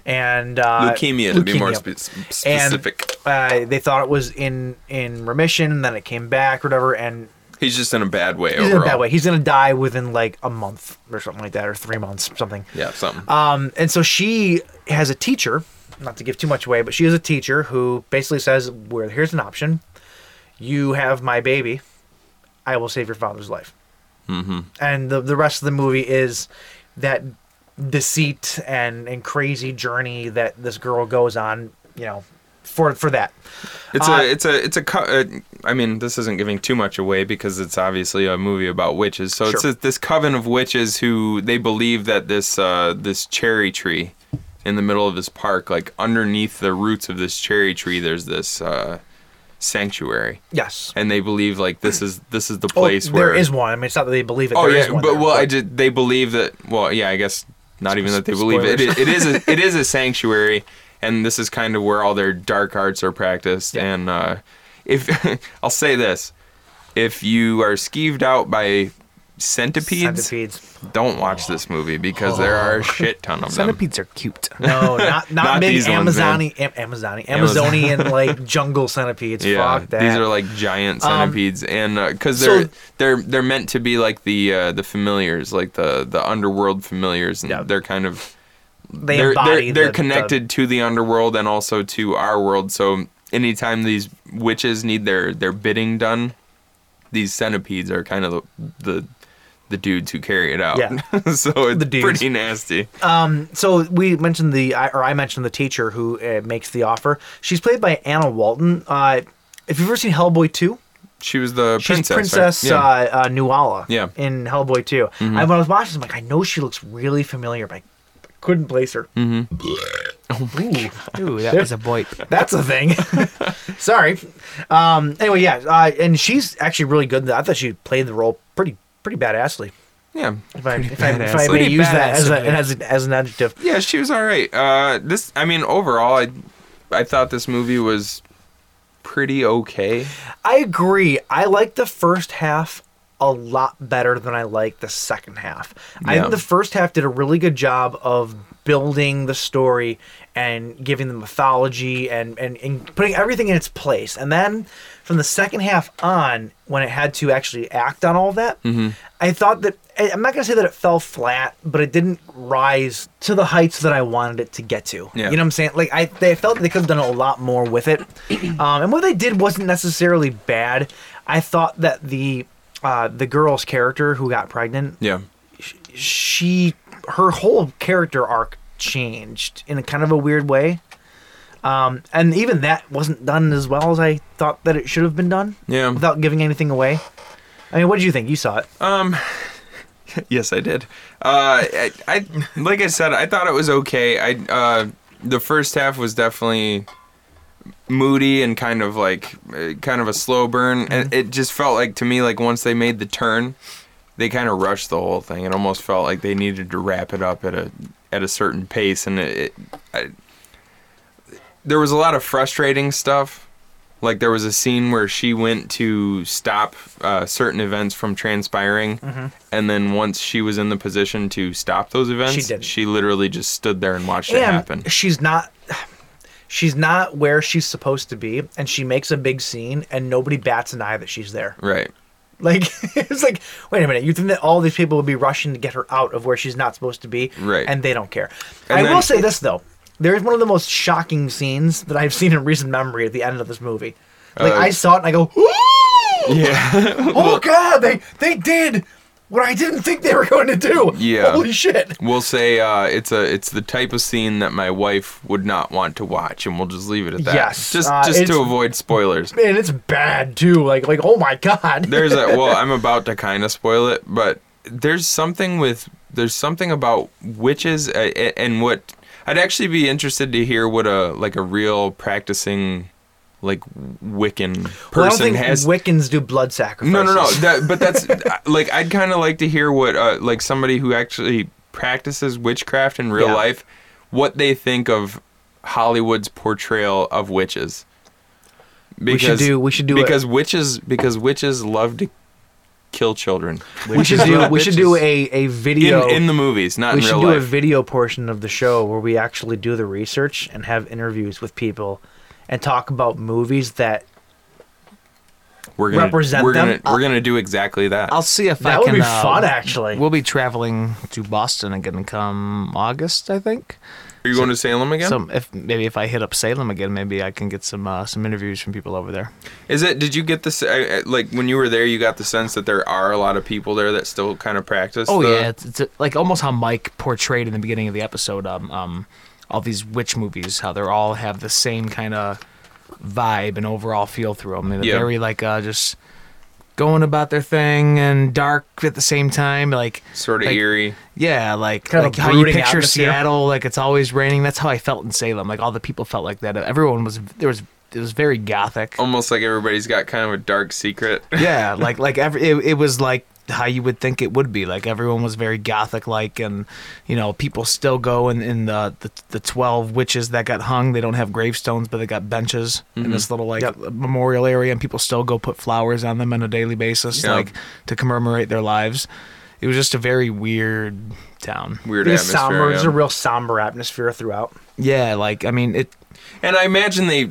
Speaker 4: and uh,
Speaker 5: Leukemia, to be more
Speaker 4: leukemia.
Speaker 5: spe- specific.
Speaker 4: And, uh, they thought it was in in remission, then it came back, or whatever. And
Speaker 5: He's just in a bad way
Speaker 4: he's in
Speaker 5: overall.
Speaker 4: a bad way. He's gonna die within like a month or something like that, or three months, something.
Speaker 5: Yeah, something.
Speaker 4: Um, and so she has a teacher, not to give too much away, but she has a teacher who basically says, "Well, here's an option. You have my baby. I will save your father's life." Mm-hmm. And the the rest of the movie is that deceit and and crazy journey that this girl goes on. You know, for for that.
Speaker 5: It's
Speaker 4: Uh,
Speaker 5: a, it's a, it's a. Co- uh, I mean, this isn't giving too much away because it's obviously a movie about witches. So it's
Speaker 4: Sure.
Speaker 5: a, this coven of witches who they believe that this, uh, this cherry tree, in the middle of this park, like underneath the roots of this cherry tree, there's this uh, sanctuary,
Speaker 4: Yes.
Speaker 5: and they believe like this is this is the
Speaker 4: Oh,
Speaker 5: place where
Speaker 4: there is one. I mean, it's not that they believe it.
Speaker 5: Oh
Speaker 4: there
Speaker 5: yeah,
Speaker 4: is one
Speaker 5: but
Speaker 4: there,
Speaker 5: well, I did. They believe that. Well, yeah, I guess not even that they believe it. It, it is. A, it is a sanctuary, and this is kind of where all their dark arts are practiced. And uh, if I'll say this, if you are skeeved out by centipedes,
Speaker 4: centipedes. Oh.
Speaker 5: don't watch this movie because there are a shit ton of them.
Speaker 6: Centipedes are cute.
Speaker 4: No, not not,
Speaker 5: Not
Speaker 4: big
Speaker 5: these ones, man.
Speaker 4: Amazoni, Am- Amazoni, Amazonian like jungle centipedes.
Speaker 5: Yeah,
Speaker 4: Fuck that. Um,
Speaker 5: these are like giant centipedes, and because they're
Speaker 4: so-
Speaker 5: they're they're meant to be like the uh, the familiars, like the the underworld familiars, and
Speaker 4: Yeah.
Speaker 5: they're kind of
Speaker 4: they
Speaker 5: they're,
Speaker 4: embody
Speaker 5: they're,
Speaker 4: the-
Speaker 5: they're
Speaker 4: the-
Speaker 5: connected to the underworld and also to our world so anytime these witches need their their bidding done these centipedes are kind of the the, the dudes who carry it out
Speaker 4: Yeah.
Speaker 5: so it's
Speaker 4: The dudes. Uh,
Speaker 5: pretty nasty
Speaker 4: so we mentioned the I- or I mentioned the teacher who uh, makes the offer. She's played by Anna Walton. Uh, if you've ever seen Hellboy two,
Speaker 5: she was the
Speaker 4: she's
Speaker 5: princess right?
Speaker 4: Princess
Speaker 5: yeah.
Speaker 4: uh, uh, Nuala.
Speaker 5: Yeah. Mm-hmm.
Speaker 4: in Hellboy 2 I, when I was watching, this, I'm like, I know she looks really familiar, but I couldn't place her.
Speaker 5: Mm-hmm.
Speaker 6: Ooh, that was a boy.
Speaker 4: That's a thing. Sorry. Um, anyway, yeah, uh, and she's actually really good. I thought she played the role pretty pretty badassly.
Speaker 5: yeah
Speaker 4: If I, if I, if I
Speaker 5: badassly.
Speaker 4: may
Speaker 5: Pretty
Speaker 4: use that as, a, as, a, as an adjective.
Speaker 5: yeah she was all right uh this i mean overall i i thought this movie was pretty okay
Speaker 4: I agree. I like the first half a lot better than I like the second half. I
Speaker 5: Yeah.
Speaker 4: think the first half did a really good job of building the story and giving the mythology and, and, and putting everything in its place. And then from the second half on, when it had to actually act on all that, I thought that I- I'm not going to say that it fell flat, but it didn't rise to the heights that I wanted it to get to.
Speaker 5: Yeah.
Speaker 4: You know what I'm saying? Like I, they felt they could have done a lot more with it, um, and what they did wasn't necessarily bad. I thought that the uh, the girl's character who got pregnant,
Speaker 5: yeah
Speaker 4: she her whole character arc changed in a kind of a weird way, um, and even that wasn't done as well as I thought that it should have been done.
Speaker 5: Yeah.
Speaker 4: without giving anything away. I mean, what did you think? You saw it.
Speaker 5: Oh, Yes, I did. Uh, I, I like I said, I thought it was okay. I uh, the first half was definitely moody and kind of like uh, kind of a slow burn.
Speaker 4: Mm-hmm.
Speaker 5: And it just felt like to me like once they made the turn, they kind of rushed the whole thing. It almost felt like they needed to wrap it up at a at a certain pace, and it, it I, there was a lot of frustrating stuff. Like there was a scene where she went to stop uh, certain events from transpiring,
Speaker 4: Mm-hmm.
Speaker 5: and then once she was in the position to stop those events,
Speaker 4: didn't.
Speaker 5: she literally just stood there and watched it
Speaker 4: and
Speaker 5: happen.
Speaker 4: she's not she's not where she's supposed to be and she makes a big scene and nobody bats an eye that she's there
Speaker 5: Right.
Speaker 4: like it's like wait a minute you think that all these people would be rushing to get her out of where she's not supposed to be
Speaker 5: Right.
Speaker 4: and they don't care
Speaker 5: And
Speaker 4: i
Speaker 5: then-
Speaker 4: will say this though there's one of the most shocking scenes that i've seen in recent memory at the end of this movie like
Speaker 5: Uh,
Speaker 4: i saw it and i go "Ooh!"
Speaker 5: Yeah.
Speaker 4: oh god they they did what i didn't think they were going to do
Speaker 5: Yeah.
Speaker 4: holy shit
Speaker 5: We'll say uh, it's a it's the type of scene that my wife would not want to watch, and we'll just leave it at that.
Speaker 4: Yes,
Speaker 5: just
Speaker 4: uh,
Speaker 5: just
Speaker 4: it's-
Speaker 5: to avoid spoilers.
Speaker 4: man it's bad too like like oh my god
Speaker 5: There's a well, I'm about to kind of spoil it, but there's something with there's something about witches uh, a- and what I'd actually be interested to hear what a like a real practicing like Wiccan person
Speaker 4: Well, I don't think
Speaker 5: has
Speaker 4: Wiccans do blood sacrifices.
Speaker 5: No, no, no. That, but that's uh, like I'd kind of like to hear what uh, like somebody who actually practices witchcraft in real
Speaker 4: Yeah.
Speaker 5: life, what they think of Hollywood's portrayal of witches.
Speaker 4: should do- we should do a-
Speaker 5: because witches because witches love to kill children.
Speaker 4: we should do we should do a, a
Speaker 5: in,
Speaker 4: video
Speaker 5: in the movies, not
Speaker 4: we
Speaker 5: in
Speaker 4: should
Speaker 5: real
Speaker 4: do a
Speaker 5: life.
Speaker 4: video portion of the show where we actually do the research and have interviews with people and talk about movies that
Speaker 5: we're gonna
Speaker 4: represent
Speaker 5: we're
Speaker 4: them.
Speaker 5: gonna we're gonna do exactly that.
Speaker 6: I'll see if I
Speaker 4: that would
Speaker 6: can,
Speaker 4: be
Speaker 6: uh,
Speaker 4: fun actually.
Speaker 6: We'll be traveling to Boston again come August, I think.
Speaker 5: Are you going to Salem again?
Speaker 6: Some if maybe if I hit up Salem again, maybe I can get some uh, some interviews from people over there.
Speaker 5: Is it? Did you get this? I- I- Like when you were there, you got the sense that there are a lot of people there that still kind of practice.
Speaker 6: Oh
Speaker 5: the-
Speaker 6: yeah, it's, it's uh, like almost how Mike portrayed in the beginning of the episode. Um, um, all these witch movies, how they're all have the same kind of vibe and overall feel through them. They're
Speaker 5: Yeah.
Speaker 6: very like uh, just going about their thing and dark at the same time. Like
Speaker 5: sort of
Speaker 6: like,
Speaker 5: eerie.
Speaker 6: Yeah, like,
Speaker 4: Kind of
Speaker 6: like
Speaker 4: a
Speaker 6: how you
Speaker 4: brooding
Speaker 6: picture
Speaker 4: atmosphere.
Speaker 6: Seattle, like it's always raining. That's how I felt in Salem. Like all the people felt like that. Everyone was there was it was very gothic.
Speaker 5: Almost like everybody's got kind of a dark secret.
Speaker 6: Yeah, like like every it, it was like how you would think it would be. Like everyone was very gothic like and you know, people still go in, in the, the the twelve witches that got hung. They don't have gravestones but they got benches in this little like
Speaker 4: Yep.
Speaker 6: memorial area and people still go put flowers on them on a daily basis,
Speaker 5: Yeah.
Speaker 6: like to commemorate their lives. It was just a very weird town.
Speaker 5: Weird
Speaker 4: It is
Speaker 5: atmosphere.
Speaker 4: somber. There's
Speaker 5: yeah.
Speaker 4: a real somber atmosphere throughout.
Speaker 6: Yeah, like I mean it
Speaker 5: and I imagine they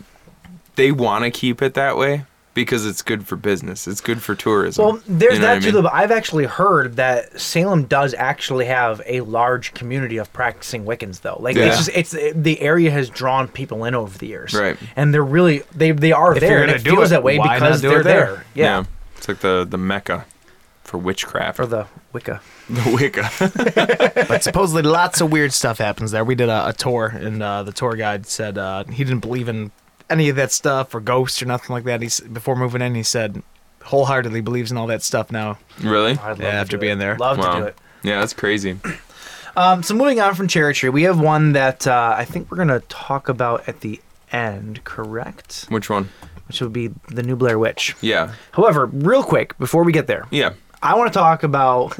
Speaker 5: they want to keep it that way because it's good for business. It's good for tourism.
Speaker 4: Well, there's
Speaker 5: You know
Speaker 4: that
Speaker 5: what I
Speaker 4: too.
Speaker 5: mean?
Speaker 4: Though I've actually heard that Salem does actually have a large community of practicing Wiccans, though. Like
Speaker 5: Yeah.
Speaker 4: it's just it's it- the area has drawn people in over the years,
Speaker 5: Right.
Speaker 4: And they're really they they are
Speaker 6: If
Speaker 4: there.
Speaker 6: you're
Speaker 4: And
Speaker 6: gonna
Speaker 4: it
Speaker 6: do
Speaker 4: feels
Speaker 6: it,
Speaker 4: that way
Speaker 6: why not
Speaker 4: because
Speaker 6: do
Speaker 4: they're
Speaker 6: it there?
Speaker 4: there. Yeah.
Speaker 5: It's like the the mecca for witchcraft
Speaker 4: or the Wicca.
Speaker 5: the Wicca.
Speaker 6: but supposedly lots of weird stuff happens there. We did a, a tour, and uh, the tour guide said uh, he didn't believe in any of that stuff or ghosts or nothing like that. He s- before moving in, he said wholeheartedly believes in all that stuff now.
Speaker 5: really?
Speaker 4: I'd love
Speaker 6: Yeah,
Speaker 4: to
Speaker 6: after
Speaker 4: do
Speaker 6: being
Speaker 4: it.
Speaker 6: there.
Speaker 4: love
Speaker 5: Wow.
Speaker 4: to do it.
Speaker 5: Yeah, that's crazy.
Speaker 4: Um, so moving on from Cherry Tree, we have one that uh, I think we're gonna talk about at the end, correct?
Speaker 5: Which one?
Speaker 4: Which would be the new Blair Witch.
Speaker 5: Yeah.
Speaker 4: However, real quick before we get there,
Speaker 5: Yeah.
Speaker 4: I want to talk about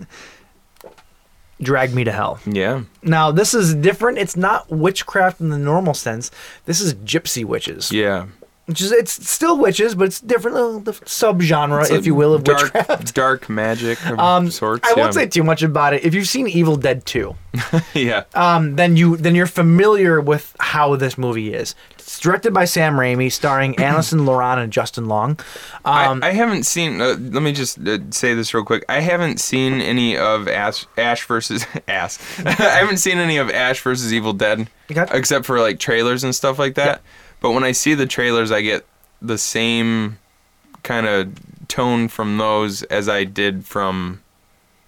Speaker 4: Drag Me to Hell.
Speaker 5: Yeah.
Speaker 4: Now, this is different. It's not witchcraft in the normal sense. This is gypsy witches.
Speaker 5: Yeah.
Speaker 4: Which is it's still witches, but it's different little the subgenre,
Speaker 5: It's a
Speaker 4: if you will, of
Speaker 5: dark,
Speaker 4: witchcraft. Um,
Speaker 5: dark magic of sorts.
Speaker 4: I
Speaker 5: yeah.
Speaker 4: won't say too much about it. If you've seen Evil Dead 2,
Speaker 5: yeah.
Speaker 4: um, then you then you're familiar with how this movie is. It's directed by Sam Raimi, starring Alison Laurent and Justin Long. Um,
Speaker 5: I, I haven't seen. Uh, let me just uh, say this real quick. I haven't seen any of Ash, Ash versus Ass. I haven't seen any of Ash versus Evil Dead,
Speaker 4: Okay.
Speaker 5: except for like trailers and stuff like that. But when I see the trailers, I get the same kind of tone from those as I did from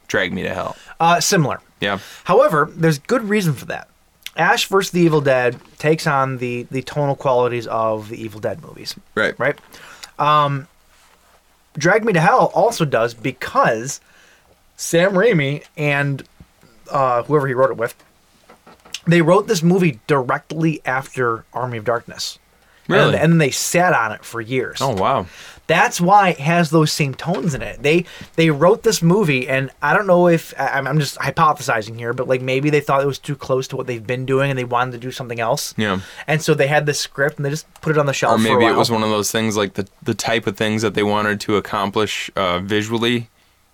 Speaker 5: Drag Me to Hell.
Speaker 4: uh, similar.
Speaker 5: Yeah.
Speaker 4: However, there's good reason for that. Ash vs. the Evil Dead takes on the the tonal qualities of the Evil Dead movies,
Speaker 5: Right.
Speaker 4: right? Um, Drag Me to Hell also does because Sam Raimi and uh, whoever he wrote it with, they wrote this movie directly after Army of Darkness.
Speaker 5: Really?
Speaker 4: And, and they sat on it for years.
Speaker 5: Oh wow.
Speaker 4: That's why it has those same tones in it. They they wrote this movie, and I don't know if I- I'm, I'm just hypothesizing here, but like maybe they thought it was too close to what they've been doing, and they wanted to do something else.
Speaker 5: Yeah.
Speaker 4: And so they had this script, and they just put it on the shelf.
Speaker 5: Or
Speaker 4: for a
Speaker 5: maybe
Speaker 4: while.
Speaker 5: it was one of those things like the the type of things that they wanted to accomplish uh, visually,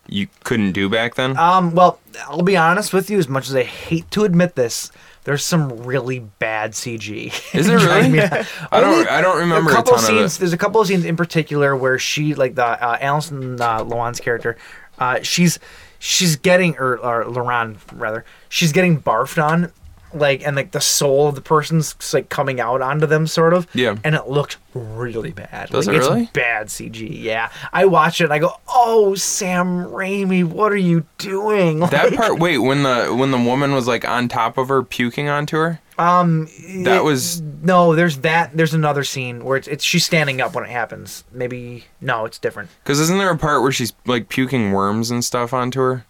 Speaker 5: you couldn't do back then.
Speaker 4: Um, well, I'll be honest with you. As much as I hate to admit this, there's some really bad CG.
Speaker 5: Is there
Speaker 4: Driving
Speaker 5: really?
Speaker 4: Me to-
Speaker 5: I don't-
Speaker 4: Only
Speaker 5: I don't remember a
Speaker 4: couple
Speaker 5: ton of
Speaker 4: scenes.
Speaker 5: it.
Speaker 4: There's a couple of scenes in particular where she, like the uh, Alison uh, Loan's character, uh, she's she's getting or, or Loran rather, she's getting barfed on, like and like the soul of the person's like coming out onto them, sort of.
Speaker 5: Yeah.
Speaker 4: And it looked really bad.
Speaker 5: Does
Speaker 4: like,
Speaker 5: it
Speaker 4: it's
Speaker 5: really?
Speaker 4: bad CG. Yeah, I watch it. and I go, "Oh, Sam Raimi, what are you doing?"
Speaker 5: That
Speaker 4: Like,
Speaker 5: part, wait, when the when the woman was like on top of her, puking onto her. Um, that
Speaker 4: it-
Speaker 5: was
Speaker 4: No, there's that. There's another scene where it's, it's she's standing up when it happens. Maybe no, it's different.
Speaker 5: because isn't there a part where she's like puking worms and stuff onto her,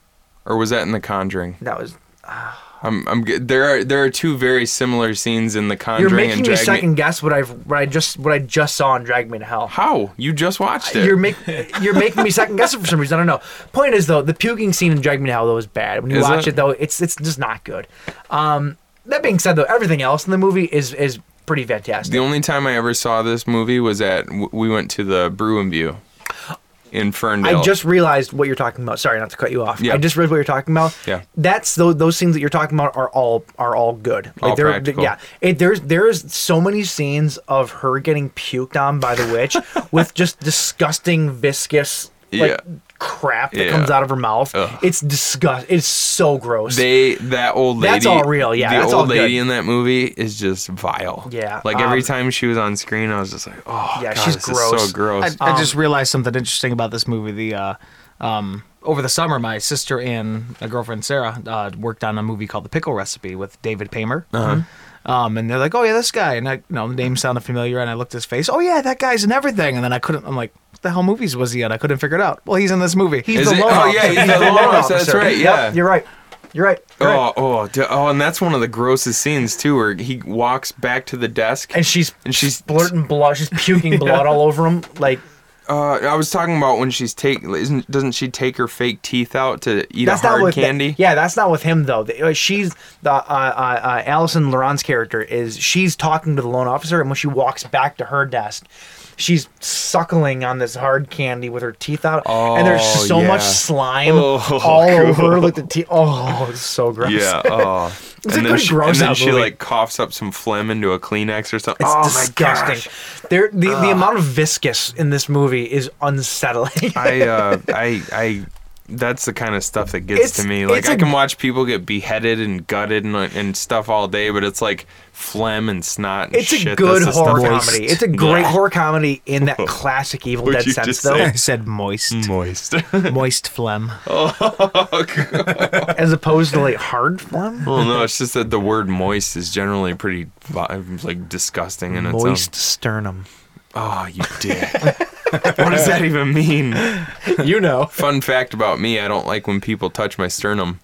Speaker 5: or was that in The Conjuring?
Speaker 4: That was.
Speaker 5: I'm I'm g- there are there are two very similar scenes in The
Speaker 4: You're
Speaker 5: Conjuring
Speaker 4: making
Speaker 5: and
Speaker 4: me
Speaker 5: Drag
Speaker 4: second guess what I've what I just what I just saw in Drag Me to Hell.
Speaker 5: How you just watched it?
Speaker 4: You're making you're making me second guess it for some reason. I don't know. Point is though, the puking scene in Drag Me to Hell though is bad. When you
Speaker 5: Is
Speaker 4: watch
Speaker 5: it?
Speaker 4: it? though, it's it's just not good. Um, that being said though, everything else in the movie is is pretty fantastic.
Speaker 5: the only time I ever saw this movie was at w- we went to the Brew and View. in Ferndale.
Speaker 4: I just realized what you're talking about. Sorry, not to cut you off.
Speaker 5: Yeah.
Speaker 4: I just realized what you're talking about.
Speaker 5: Yeah.
Speaker 4: That's those those scenes that you're talking about are all are all good. Like
Speaker 5: All
Speaker 4: they're,
Speaker 5: practical.
Speaker 4: yeah. It, there's there's so many scenes of her getting puked on by the witch with just disgusting viscous like
Speaker 5: Yeah.
Speaker 4: crap that
Speaker 5: Yeah.
Speaker 4: comes out of her mouth.
Speaker 5: Ugh.
Speaker 4: It's disgust. It's so gross.
Speaker 5: they that old lady.
Speaker 4: That's all real, yeah,
Speaker 5: The
Speaker 4: that's all
Speaker 5: old lady
Speaker 4: good.
Speaker 5: in that movie is just vile.
Speaker 4: Yeah,
Speaker 5: Like every
Speaker 4: um,
Speaker 5: time she was on screen, I was just like, oh,
Speaker 4: Yeah,
Speaker 5: God,
Speaker 4: she's
Speaker 5: this Is
Speaker 4: gross.
Speaker 5: so gross.
Speaker 6: I,
Speaker 4: Oh.
Speaker 6: I just realized something interesting about this movie. The uh, um, over the summer, my sister and a girlfriend Sarah uh, worked on a movie called The Pickle Recipe with David Paymer.
Speaker 5: Uh-huh.
Speaker 6: Um, and they're like, "Oh yeah, this guy," and I, you know, the name sounded familiar, and I looked his face. Oh yeah, that guy's in everything. And then I couldn't. I'm like, "What the hell movies was he in?" I couldn't figure it out. Well, he's in this movie. He's
Speaker 5: Is
Speaker 4: the
Speaker 5: it?
Speaker 4: loan
Speaker 5: Oh
Speaker 4: officer.
Speaker 5: yeah, he's the loan officer. That's right.
Speaker 4: Yep,
Speaker 5: Yeah.
Speaker 4: you're right. You're right. You're right.
Speaker 5: Oh, oh, d- oh, and that's one of the grossest scenes too, where he walks back to the desk.
Speaker 4: And she's
Speaker 5: And she's-
Speaker 4: blurting blood. She's puking blood all over him. Like
Speaker 5: uh, I was talking about when she's take, isn't, doesn't she take her fake teeth out to eat a hard
Speaker 4: with
Speaker 5: candy?
Speaker 4: yeah, that's not with him though. The- uh, She's the uh, uh, uh, Allison Laurent's character is she's talking to the loan officer, and when she walks back to her desk, she's suckling on this hard candy with her teeth out, and there's
Speaker 5: Oh,
Speaker 4: so much
Speaker 5: yeah.
Speaker 4: slime
Speaker 5: Oh,
Speaker 4: all over like the teeth. Oh, it's so gross.
Speaker 5: Yeah. Oh.
Speaker 4: a
Speaker 5: and then,
Speaker 4: pretty
Speaker 5: she,
Speaker 4: gross
Speaker 5: and then
Speaker 4: out
Speaker 5: she
Speaker 4: movie.
Speaker 5: like coughs up some phlegm into a Kleenex or something.
Speaker 4: It's
Speaker 5: oh my gosh.
Speaker 4: disgusting. There, the, the amount of viscous in this movie is unsettling.
Speaker 5: I uh I I that's the kind of stuff that gets
Speaker 4: It's-
Speaker 5: to me. Like
Speaker 4: it's
Speaker 5: I
Speaker 4: a-
Speaker 5: can watch people get beheaded and gutted and, and stuff all day, but it's like phlegm and snot. And
Speaker 4: It's
Speaker 5: shit.
Speaker 4: a good
Speaker 5: That's the
Speaker 4: horror
Speaker 5: stuff-
Speaker 4: comedy. It's a great horror comedy in that classic Evil
Speaker 5: What'd
Speaker 4: Dead
Speaker 5: you
Speaker 4: sense,
Speaker 5: just
Speaker 4: though.
Speaker 5: say?
Speaker 6: I said moist,
Speaker 5: moist.
Speaker 6: moist phlegm.
Speaker 4: as opposed to like hard phlegm.
Speaker 5: well, no, it's just that the word moist is generally pretty vi- like disgusting in
Speaker 4: Moist
Speaker 5: itself.
Speaker 4: sternum.
Speaker 5: Oh, you dick. what does that even mean?
Speaker 4: You know.
Speaker 5: Fun fact about me, I don't like when people touch my sternum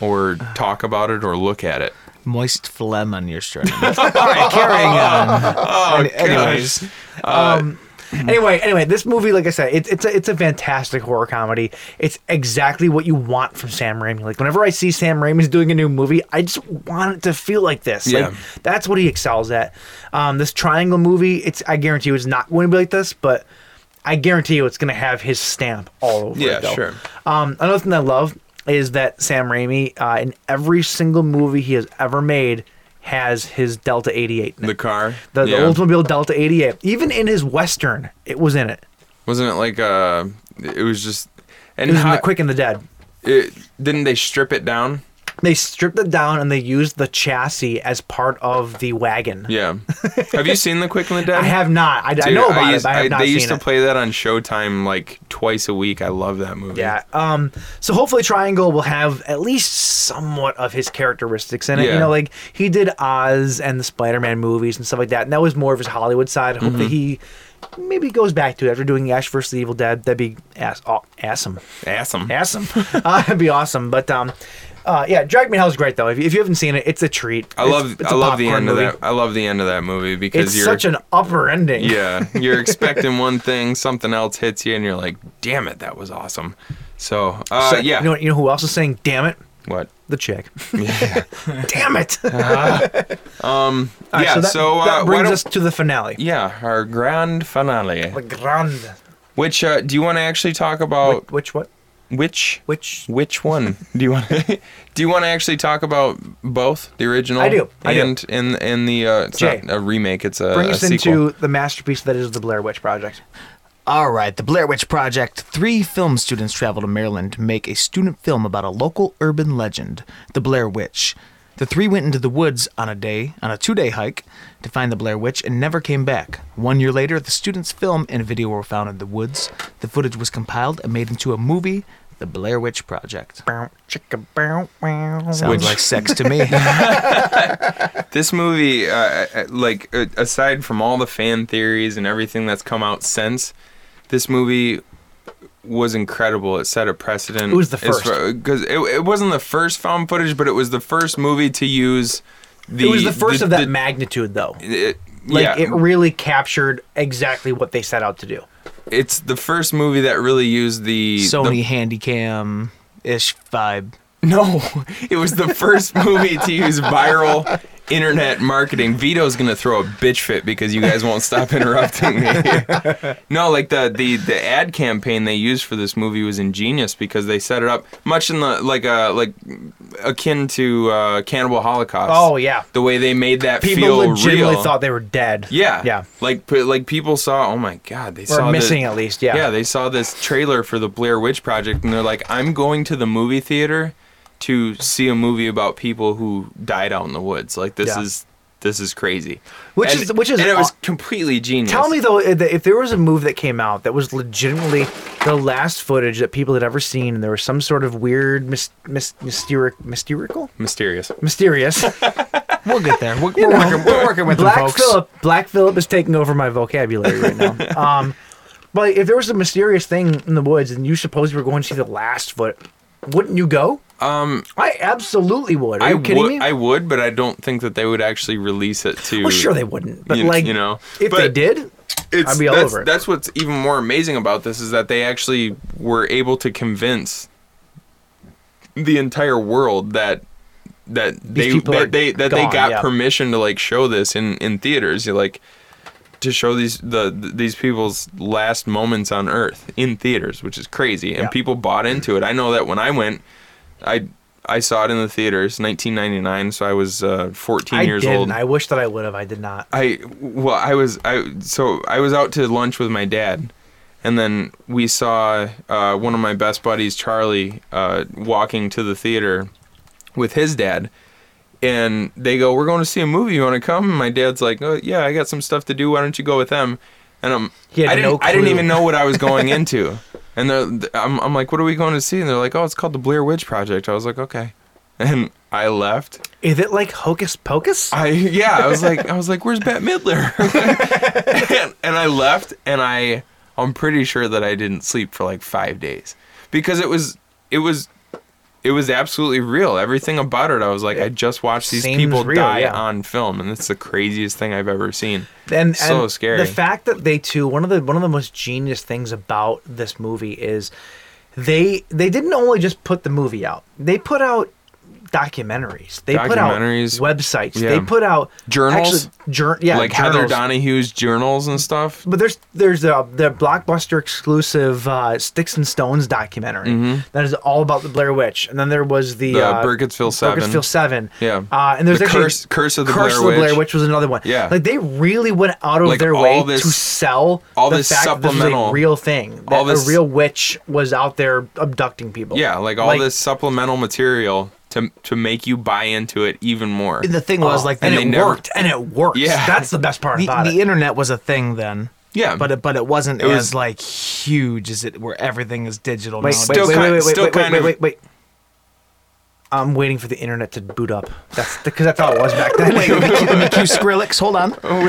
Speaker 5: or talk about it or look at it.
Speaker 6: Moist phlegm on your sternum. All right, carrying on.
Speaker 5: Oh,
Speaker 6: Any- anyways,
Speaker 5: Hmm.
Speaker 4: Anyway, anyway, this movie, like I said, it's it's a, it's a fantastic horror comedy. It's exactly what you want from Sam Raimi. Like whenever I see Sam Raimi's doing a new movie, I just want it to feel like this. Like
Speaker 5: Yeah.
Speaker 4: that's what he excels at. Um, this triangle movie, it's I guarantee you, it's not going to be like this, but. I guarantee you, it's going to have his stamp all over
Speaker 5: Yeah,
Speaker 4: it. though.
Speaker 5: sure.
Speaker 4: Um, another thing that I love is that Sam Raimi, uh, in every single movie he has ever made, has his Delta 88 in it.
Speaker 5: The car.
Speaker 4: The,
Speaker 5: Yeah.
Speaker 4: the Oldsmobile Delta 88. Even in his Western, it was in it.
Speaker 5: Wasn't it like uh it was just and
Speaker 4: It was in
Speaker 5: how-
Speaker 4: The Quick and the Dead.
Speaker 5: it- didn't they strip it down?
Speaker 4: They stripped it down and they used the chassis as part of the wagon.
Speaker 5: Yeah. have you seen the Quick and the Dead?
Speaker 4: I have not. I, I
Speaker 5: Dude,
Speaker 4: know about
Speaker 5: used-
Speaker 4: it, but I have not
Speaker 5: they
Speaker 4: seen
Speaker 5: used to
Speaker 4: it.
Speaker 5: play that on Showtime like twice a week. I love that movie.
Speaker 4: yeah. Um. So hopefully, Triangle will have at least somewhat of his characteristics in it.
Speaker 5: Yeah.
Speaker 4: You know, like he did Oz and the Spider-Man movies and stuff like that, and that was more of his Hollywood side. I hope that he
Speaker 5: Mm-hmm.
Speaker 4: maybe goes back to it after doing Ash versus the Evil Dead. That'd be ass aw- awesome.
Speaker 5: Awesome.
Speaker 4: Awesome. uh, that'd be awesome. But um, uh, yeah, Drag Me to Hell is great though. If, if you haven't seen it, it's a treat.
Speaker 5: I
Speaker 4: It's-
Speaker 5: love
Speaker 4: it's
Speaker 5: I
Speaker 4: a
Speaker 5: love the
Speaker 4: popcorn
Speaker 5: end
Speaker 4: movie.
Speaker 5: of that. I love the end of that movie because
Speaker 4: It's
Speaker 5: you're
Speaker 4: such an upper ending.
Speaker 5: yeah, you're expecting one thing, something else hits you, and you're like, "Damn it, that was awesome." So, uh,
Speaker 4: So,
Speaker 5: yeah,
Speaker 4: You know, what- you know who else is saying, damn it?
Speaker 5: what?
Speaker 4: The chick. damn it.
Speaker 5: yeah, so,
Speaker 4: that,
Speaker 5: uh,
Speaker 4: that
Speaker 5: why
Speaker 4: brings
Speaker 5: don't-
Speaker 4: us to the finale.
Speaker 5: yeah, our grand finale.
Speaker 4: The grand.
Speaker 5: Which uh, do you want to actually talk about?
Speaker 4: Which what?
Speaker 5: Which
Speaker 4: Which?
Speaker 5: which one do you want? To, do you want to actually talk about both the original?
Speaker 4: I do, I do.
Speaker 5: and and and the uh, it's
Speaker 4: Jay,
Speaker 5: not a remake. It's a,
Speaker 4: Bring
Speaker 5: a
Speaker 4: us
Speaker 5: sequel.
Speaker 4: into the masterpiece that is the Blair Witch Project.
Speaker 6: All right, the Blair Witch Project. Three film students travel to Maryland to make a student film about a local urban legend, the Blair Witch. The three went into the woods on a day, on a two-day hike, to find the Blair Witch and never came back. One year later, the students' film and video were found in the woods. The footage was compiled and made into a movie, The Blair Witch Project.
Speaker 4: Bow, chicka, bow, wow.
Speaker 6: Sounds
Speaker 5: Which-
Speaker 6: like sex to me.
Speaker 5: This movie, uh, uh, like uh, aside from all the fan theories and everything that's come out since, this movie was incredible. It set a precedent.
Speaker 4: It was the first.
Speaker 5: because it, it wasn't the first found footage, but it was the first movie to use. The,
Speaker 4: it was the first of that
Speaker 5: the-
Speaker 4: magnitude, though.
Speaker 5: it-
Speaker 4: Like,
Speaker 5: yeah,
Speaker 4: it really captured exactly what they set out to do.
Speaker 5: it's the first movie that really used the
Speaker 6: Sony Handycam ish vibe.
Speaker 5: the- no, it was the first movie to use viral internet marketing. Vito's gonna throw a bitch fit because you guys won't stop interrupting me. no, like the, the the ad campaign they used for this movie was ingenious because they set it up much in the like uh like akin to uh, Cannibal Holocaust.
Speaker 4: Oh, yeah.
Speaker 5: the way they made that
Speaker 4: People
Speaker 5: feel
Speaker 4: legitimately
Speaker 5: real.
Speaker 4: thought they were dead.
Speaker 5: Yeah.
Speaker 4: Yeah.
Speaker 5: Like p- like people saw, oh my god, they saw the-
Speaker 4: missing at least, yeah.
Speaker 5: Yeah, they saw this trailer for the Blair Witch Project and they're like, "I'm going to the movie theater to see a movie about people who died out in the woods." Like this
Speaker 4: Yeah.
Speaker 5: is this is crazy.
Speaker 4: Which
Speaker 5: And-
Speaker 4: is- which is
Speaker 5: And it was
Speaker 4: aw-
Speaker 5: completely genius.
Speaker 4: Tell me though, i- that if there was a movie that came out that was legitimately the last footage that people had ever seen, and there was some sort of weird, mis- mis- mysteric, mysterical,
Speaker 5: mysterious.
Speaker 4: mysterious.
Speaker 6: We'll get there. We're, we're, working, we're working with
Speaker 4: Black
Speaker 6: them, folks.
Speaker 4: Phillip. Black Phillip is taking over my vocabulary right now. um, but if there was a mysterious thing in the woods, and you suppose you were going to see the last foot, wouldn't you go? Um, I absolutely would. Are
Speaker 5: I
Speaker 4: you kidding
Speaker 5: would
Speaker 4: me?
Speaker 5: I would, but I don't think that they would actually release it to
Speaker 4: well, sure they wouldn't, but
Speaker 5: you-
Speaker 4: like
Speaker 5: you know,
Speaker 4: if
Speaker 5: but
Speaker 4: they did,
Speaker 5: it's-
Speaker 4: I'd be all
Speaker 5: that's,
Speaker 4: over it.
Speaker 5: That's what's even more amazing about this is that they actually were able to convince the entire world that that they
Speaker 4: people are
Speaker 5: that they that
Speaker 4: gone,
Speaker 5: they got
Speaker 4: yeah.
Speaker 5: permission to like show this in in theaters. You like to show these the these people's last moments on Earth in theaters, which is crazy, and
Speaker 4: Yeah.
Speaker 5: people bought into it. I know that when I went, I. I saw it in the theaters, 1999. So I was uh, 14
Speaker 4: I
Speaker 5: years
Speaker 4: didn't.
Speaker 5: old.
Speaker 4: I wish that I would have. I did not.
Speaker 5: I well, I was I so I was out to lunch with my dad, and then we saw uh, one of my best buddies, Charlie, uh, walking to the theater with his dad, and they go, "We're going to see a movie. You want to come?" And my dad's like, "Oh yeah, I got some stuff to do. Why don't you go with them?" And I'm
Speaker 4: He had
Speaker 5: I didn't
Speaker 4: no
Speaker 5: I didn't
Speaker 4: clue.
Speaker 5: even know what I was going into, and they're I'm I'm like, "What are we going to see?" And they're like, "Oh, it's called the Blair Witch Project." I was like, "Okay," and I left.
Speaker 4: Is it like Hocus Pocus?
Speaker 5: I yeah, I was like I was like, where's Bette Midler? and, and I left, and I I'm pretty sure that I didn't sleep for like five days because it was it was it was absolutely real. Everything about it, I was like, I just watched these
Speaker 4: seems
Speaker 5: people
Speaker 4: real,
Speaker 5: die
Speaker 4: yeah.
Speaker 5: on film, and it's the craziest thing I've ever seen.
Speaker 4: and
Speaker 5: so
Speaker 4: and
Speaker 5: scary.
Speaker 4: The fact that they too one of the one of the most genius things about this movie is they they didn't only just put the movie out. They put out documentaries. They put out
Speaker 5: Documentaries.
Speaker 4: websites.
Speaker 5: Yeah.
Speaker 4: They put out
Speaker 5: Journals?
Speaker 4: Actually, jour- yeah,
Speaker 5: like Heather
Speaker 4: journals.
Speaker 5: Donahue's journals and stuff.
Speaker 4: But there's there's uh, the blockbuster exclusive uh, Sticks and Stones documentary that is all about the Blair Witch, and then there was the,
Speaker 5: Mm-hmm. The
Speaker 4: uh,
Speaker 5: Burkittsville Seven.
Speaker 4: Burkittsville Seven,
Speaker 5: Yeah.
Speaker 4: Uh, and there's
Speaker 5: The
Speaker 4: actually
Speaker 5: Curse- Curse of the
Speaker 4: Curse
Speaker 5: Blair
Speaker 4: of the Blair
Speaker 5: Witch.
Speaker 4: Witch was another one.
Speaker 5: Yeah.
Speaker 4: like they really went out of
Speaker 5: Like,
Speaker 4: their
Speaker 5: all
Speaker 4: way
Speaker 5: this-
Speaker 4: to sell
Speaker 5: all
Speaker 4: the
Speaker 5: this
Speaker 4: fact that this is a
Speaker 5: supplemental-
Speaker 4: real thing. That
Speaker 5: all this-
Speaker 4: a real witch was out there abducting people.
Speaker 5: Yeah, like all this supplemental material to to make you buy into it even more.
Speaker 6: The thing was, like,
Speaker 5: Oh, and
Speaker 6: the,
Speaker 5: they
Speaker 4: and it
Speaker 5: never-
Speaker 4: worked, and it worked.
Speaker 5: Yeah.
Speaker 4: that's the best part
Speaker 6: the,
Speaker 4: about
Speaker 6: the
Speaker 4: it.
Speaker 6: internet was a thing then.
Speaker 5: Yeah.
Speaker 6: but it, but it wasn't
Speaker 5: It
Speaker 6: as
Speaker 5: was-
Speaker 6: like huge as it where everything is digital.
Speaker 4: Wait,
Speaker 6: nowadays.
Speaker 4: wait,
Speaker 5: still
Speaker 4: wait,
Speaker 5: kind-
Speaker 4: wait, wait,
Speaker 5: still
Speaker 4: wait, wait,
Speaker 5: kind
Speaker 4: wait,
Speaker 5: of-
Speaker 4: wait, wait. I'm waiting for the internet to boot up. That's because that's how it was back then.
Speaker 6: let me cue Skrillex. Hold on.
Speaker 5: Oh,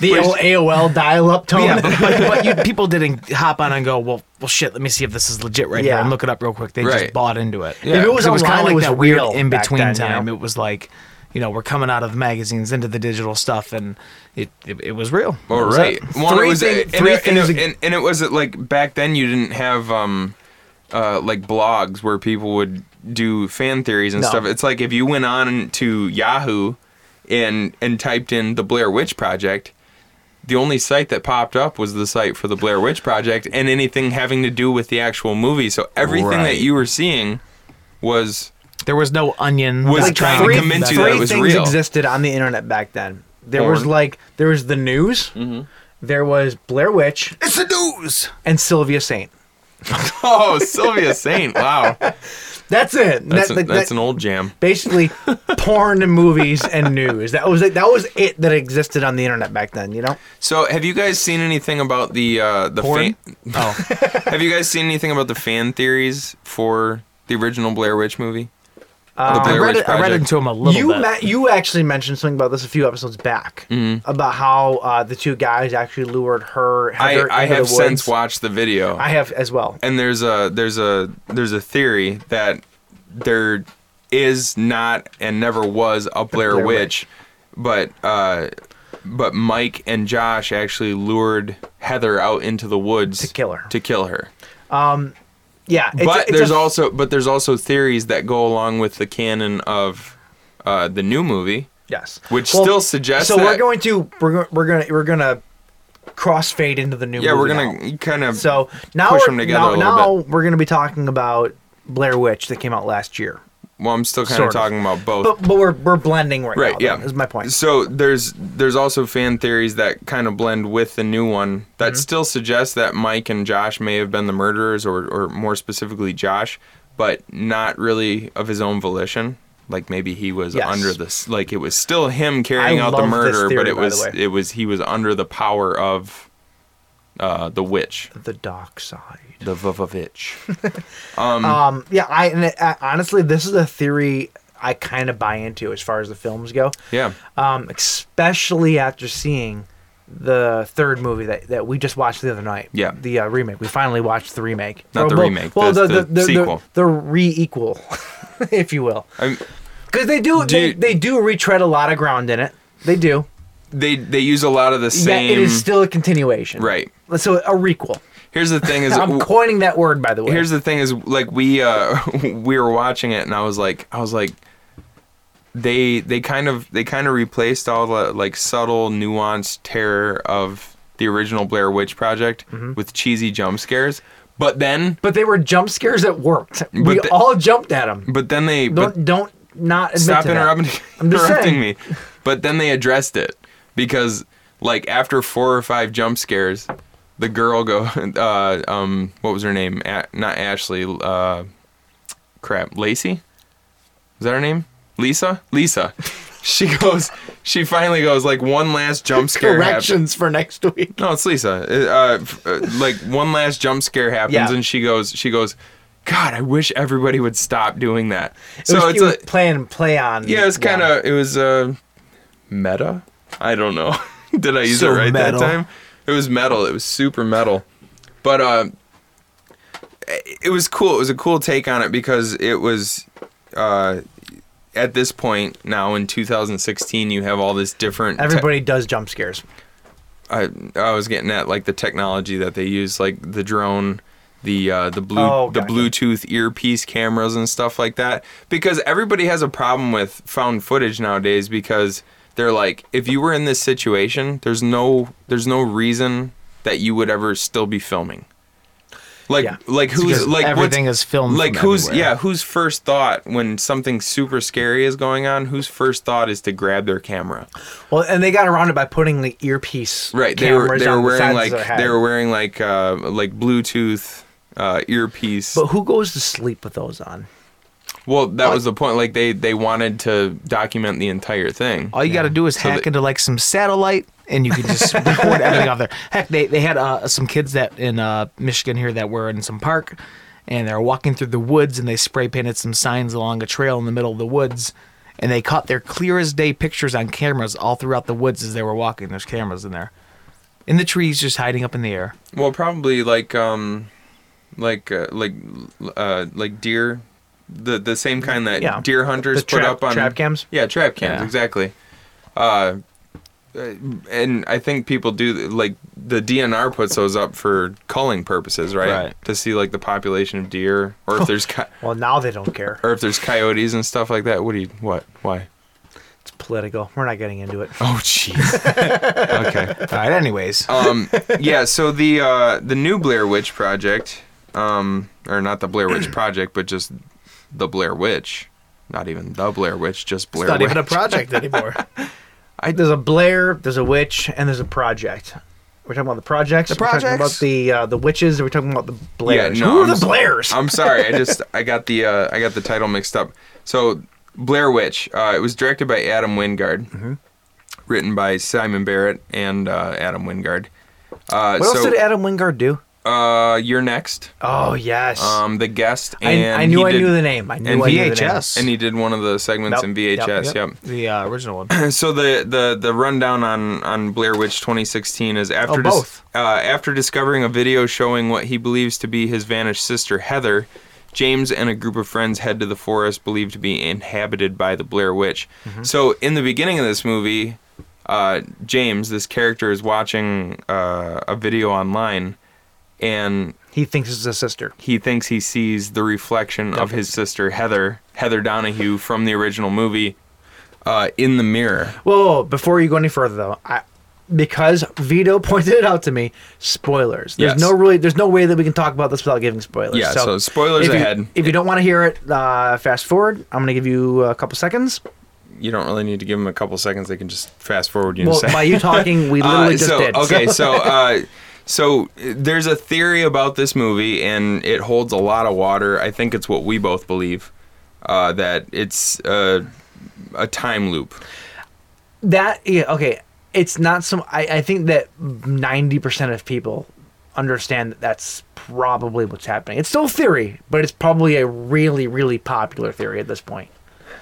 Speaker 4: the old AOL dial-up tone.
Speaker 6: Yeah, but, but, but you, people didn't hop on and go, well, well, shit. Let me see if this is legit right here
Speaker 4: Yeah.
Speaker 6: and look it up real quick. They
Speaker 5: Right.
Speaker 6: just bought into it.
Speaker 5: If it
Speaker 4: was
Speaker 6: 'Cause kinda
Speaker 4: online, it was
Speaker 6: that weird
Speaker 4: real
Speaker 6: in
Speaker 4: back
Speaker 6: between
Speaker 4: then, you know?
Speaker 6: time. It was like, you know, we're coming out of the magazines into the digital stuff, and it it, it was real.
Speaker 5: All
Speaker 6: That was
Speaker 5: right.
Speaker 6: it.
Speaker 5: One,
Speaker 4: Three
Speaker 5: it was, uh,
Speaker 4: thing-
Speaker 5: and,
Speaker 4: three
Speaker 5: it, and, it,
Speaker 4: things-
Speaker 5: and, and it was uh, like back then you didn't have um, uh, like blogs where people would do fan theories and
Speaker 4: No.
Speaker 5: stuff. It's like if you went on to Yahoo and and typed in the Blair Witch Project, the only site that popped up was the site for the Blair Witch Project and anything having to do with the actual movie. So everything that
Speaker 7: Right.
Speaker 5: you were seeing was
Speaker 6: There was no onion.
Speaker 5: Was
Speaker 6: like
Speaker 5: trying to
Speaker 6: three-
Speaker 5: convince you
Speaker 4: three
Speaker 5: that it was
Speaker 4: things
Speaker 5: real.
Speaker 4: existed on the internet back then. There was
Speaker 5: Porn.
Speaker 4: like there was the news,
Speaker 6: Mm-hmm.
Speaker 4: there was Blair Witch
Speaker 6: It's the news.
Speaker 4: and Sylvia Saint.
Speaker 5: oh Sylvia Saint. Wow,
Speaker 4: That's it.
Speaker 5: that's,
Speaker 4: That-
Speaker 5: a,
Speaker 4: that-
Speaker 5: that's
Speaker 4: that-
Speaker 5: an old jam.
Speaker 4: basically porn and movies and news. That was it. That was it that existed on the internet back then. You know,
Speaker 5: So have you guys seen anything about the uh, the
Speaker 6: Porn?
Speaker 5: fan-
Speaker 6: Oh.
Speaker 5: Have you guys seen anything about the fan theories for the original Blair Witch movie? the
Speaker 6: Uh, I read, it, I read
Speaker 5: Project?
Speaker 6: into him a little
Speaker 4: you
Speaker 6: bit.
Speaker 4: ma- you actually mentioned something about this a few episodes back
Speaker 6: Mm-hmm.
Speaker 4: about how uh, the two guys actually lured her.
Speaker 5: I,
Speaker 4: Heather,
Speaker 5: I
Speaker 4: into the
Speaker 5: have since
Speaker 4: woods.
Speaker 5: watched the video,
Speaker 4: I have as well.
Speaker 5: and there's a there's a there's a theory that there is not and never was a Blair,
Speaker 4: Blair
Speaker 5: Witch, but uh, but Mike and Josh actually lured Heather out into the woods to
Speaker 4: kill her.
Speaker 5: To kill her.
Speaker 4: Yeah, it's a-
Speaker 5: but
Speaker 4: it's a
Speaker 5: there's also but there's also theories that go along with the canon of uh, the new movie
Speaker 4: Yes.
Speaker 5: Which still suggests
Speaker 4: So we're
Speaker 5: that-
Speaker 4: going to we're go- we're gonna we're gonna crossfade into the new.
Speaker 5: Yeah, we're
Speaker 4: movie now.
Speaker 5: gonna kind of
Speaker 4: So now
Speaker 5: push
Speaker 4: we're,
Speaker 5: them together
Speaker 4: now,
Speaker 5: a little
Speaker 4: now
Speaker 5: bit.
Speaker 4: we're going to be talking about Blair Witch that came out last year.
Speaker 5: Well, I'm still kind
Speaker 4: Sort
Speaker 5: of
Speaker 4: of.
Speaker 5: talking about both.
Speaker 4: But but we're we're blending right,
Speaker 5: right
Speaker 4: now.
Speaker 5: yeah
Speaker 4: though, is my point.
Speaker 5: so there's there's also fan theories that kind of blend with the new one
Speaker 4: Mm-hmm.
Speaker 5: that still suggests that mike and josh may have been the murderers or or more specifically josh but not really of his own volition like maybe he was
Speaker 4: Yes.
Speaker 5: under this like it was still him carrying out the
Speaker 4: love this
Speaker 5: murder
Speaker 4: theory,
Speaker 5: but it
Speaker 4: by the
Speaker 5: was
Speaker 4: way.
Speaker 5: it was he was under the power of uh the witch
Speaker 4: The dark side.
Speaker 5: the vovovitch Mm.
Speaker 4: Um, yeah, I, and it, I honestly, this is a theory I kind of buy into as far as the films go.
Speaker 5: yeah
Speaker 4: Um, especially after seeing the third movie that, that we just watched the other night.
Speaker 5: Yeah.
Speaker 4: The uh, remake. We finally watched the remake.
Speaker 5: Not
Speaker 4: Or
Speaker 5: the
Speaker 4: well-
Speaker 5: remake,
Speaker 4: Well, the,
Speaker 5: the- the
Speaker 4: the, the, the,
Speaker 5: sequel.
Speaker 4: The, re-equal, if you will.
Speaker 5: I,
Speaker 4: Because they do,
Speaker 5: Do
Speaker 4: they,
Speaker 5: you-
Speaker 4: they do retread a lot of ground in it. They do.
Speaker 5: they they use a lot of the same
Speaker 4: Yet it is still a continuation.
Speaker 5: Right.
Speaker 4: So a requel.
Speaker 5: here's the thing is
Speaker 4: I'm coining that word, by the way.
Speaker 5: here's the thing is like we uh we were watching it and I was like I was like they they kind of they kind of replaced all the like subtle nuanced terror of the original Blair Witch Project
Speaker 4: Mm-hmm.
Speaker 5: with cheesy jump scares but then
Speaker 4: but they were jump scares that worked. we
Speaker 5: the-
Speaker 4: all jumped at them.
Speaker 5: but then they but
Speaker 4: don't don't not admit
Speaker 5: stop
Speaker 4: to that.
Speaker 5: interrupting
Speaker 4: I'm just
Speaker 5: interrupting
Speaker 4: saying.
Speaker 5: me but then they addressed it because like after four or five jump scares the girl go uh um what was her name A- not Ashley uh crap Lacey Is that her name? Lisa? Lisa. She goes, she finally goes, like, one last jump scare happens.
Speaker 4: Corrections for next week.
Speaker 5: No, it's Lisa. Uh, f- uh, like, one last jump scare happens,
Speaker 4: Yeah.
Speaker 5: and she goes, she goes, God, I wish everybody would stop doing that. So
Speaker 4: it was,
Speaker 5: it's
Speaker 4: it was
Speaker 5: a,
Speaker 4: play and play on.
Speaker 5: yeah, it's kind of, it was, uh, meta? I don't know. Did I use
Speaker 6: So
Speaker 5: it right
Speaker 6: metal.
Speaker 5: that time? It was metal. It was super metal. But, uh, it was cool. It was a cool take on it because it was, uh, at this point now in 2016, you have all this different. te-
Speaker 4: Everybody does jump scares.
Speaker 5: I I was getting at like the technology that they use, like the drone, the uh, the blue
Speaker 4: Oh,
Speaker 5: the
Speaker 4: gotcha.
Speaker 5: Bluetooth earpiece cameras and stuff like that. Because everybody has a problem with found footage nowadays because they're like, if you were in this situation, there's no there's no reason that you would ever still be filming. Like
Speaker 4: Yeah.
Speaker 5: like who's
Speaker 6: because
Speaker 5: like what's-
Speaker 6: everything is filmed
Speaker 5: Like
Speaker 6: from
Speaker 5: who's
Speaker 6: everywhere.
Speaker 5: yeah whose first thought when something super scary is going on? Whose first thought is to grab their camera?
Speaker 4: Well, and they got around it by putting the earpiece.
Speaker 5: Right. They were
Speaker 4: cameras
Speaker 5: they were
Speaker 4: on the
Speaker 5: wearing
Speaker 4: sides
Speaker 5: like
Speaker 4: of their head.
Speaker 5: they were wearing like uh like Bluetooth uh earpiece.
Speaker 4: But who goes to sleep with those on?
Speaker 5: well, that was the point. Like they they wanted to document the entire thing.
Speaker 6: All you got to do is hack
Speaker 5: the-
Speaker 6: into like some satellite, and you can just record everything out there. Heck, they they had uh, some kids that in uh, Michigan here that were in some park, and they were walking through the woods, and they spray painted some signs along a trail in the middle of the woods, and they caught their clear as day pictures on cameras all throughout the woods as they were walking. There's cameras in there, in the trees, just hiding up in the air.
Speaker 5: Well, probably like um like uh, like uh like deer the the same kind that
Speaker 4: Yeah.
Speaker 5: deer hunters
Speaker 4: The
Speaker 5: put
Speaker 4: trap-
Speaker 5: up on
Speaker 4: trap cams?
Speaker 5: Yeah, trap cams
Speaker 6: Yeah.
Speaker 5: exactly. Uh and I think people do like the DNR puts those up for culling purposes, right?
Speaker 6: Right.
Speaker 5: To see like the population of deer, or if there's co-
Speaker 4: Well, now they don't care.
Speaker 5: or if there's coyotes and stuff like that. What do you? What? Why?
Speaker 4: It's political. We're not getting into it.
Speaker 5: Oh, jeez. okay.
Speaker 6: All right. Anyways,
Speaker 5: Um. Yeah. So the uh, the new Blair Witch Project, um, or not the Blair Witch Project, but just the Blair Witch, not even the Blair Witch, just Blair
Speaker 4: It's not
Speaker 5: Witch.
Speaker 4: even a project anymore. I, there's a Blair, there's a witch, and there's a project. We're talking about the projects. The We're talking about
Speaker 5: projects?
Speaker 4: the uh, the witches. Or we're talking about the Blairs.
Speaker 5: no,
Speaker 4: Who are
Speaker 5: I'm
Speaker 4: the
Speaker 5: s-
Speaker 4: Blairs?
Speaker 5: I'm sorry. I just I got the uh, I got the title mixed up. So Blair Witch. Uh, it was directed by Adam Wingard,
Speaker 4: Mm-hmm.
Speaker 5: written by Simon Barrett and uh, Adam Wingard. Uh,
Speaker 4: what
Speaker 5: so
Speaker 4: else did Adam Wingard do?
Speaker 5: uh, you're next.
Speaker 4: Oh yes.
Speaker 5: um, the guest,
Speaker 4: I,
Speaker 5: and
Speaker 4: I knew
Speaker 5: he
Speaker 4: I
Speaker 5: did-
Speaker 4: knew the name. I knew
Speaker 5: and
Speaker 4: I knew
Speaker 6: VHS.
Speaker 4: The
Speaker 5: and he did one of the segments
Speaker 4: Yep,
Speaker 5: in
Speaker 4: yep,
Speaker 5: VHS. Yep.
Speaker 6: the uh, original one.
Speaker 5: So the, the the rundown on on Blair Witch 2016 is after
Speaker 4: Oh,
Speaker 5: dis-
Speaker 4: both.
Speaker 5: uh, after discovering a video showing what he believes to be his vanished sister Heather. James and a group of friends head to the forest believed to be inhabited by the Blair Witch.
Speaker 4: Mm-hmm.
Speaker 5: So, in the beginning of this movie, uh, James, this character, is watching uh, a video online, and
Speaker 4: name. He thinks it's a sister.
Speaker 5: he thinks he sees the reflection of his sister Heather, Heather Donahue from the original movie, uh, in the mirror.
Speaker 4: Well, before you go any further though, I because Vito pointed it out to me. Spoilers. There's
Speaker 5: Yes.
Speaker 4: no really. There's no way that we can talk about this without giving spoilers.
Speaker 5: Yeah, so spoilers
Speaker 4: if you-
Speaker 5: ahead.
Speaker 4: If you don't want to hear it, uh, fast forward. I'm gonna give you a couple seconds.
Speaker 5: You don't really need to give them a couple seconds. They can just fast forward you. in a
Speaker 4: Well,
Speaker 5: second.
Speaker 4: by you talking, we
Speaker 5: Uh,
Speaker 4: literally just
Speaker 5: so,
Speaker 4: did.
Speaker 5: Okay, so uh, so uh, there's a theory about this movie, and it holds a lot of water. I think it's what we both believe uh, that it's uh, a time loop.
Speaker 4: that yeah okay it's not some i, I think that 90% of people understand that that's probably what's happening it's still a theory but it's probably a really really popular theory at this point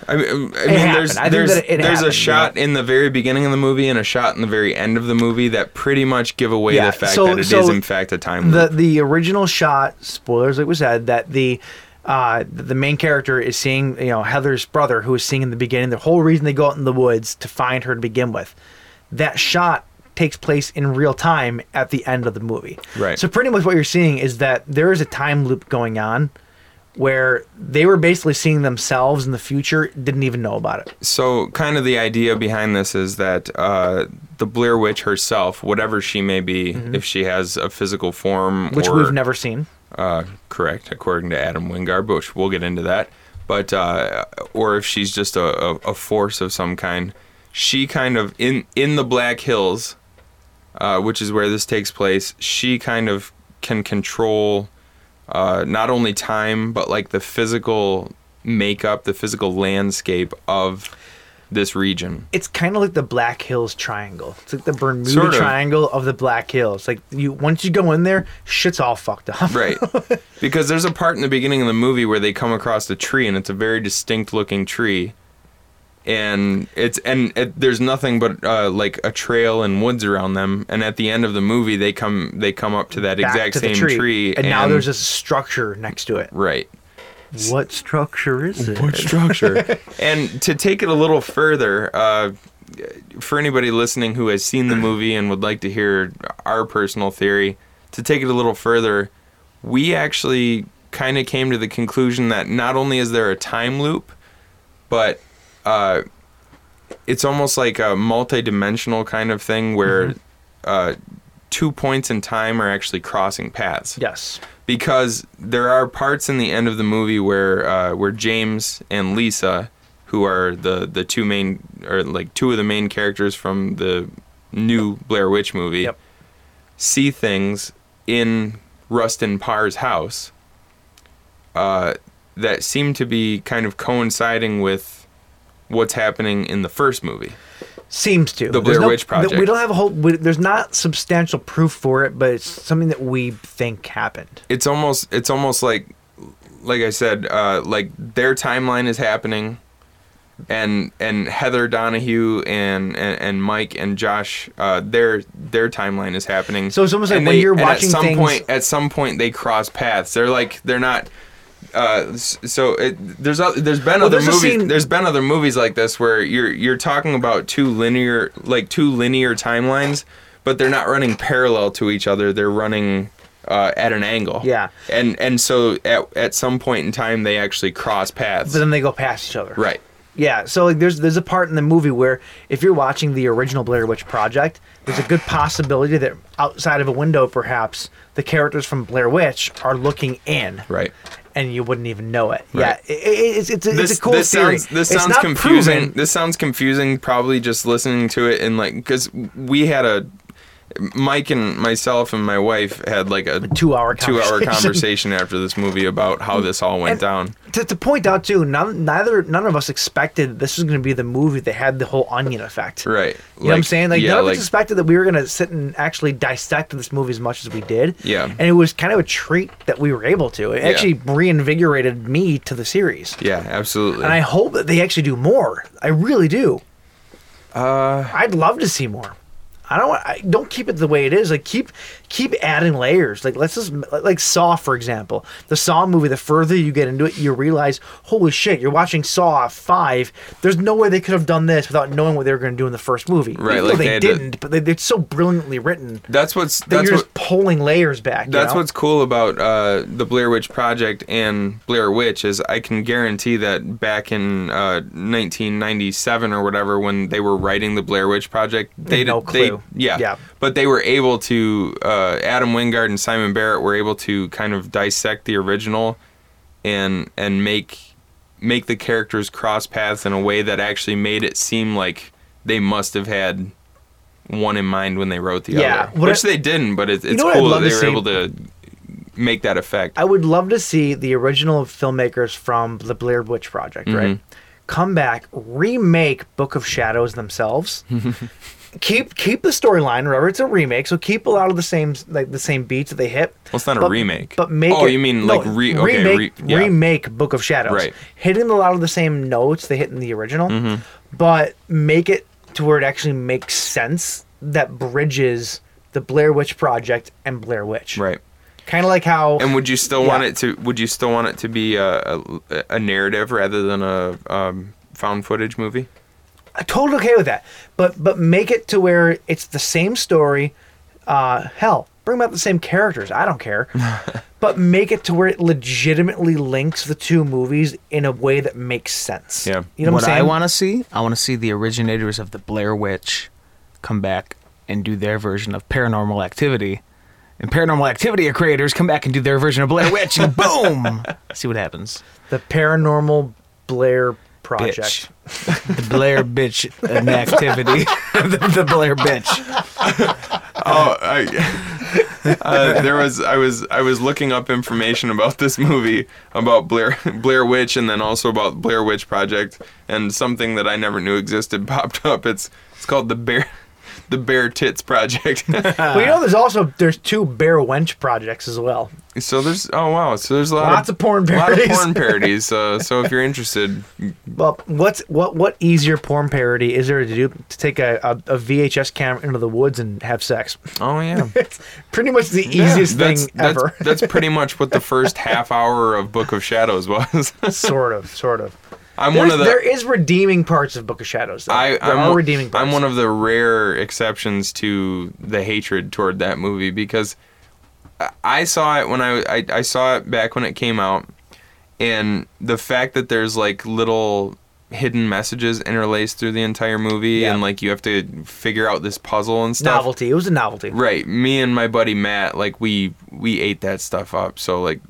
Speaker 5: I mean, um, I mean
Speaker 4: happened.
Speaker 5: there's
Speaker 4: I think
Speaker 5: there's,
Speaker 4: that it
Speaker 5: there's
Speaker 4: happened, you
Speaker 5: a shot in the very beginning of the movie and a shot in the very end of the movie that pretty much give away
Speaker 4: Yeah,
Speaker 5: the fact
Speaker 4: so-
Speaker 5: that it is
Speaker 4: so
Speaker 5: in fact a time
Speaker 4: the
Speaker 5: loop.
Speaker 4: the original shot spoilers like we said that the uh, the main character is seeing you know Heather's brother who is seeing in the beginning the whole reason they go out in the woods to find her to begin with that shot takes place in real time at the end of the movie
Speaker 5: Right.
Speaker 4: so pretty much what you're seeing is that there is a time loop going on where they were basically seeing themselves in the future didn't even know about it
Speaker 5: so kind of the idea behind this is that uh, the Blair Witch herself, whatever she may be, if she has a physical form,
Speaker 4: Mm-hmm. which
Speaker 5: or,
Speaker 4: we've never seen
Speaker 5: uh, correct, according to Adam Wingard, which we'll get into that. But uh, or if she's just a, a, a force of some kind, she kind of in in the Black Hills, uh, which is where this takes place. She kind of can control uh, not only time but like the physical makeup, the physical landscape of this region.
Speaker 4: it's kind of like the Black Hills Triangle. It's like the Bermuda
Speaker 5: Sort of.
Speaker 4: Triangle of the Black Hills. Like you, once you go in there, shit's all fucked up.
Speaker 5: Right. because there's a part in the beginning of the movie where they come across a tree and it's a very distinct looking tree. And it's and it, there's nothing but uh, like a trail and woods around them. And at the end of the movie, they come they come up to that
Speaker 4: Back
Speaker 5: exact
Speaker 4: to the
Speaker 5: same
Speaker 4: tree,
Speaker 5: tree,
Speaker 4: and, now there's a structure next to it.
Speaker 5: right
Speaker 4: What structure is it?
Speaker 5: structure. and to take it a little further, uh, for anybody listening who has seen the movie and would like to hear our personal theory, to take it a little further, we actually kind of came to the conclusion that not only is there a time loop, but uh, it's almost like a multi-dimensional kind of thing where uh, two points in time are actually crossing paths
Speaker 4: Yes.
Speaker 5: because there are parts in the end of the movie where uh, where James and Lisa, who are the the two main or like two of the main characters from the new Blair Witch movie,
Speaker 4: Yep.
Speaker 5: see things in Rustin Parr's house uh, that seem to be kind of coinciding with what's happening in the first movie.
Speaker 4: Seems to
Speaker 5: The
Speaker 4: There's
Speaker 5: Blair
Speaker 4: no-
Speaker 5: Witch Project.
Speaker 4: We don't have a whole. We, there's not substantial proof for it, but it's something that we think happened.
Speaker 5: it's almost it's almost like like I said, uh, like their timeline is happening, and and Heather Donahue and and, and Mike and Josh, uh, their their timeline is happening.
Speaker 4: So it's almost like
Speaker 5: And
Speaker 4: when you're watching
Speaker 5: at some
Speaker 4: things-
Speaker 5: point at some point they cross paths. They're like they're not. Uh, s- so it, there's oth- there's been other
Speaker 4: there's a
Speaker 5: movies
Speaker 4: scene-
Speaker 5: there's been other movies like this where you're you're talking about two linear like two linear timelines, but they're not running parallel to each other. They're running uh, at an angle.
Speaker 4: Yeah.
Speaker 5: And and so at at some point in time they actually cross paths.
Speaker 4: But then they go past each other.
Speaker 5: right.
Speaker 4: Yeah, so like there's there's a part in the movie where if you're watching the original Blair Witch Project, there's a good possibility that outside of a window, perhaps the characters from Blair Witch are looking in,
Speaker 5: Right.
Speaker 4: and you wouldn't even know it. Yeah,
Speaker 5: Right.
Speaker 4: it, it, it's it's a,
Speaker 5: This,
Speaker 4: it's a cool
Speaker 5: this
Speaker 4: theory.
Speaker 5: sounds this
Speaker 4: It's
Speaker 5: sounds
Speaker 4: not
Speaker 5: confusing.
Speaker 4: proven.
Speaker 5: This sounds confusing. Probably just listening to it and like because we had a Mike and myself and my wife had like a
Speaker 4: two-hour
Speaker 5: two hour
Speaker 4: conversation.
Speaker 5: conversation after this movie about how this all went
Speaker 4: And-
Speaker 5: down.
Speaker 4: to, to point out too, none, neither none of us expected this was going to be the movie that had the whole onion effect.
Speaker 5: Right.
Speaker 4: You know what I'm saying? Like
Speaker 5: yeah,
Speaker 4: none of
Speaker 5: like,
Speaker 4: us expected that we were going to sit and actually dissect this movie as much as we did.
Speaker 5: Yeah.
Speaker 4: And it was kind of a treat that we were able to. It
Speaker 5: Yeah.
Speaker 4: actually reinvigorated me to the series.
Speaker 5: yeah, absolutely.
Speaker 4: And I hope that they actually do more. I really do. Uh, I'd love to see more. I don't want, I, don't keep it the way it is. Like keep keep adding layers. Like let's just like Saw for example. The Saw movie. The further you get into it, you realize holy shit, you're watching Saw five. There's no way they could have done this without knowing what they were going to do in the first movie.
Speaker 5: Right,
Speaker 4: Even
Speaker 5: like
Speaker 4: though they,
Speaker 5: they had to-
Speaker 4: didn't, but they, they're so brilliantly written.
Speaker 5: That's what's
Speaker 4: that
Speaker 5: that's
Speaker 4: you're
Speaker 5: what
Speaker 4: just pulling layers back. you
Speaker 5: That's
Speaker 4: know?
Speaker 5: what's cool about uh, the Blair Witch Project and Blair Witch is I can guarantee that back in uh, 1997 or whatever, when they were writing the Blair Witch Project, they
Speaker 4: No
Speaker 5: did,
Speaker 4: clue.
Speaker 5: They, yeah,
Speaker 4: Yeah.
Speaker 5: but they were able to. Uh, Adam Wingard and Simon Barrett were able to kind of dissect the original, and and make make the characters cross paths in a way that actually made it seem like they must have had one in mind when they wrote the
Speaker 4: Yeah,
Speaker 5: other,
Speaker 4: what
Speaker 5: which
Speaker 4: I-
Speaker 5: they didn't. But it, it's
Speaker 4: know what I'd
Speaker 5: cool that
Speaker 4: love to
Speaker 5: they were
Speaker 4: see?
Speaker 5: able to make that effect.
Speaker 4: I would love to see the original filmmakers from the Blair Witch Project, right?
Speaker 5: Mm-hmm.
Speaker 4: Come back, remake Book of Shadows themselves. keep keep the storyline. Remember, it's a remake, so keep a lot of the same like the same beats that they hit.
Speaker 5: Well, it's not a
Speaker 4: but-
Speaker 5: remake.
Speaker 4: But make
Speaker 5: Oh,
Speaker 4: it-
Speaker 5: you mean
Speaker 4: no,
Speaker 5: like re- okay,
Speaker 4: remake
Speaker 5: re- yeah.
Speaker 4: remake Book of Shadows,
Speaker 5: Right. Mm-hmm.
Speaker 4: Hitting a lot of the same notes they hit in the original, but make it to where it actually makes sense that bridges the Blair Witch Project and Blair Witch,
Speaker 5: Right.
Speaker 4: Kind of like how
Speaker 5: And would you still want
Speaker 4: Yeah.
Speaker 5: it to? Would you still want it to be a, a, a narrative rather than a um, found footage movie?
Speaker 4: I'm totally okay with that. But but make it to where it's the same story. Uh, hell, bring back the same characters. I don't care. but make it to where it legitimately links the two movies in a way that makes sense.
Speaker 5: Yeah.
Speaker 4: you know
Speaker 6: what
Speaker 4: what, I'm
Speaker 6: I
Speaker 4: saying.
Speaker 6: want to see, I want to see the originators of the Blair Witch come back and do their version of Paranormal Activity, and Paranormal Activity creators come back and do their version of Blair Witch, and boom, see what happens.
Speaker 4: the paranormal Blair project.
Speaker 6: Bitch, the Blair Bitch and Activity, the, the Blair Bitch.
Speaker 5: Oh, I, uh, there was I was I was looking up information about this movie about Blair Blair Witch and then also about Blair Witch Project and something that I never knew existed popped up. It's it's called the bear the bear tits project.
Speaker 4: well, you know, there's also there's two Bear Wench projects as well.
Speaker 5: so there's oh wow so there's a lot
Speaker 4: Lots of porn
Speaker 5: lot of
Speaker 4: parodies.
Speaker 5: porn parodies. Uh, so if you're interested,
Speaker 4: Well, what's what what easier porn parody is there to do to take a, a, a VHS camera into the woods and have sex?
Speaker 5: oh yeah.
Speaker 4: It's pretty much the
Speaker 5: Yeah,
Speaker 4: easiest thing
Speaker 5: that's, that's-
Speaker 4: ever.
Speaker 5: That's, pretty much what the first half hour of Book of Shadows was.
Speaker 4: sort of, sort of.
Speaker 5: I'm
Speaker 4: There's-
Speaker 5: one of the.
Speaker 4: there is redeeming parts of Book of Shadows. Though.
Speaker 5: I,
Speaker 4: there
Speaker 5: I'm,
Speaker 4: are redeeming parts.
Speaker 5: I'm one of the rare exceptions to the hatred toward that movie because I- I saw it when I, I I saw it back when it came out, and the fact that there's like little hidden messages interlaced through the entire movie,
Speaker 4: Yeah.
Speaker 5: and like you have to figure out this puzzle and stuff.
Speaker 4: novelty. It was a novelty.
Speaker 5: Right. Me and my buddy Matt, like we we ate that stuff up. So like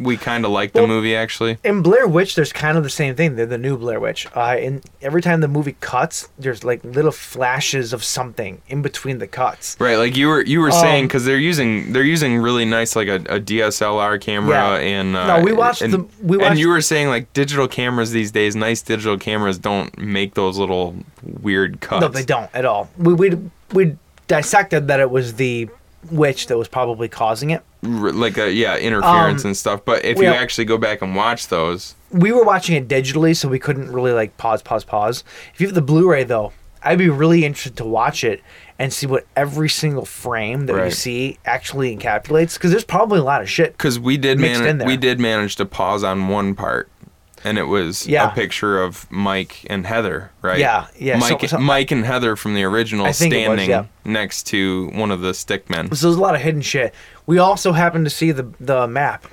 Speaker 5: we kind of liked the
Speaker 4: Well-
Speaker 5: movie actually.
Speaker 4: In Blair Witch, there's kind of the same thing. They're the new Blair Witch. Uh, and every time the movie cuts, there's like little flashes of something in between the cuts.
Speaker 5: Right. Like you were you were saying
Speaker 4: Um,
Speaker 5: because they're using they're using really nice like a, a DSLR camera
Speaker 4: Yeah.
Speaker 5: and uh,
Speaker 4: No, we watched
Speaker 5: and,
Speaker 4: the- we
Speaker 5: and
Speaker 4: watched-
Speaker 5: you were saying like digital cameras these days, nice digital cameras don't make those little weird cuts.
Speaker 4: No, they don't at all. We we we dissected that it was the witch that was probably causing it.
Speaker 5: R- like a, yeah interference and stuff. But if
Speaker 4: Um, we
Speaker 5: you
Speaker 4: are-
Speaker 5: actually go back and watch those,
Speaker 4: we were watching it digitally, so we couldn't really like pause, pause, pause. If you have the Blu-ray though, I'd be really interested to watch it and see what every single frame that you
Speaker 5: Right.
Speaker 4: see actually encapsulates, because there's probably a lot of shit.
Speaker 5: because we did
Speaker 4: Mixed in
Speaker 5: manage
Speaker 4: there.
Speaker 5: we did manage to pause on one part and it was
Speaker 4: Yeah.
Speaker 5: a picture of mike and heather right
Speaker 4: Yeah, yeah, so-
Speaker 5: mike,
Speaker 4: so-
Speaker 5: mike and heather from the original
Speaker 4: I think it was,
Speaker 5: standing
Speaker 4: yeah.
Speaker 5: next to one of the stick men
Speaker 4: So there's a lot of hidden shit. We also happened to see the the map.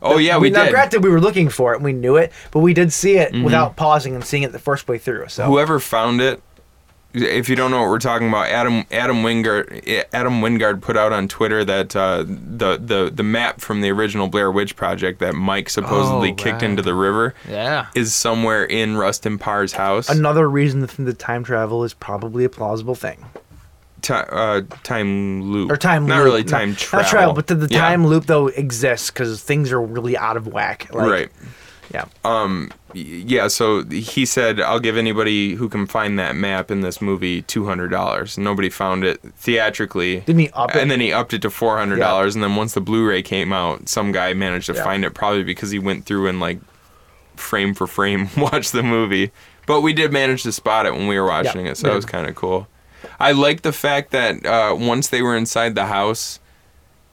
Speaker 5: oh yeah
Speaker 4: I
Speaker 5: we
Speaker 4: mean, now,
Speaker 5: did Mm-hmm.
Speaker 4: Granted, we were looking for it and we knew it, but we did see it without pausing and seeing it the first way through. So
Speaker 5: whoever found it if you don't know what we're talking about, Adam Adam Wingard Adam Wingard put out on Twitter that uh, the the the map from the original Blair Witch project that Mike supposedly
Speaker 6: Oh,
Speaker 5: kicked
Speaker 6: right.
Speaker 5: into the river
Speaker 6: Yeah.
Speaker 5: is somewhere in Rustin Parr's house.
Speaker 4: another reason that the time travel is probably a plausible thing.
Speaker 5: ti- uh, time loop
Speaker 4: or time
Speaker 5: not
Speaker 4: loop.
Speaker 5: really time travel
Speaker 4: Not travel, but the, the
Speaker 5: Yeah.
Speaker 4: time loop though exists because things are really out of whack. Like,
Speaker 5: right Uh,
Speaker 4: Yeah.
Speaker 5: Y- yeah so he said i'll give anybody who can find that map in this movie $200 nobody found it theatrically
Speaker 4: Didn't he up it?
Speaker 5: and then he upped it to $400 and then once the blu-ray came out some guy managed to find it probably because he went through and like frame for frame watched the movie but we did manage to spot it when we were watching it so that was kind of cool I like the fact that uh, once they were inside the house,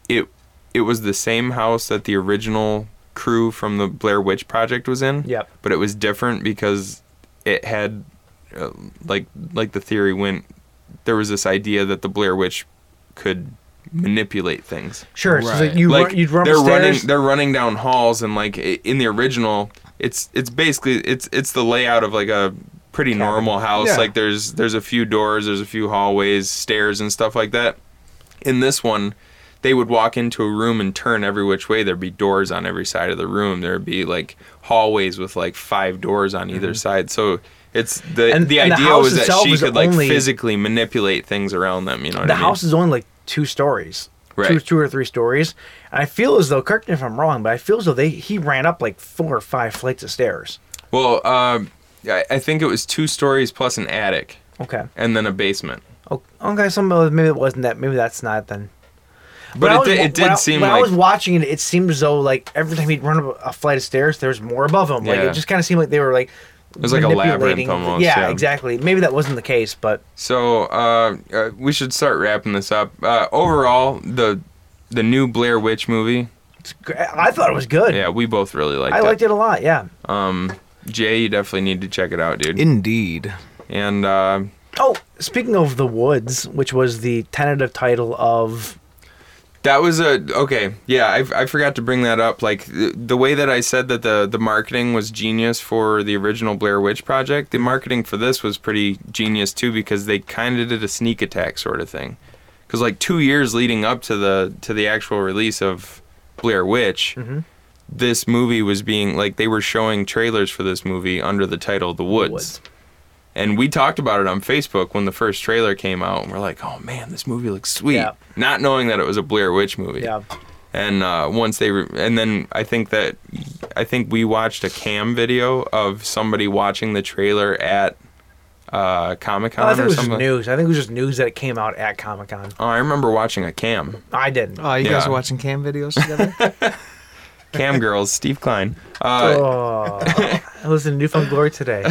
Speaker 5: it it was the same house that the original crew from the Blair Witch Project was in.
Speaker 4: Yep.
Speaker 5: But it was different because it had uh, like like the theory went. There was this idea that the Blair Witch could manipulate things
Speaker 4: Sure. So it's like
Speaker 7: Right.
Speaker 4: you
Speaker 5: like
Speaker 4: run, you'd run
Speaker 5: they're
Speaker 4: upstairs.
Speaker 5: running they're running down halls and like i- in the original it's it's basically it's it's the layout of like a pretty normal house
Speaker 6: Yeah.
Speaker 5: like there's there's a few doors there's a few hallways stairs and stuff like that in this one they would walk into a room and turn every which way there'd be doors on every side of the room there'd be like hallways with like five doors on either side so it's the
Speaker 4: Mm-hmm. And-
Speaker 5: the
Speaker 4: and the
Speaker 5: idea
Speaker 4: house
Speaker 5: was that
Speaker 4: itself
Speaker 5: she
Speaker 4: is
Speaker 5: could like
Speaker 4: only-
Speaker 5: physically manipulate things around them you know what
Speaker 4: the
Speaker 5: I mean?
Speaker 4: house is only like two stories, two,
Speaker 5: Right.
Speaker 4: two or three stories. And I feel as though, correct me if I'm wrong, but I feel as though they he ran up like four or five flights of stairs.
Speaker 5: Well, uh, I, I think it was two stories plus an attic,
Speaker 4: Okay.
Speaker 5: and then a basement.
Speaker 4: O- Okay. Some of- maybe it wasn't that. Maybe that's not it then. When I
Speaker 5: But it,
Speaker 4: was-
Speaker 5: did, it did
Speaker 4: when I-
Speaker 5: seem
Speaker 4: when I
Speaker 5: like
Speaker 4: was watching it, it seemed as though like every time he'd run up a flight of stairs, there was more above him. Like
Speaker 5: Yeah.
Speaker 4: it just kind of seemed like they were like. It
Speaker 5: was like a labyrinth almost,
Speaker 4: Yeah,
Speaker 5: yeah.
Speaker 4: exactly. Maybe that wasn't the case, but
Speaker 5: so. Uh, uh, we should start wrapping this up. Uh, overall, the the new Blair Witch movie.
Speaker 4: it's, gr- I thought it was good.
Speaker 5: Yeah, we both really liked
Speaker 4: I
Speaker 5: it.
Speaker 4: liked it a lot. Yeah.
Speaker 5: Jay, you definitely need to check it out, dude.
Speaker 6: Indeed.
Speaker 5: and uh,
Speaker 4: Oh, speaking of the woods, which was the tentative title of
Speaker 5: That was a okay. Yeah, I, I forgot to bring that up. Like the, the way that I said that the the marketing was genius for the original Blair Witch Project, the marketing for this was pretty genius too because they kind of did a sneak attack sort of thing. Because like two years leading up to the to the actual release of Blair Witch,
Speaker 4: Mm-hmm.
Speaker 5: this movie was being like they were showing trailers for this movie under the title The Woods.
Speaker 4: Woods.
Speaker 5: And we talked about it on Facebook when the first trailer came out, and we're like, "Oh man, this movie looks sweet,"
Speaker 4: Yeah.
Speaker 5: not knowing that it was a Blair Witch movie.
Speaker 4: Yeah.
Speaker 5: And uh, once they re- and then I think that I think we watched a cam video of somebody watching the trailer at uh, Comic
Speaker 4: Oh, I
Speaker 5: Con
Speaker 4: think it
Speaker 5: or
Speaker 4: was just
Speaker 5: something.
Speaker 4: news. I think it was just news that it came out at Comic Con.
Speaker 5: Oh, I remember watching a cam.
Speaker 4: I didn't.
Speaker 6: Oh, you guys
Speaker 5: Yeah.
Speaker 6: are watching cam videos together?
Speaker 5: Cam girls, Steve Klein. Uh,
Speaker 4: oh, I listened to New Found Glory today.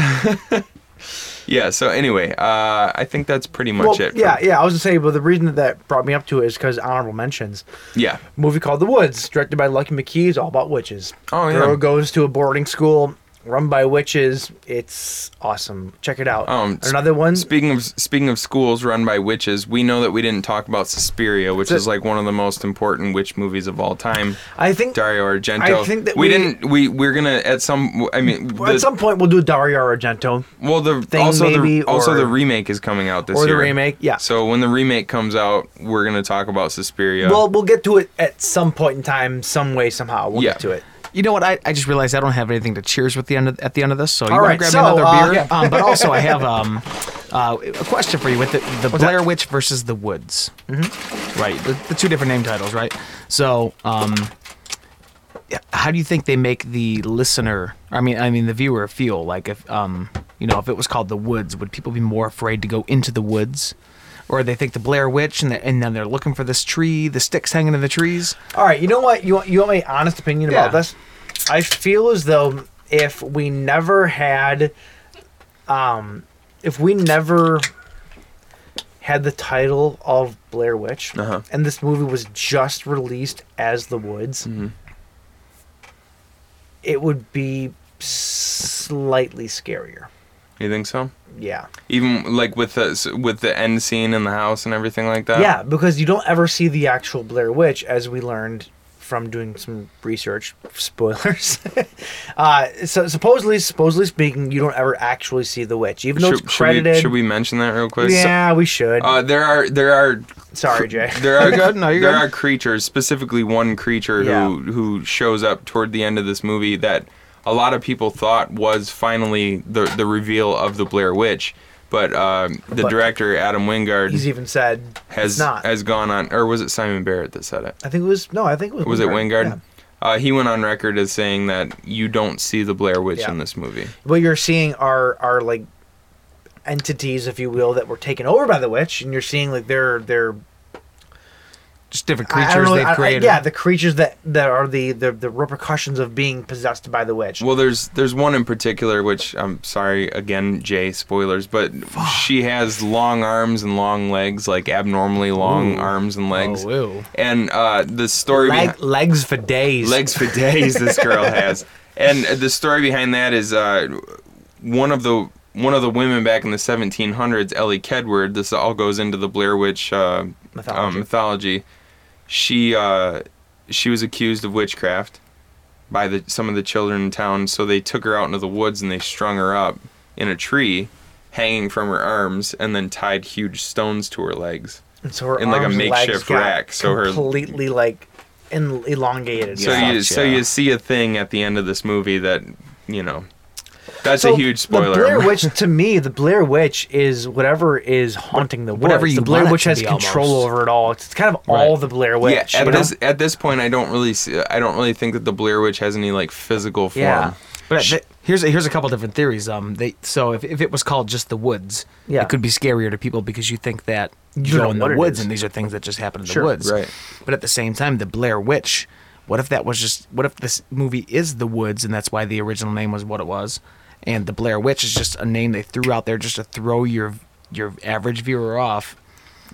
Speaker 5: Yeah. So anyway, uh, I think that's pretty much
Speaker 4: Well,
Speaker 5: it. for-
Speaker 4: yeah, yeah. I was gonna say, but the reason that, that brought me up to it is because honorable mentions.
Speaker 5: Yeah.
Speaker 4: movie called The Woods, directed by Lucky McKee, is all about witches.
Speaker 5: Oh, yeah.
Speaker 4: Girl goes to a boarding school run by witches. It's awesome. Check it out.
Speaker 5: Um, sp-
Speaker 4: Another one.
Speaker 5: Speaking of speaking of schools run by witches, we know that we didn't talk about Suspiria, which
Speaker 4: So-
Speaker 5: is like one of the most important witch movies of all time.
Speaker 4: I think
Speaker 5: Dario Argento.
Speaker 4: I think that
Speaker 5: we,
Speaker 4: we-
Speaker 5: didn't. We we're gonna at some. I mean, the-
Speaker 4: at some point we'll do Dario Argento.
Speaker 5: well, the
Speaker 4: thing
Speaker 5: also
Speaker 4: maybe,
Speaker 5: the also
Speaker 4: or-
Speaker 5: the remake is coming out this
Speaker 4: or the
Speaker 5: year.
Speaker 4: remake, yeah.
Speaker 5: So when the remake comes out, we're gonna talk about Suspiria.
Speaker 4: Well, we'll get to it at some point in time, some way, somehow. We'll
Speaker 5: Yeah.
Speaker 4: get to it.
Speaker 6: You know what? I, I just realized I don't have anything to cheers with the end of, at the end of this. So you
Speaker 4: All
Speaker 6: want
Speaker 4: right,
Speaker 6: to grab
Speaker 4: so,
Speaker 6: me another
Speaker 4: uh,
Speaker 6: beer?
Speaker 4: yeah.
Speaker 6: Um, but also I have um, uh, a question for you with the, the Blair Witch versus the Woods. Mm-hmm. Right. The, the two different name titles, right? So um, how do you think they make the listener? I mean, I mean the viewer feel like if um, you know if it was called the Woods, would people be more afraid to go into the woods? Or they think the Blair Witch, and, they- and then they're looking for this tree, the sticks hanging in the trees.
Speaker 4: All right. You know what? You want you want my honest opinion about
Speaker 6: Yeah.
Speaker 4: this? I feel as though if we never had, um, if we never had the title of Blair Witch, and this movie was just released as The Woods, it would be slightly scarier.
Speaker 5: you think so?
Speaker 4: Yeah.
Speaker 5: Even like with the with the end scene in the house and everything like that.
Speaker 4: yeah, because you don't ever see the actual Blair Witch, as we learned from doing some research. Spoilers. uh, so supposedly, supposedly speaking, you don't ever actually see the witch, even though
Speaker 5: Should,
Speaker 4: it's
Speaker 5: should we-
Speaker 4: credited.
Speaker 5: should we mention that real quick? So-
Speaker 4: yeah, we should.
Speaker 5: Uh, there are there are
Speaker 4: Sorry, Jay.
Speaker 5: there are
Speaker 6: You're good. No, you're
Speaker 5: there
Speaker 6: good.
Speaker 5: are creatures, specifically one creature who
Speaker 4: Yeah.
Speaker 5: who shows up toward the end of this movie that a lot of people thought was finally the the reveal of the Blair Witch, but um, the
Speaker 4: But-
Speaker 5: director Adam Wingard
Speaker 4: He's even said
Speaker 5: has
Speaker 4: it's not.
Speaker 5: has gone on, or was it Simon Barrett that said it?
Speaker 4: I think it was no. I think it was.
Speaker 5: Was it Wingard?
Speaker 4: Yeah.
Speaker 5: Uh, he went on record as saying that you don't see the Blair Witch
Speaker 4: Yeah.
Speaker 5: in this movie.
Speaker 4: What you're seeing are are like entities, if you will, that were taken over by the witch, and you're seeing like their their
Speaker 6: just different
Speaker 4: I- I don't
Speaker 6: creatures
Speaker 4: really- I- I-
Speaker 6: they've created.
Speaker 4: yeah, the creatures that, that are the, the, the repercussions of being possessed by the witch.
Speaker 5: Well, there's there's one in particular which I'm sorry again, Jay, spoilers, but she has long arms and long legs, like abnormally long arms and legs.
Speaker 6: Oh, ew.
Speaker 5: And uh, the story
Speaker 4: Leg,
Speaker 5: behi-
Speaker 4: legs for days.
Speaker 5: legs for days this girl has. And the story behind that is uh, one of the one of the women back in the 1700s, Ellie Kedward. This all goes into the Blair Witch uh,
Speaker 4: Mythology.
Speaker 5: Um, mythology. She uh, she was accused of witchcraft by the some of the children in town, so they took her out into the woods and they strung her up in a tree, hanging from her arms, and then tied huge stones to her legs.
Speaker 4: And so her
Speaker 5: in, like, a
Speaker 4: arms and legs
Speaker 5: makeshift
Speaker 4: got
Speaker 5: rack, so her-
Speaker 4: completely like en- elongated.
Speaker 5: So
Speaker 4: Yeah.
Speaker 5: you so
Speaker 6: yeah.
Speaker 5: you see a thing at the end of this movie that you know. That's
Speaker 4: So
Speaker 5: a huge
Speaker 4: The Blair
Speaker 5: spoiler.
Speaker 4: Witch, to me, the Blair Witch is whatever is haunting the woods.
Speaker 6: Whatever you
Speaker 4: the Blair
Speaker 6: want it
Speaker 4: Witch
Speaker 6: to
Speaker 4: has
Speaker 6: be
Speaker 4: control
Speaker 6: almost.
Speaker 4: over it all. It's, it's kind of all
Speaker 6: Right.
Speaker 4: the Blair
Speaker 5: yeah,
Speaker 4: Witch.
Speaker 5: at
Speaker 4: you know?
Speaker 5: this at this point, I don't really see, I don't really think that the Blair Witch has any like physical form.
Speaker 4: Yeah.
Speaker 6: But th- here's a, here's a couple different theories. Um, they so if, if it was called just the woods,
Speaker 4: Yeah.
Speaker 6: it could be scarier to people because you think that
Speaker 4: You
Speaker 6: you
Speaker 4: don't know
Speaker 6: go in the
Speaker 4: what it
Speaker 6: woods
Speaker 4: is.
Speaker 6: and these are things that just happen in
Speaker 4: Sure,
Speaker 6: the woods.
Speaker 5: right.
Speaker 6: But at the same time, the Blair Witch. What if that was just? What if this movie is the woods and that's why the original name was what it was, and the Blair Witch is just a name they threw out there just to throw your your average viewer off.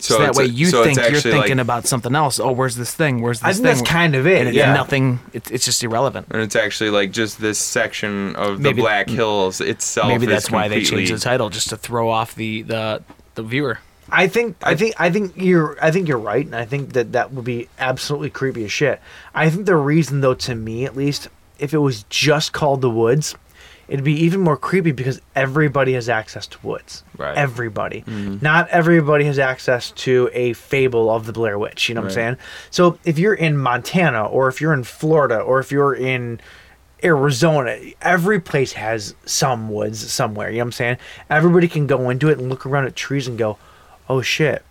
Speaker 6: So, that
Speaker 5: it's
Speaker 6: way
Speaker 5: a-
Speaker 6: you
Speaker 5: so it's
Speaker 6: think you're
Speaker 5: actually, like-
Speaker 6: thinking about something else. Oh, where's this thing? Where's this
Speaker 4: I think
Speaker 6: thing?
Speaker 4: that's kind of it.
Speaker 6: And it's
Speaker 5: Yeah.
Speaker 6: nothing. It's it's just irrelevant.
Speaker 5: and it's actually like just this section of the
Speaker 6: Maybe-
Speaker 5: Black Hills itself.
Speaker 6: Maybe
Speaker 5: is
Speaker 6: that's why they changed
Speaker 5: completely-
Speaker 6: the title just to throw off the the, the viewer.
Speaker 4: I think I think I think you're I think you're right, and I think that that would be absolutely creepy as shit. I think the reason, though, to me at least, if it was just called the woods, it'd be even more creepy because everybody has access to woods.
Speaker 5: Right.
Speaker 4: Everybody.
Speaker 5: Mm-hmm.
Speaker 4: Not everybody has access to a fable of the Blair Witch. You know what I'm saying? So if you're in Montana, or if you're in Florida, or if you're in Arizona, every place has some woods somewhere. You know what I'm saying? Everybody can go into it and look around at trees and go, oh shit,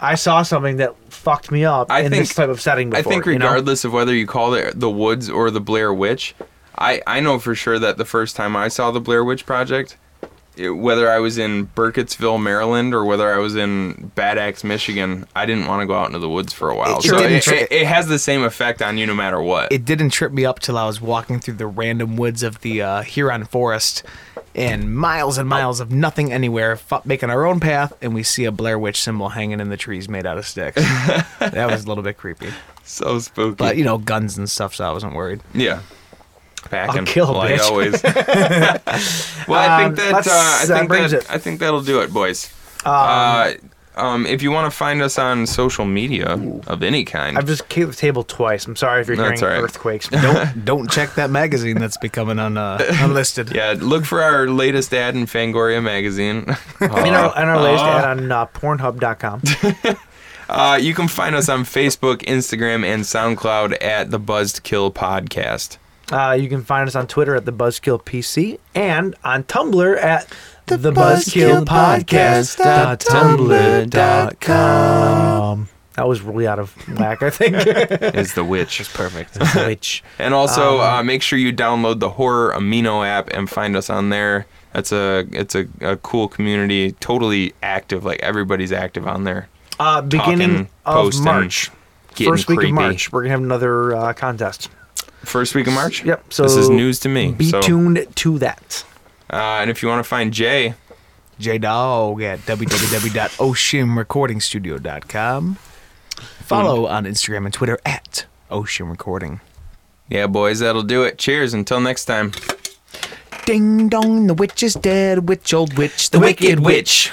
Speaker 4: I saw something that fucked me up
Speaker 5: I
Speaker 4: in
Speaker 5: think
Speaker 4: this type of setting before.
Speaker 5: I think
Speaker 4: you know?
Speaker 5: regardless of whether you call it the woods or the Blair Witch, I, I know for sure that the first time I saw the Blair Witch Project, it- whether I was in Burkittsville, Maryland, or whether I was in Bad Axe, Michigan, I didn't want to go out into the woods for a while.
Speaker 6: It
Speaker 5: so
Speaker 6: didn't
Speaker 5: it,
Speaker 6: tr-
Speaker 5: it, it has the same effect on you no matter what.
Speaker 6: It didn't trip me up till I was walking through the random woods of the uh, Huron Forest, and miles and miles of nothing anywhere, fu- making our own path, and we see a Blair Witch symbol hanging in the trees made out of sticks. that was a little bit creepy,
Speaker 5: so spooky.
Speaker 6: but you know, guns and stuff, so I wasn't worried.
Speaker 5: yeah. Packing,
Speaker 4: kill a
Speaker 5: like
Speaker 4: bitch.
Speaker 5: always. well, I
Speaker 4: Um,
Speaker 5: think that
Speaker 4: let's-
Speaker 5: uh, I
Speaker 4: that
Speaker 5: think
Speaker 4: brings
Speaker 5: that
Speaker 4: it.
Speaker 5: I think that'll do it, boys. Uh, um, if you want to find us on social media of any kind,
Speaker 4: I've just kicked the table twice. I'm sorry if you're
Speaker 5: That's
Speaker 4: hearing
Speaker 5: all right.
Speaker 4: earthquakes.
Speaker 6: Don't don't check that magazine that's becoming un, uh, unlisted.
Speaker 5: Yeah, look for our latest ad in Fangoria magazine.
Speaker 4: In our, in our latest ad on uh, Pornhub.com.
Speaker 5: Uh, you can find us on Facebook, Instagram, and SoundCloud at the Buzzed Kill Podcast.
Speaker 4: Uh, you can find us on Twitter at the Buzzkill PC and on Tumblr at the, Buzzkill Podcast. That was really out of whack, I think.
Speaker 5: Is the witch. It's perfect.
Speaker 4: Which
Speaker 5: And also,
Speaker 4: Um,
Speaker 5: uh, make sure you download the Horror Amino app and find us on there. That's a it's a, a cool community, totally active. Like everybody's active on there.
Speaker 4: uh, beginning
Speaker 5: Talking,
Speaker 4: of
Speaker 5: posting,
Speaker 4: March,
Speaker 5: getting
Speaker 4: first week
Speaker 5: creepy.
Speaker 4: of March, we're gonna have another uh, contest.
Speaker 5: First week of March.
Speaker 4: Yep, so
Speaker 5: this is news to me.
Speaker 4: Be
Speaker 5: so,
Speaker 4: tuned to that.
Speaker 5: Uh, and if you want to find Jay,
Speaker 6: J Dog at www.oceanrecordingstudio.com. Follow on Instagram and Twitter at Ocean Recording.
Speaker 5: yeah, boys, that'll do it. Cheers. Until next time.
Speaker 6: Ding dong, the witch is dead. Witch, old witch, the, wicked witch.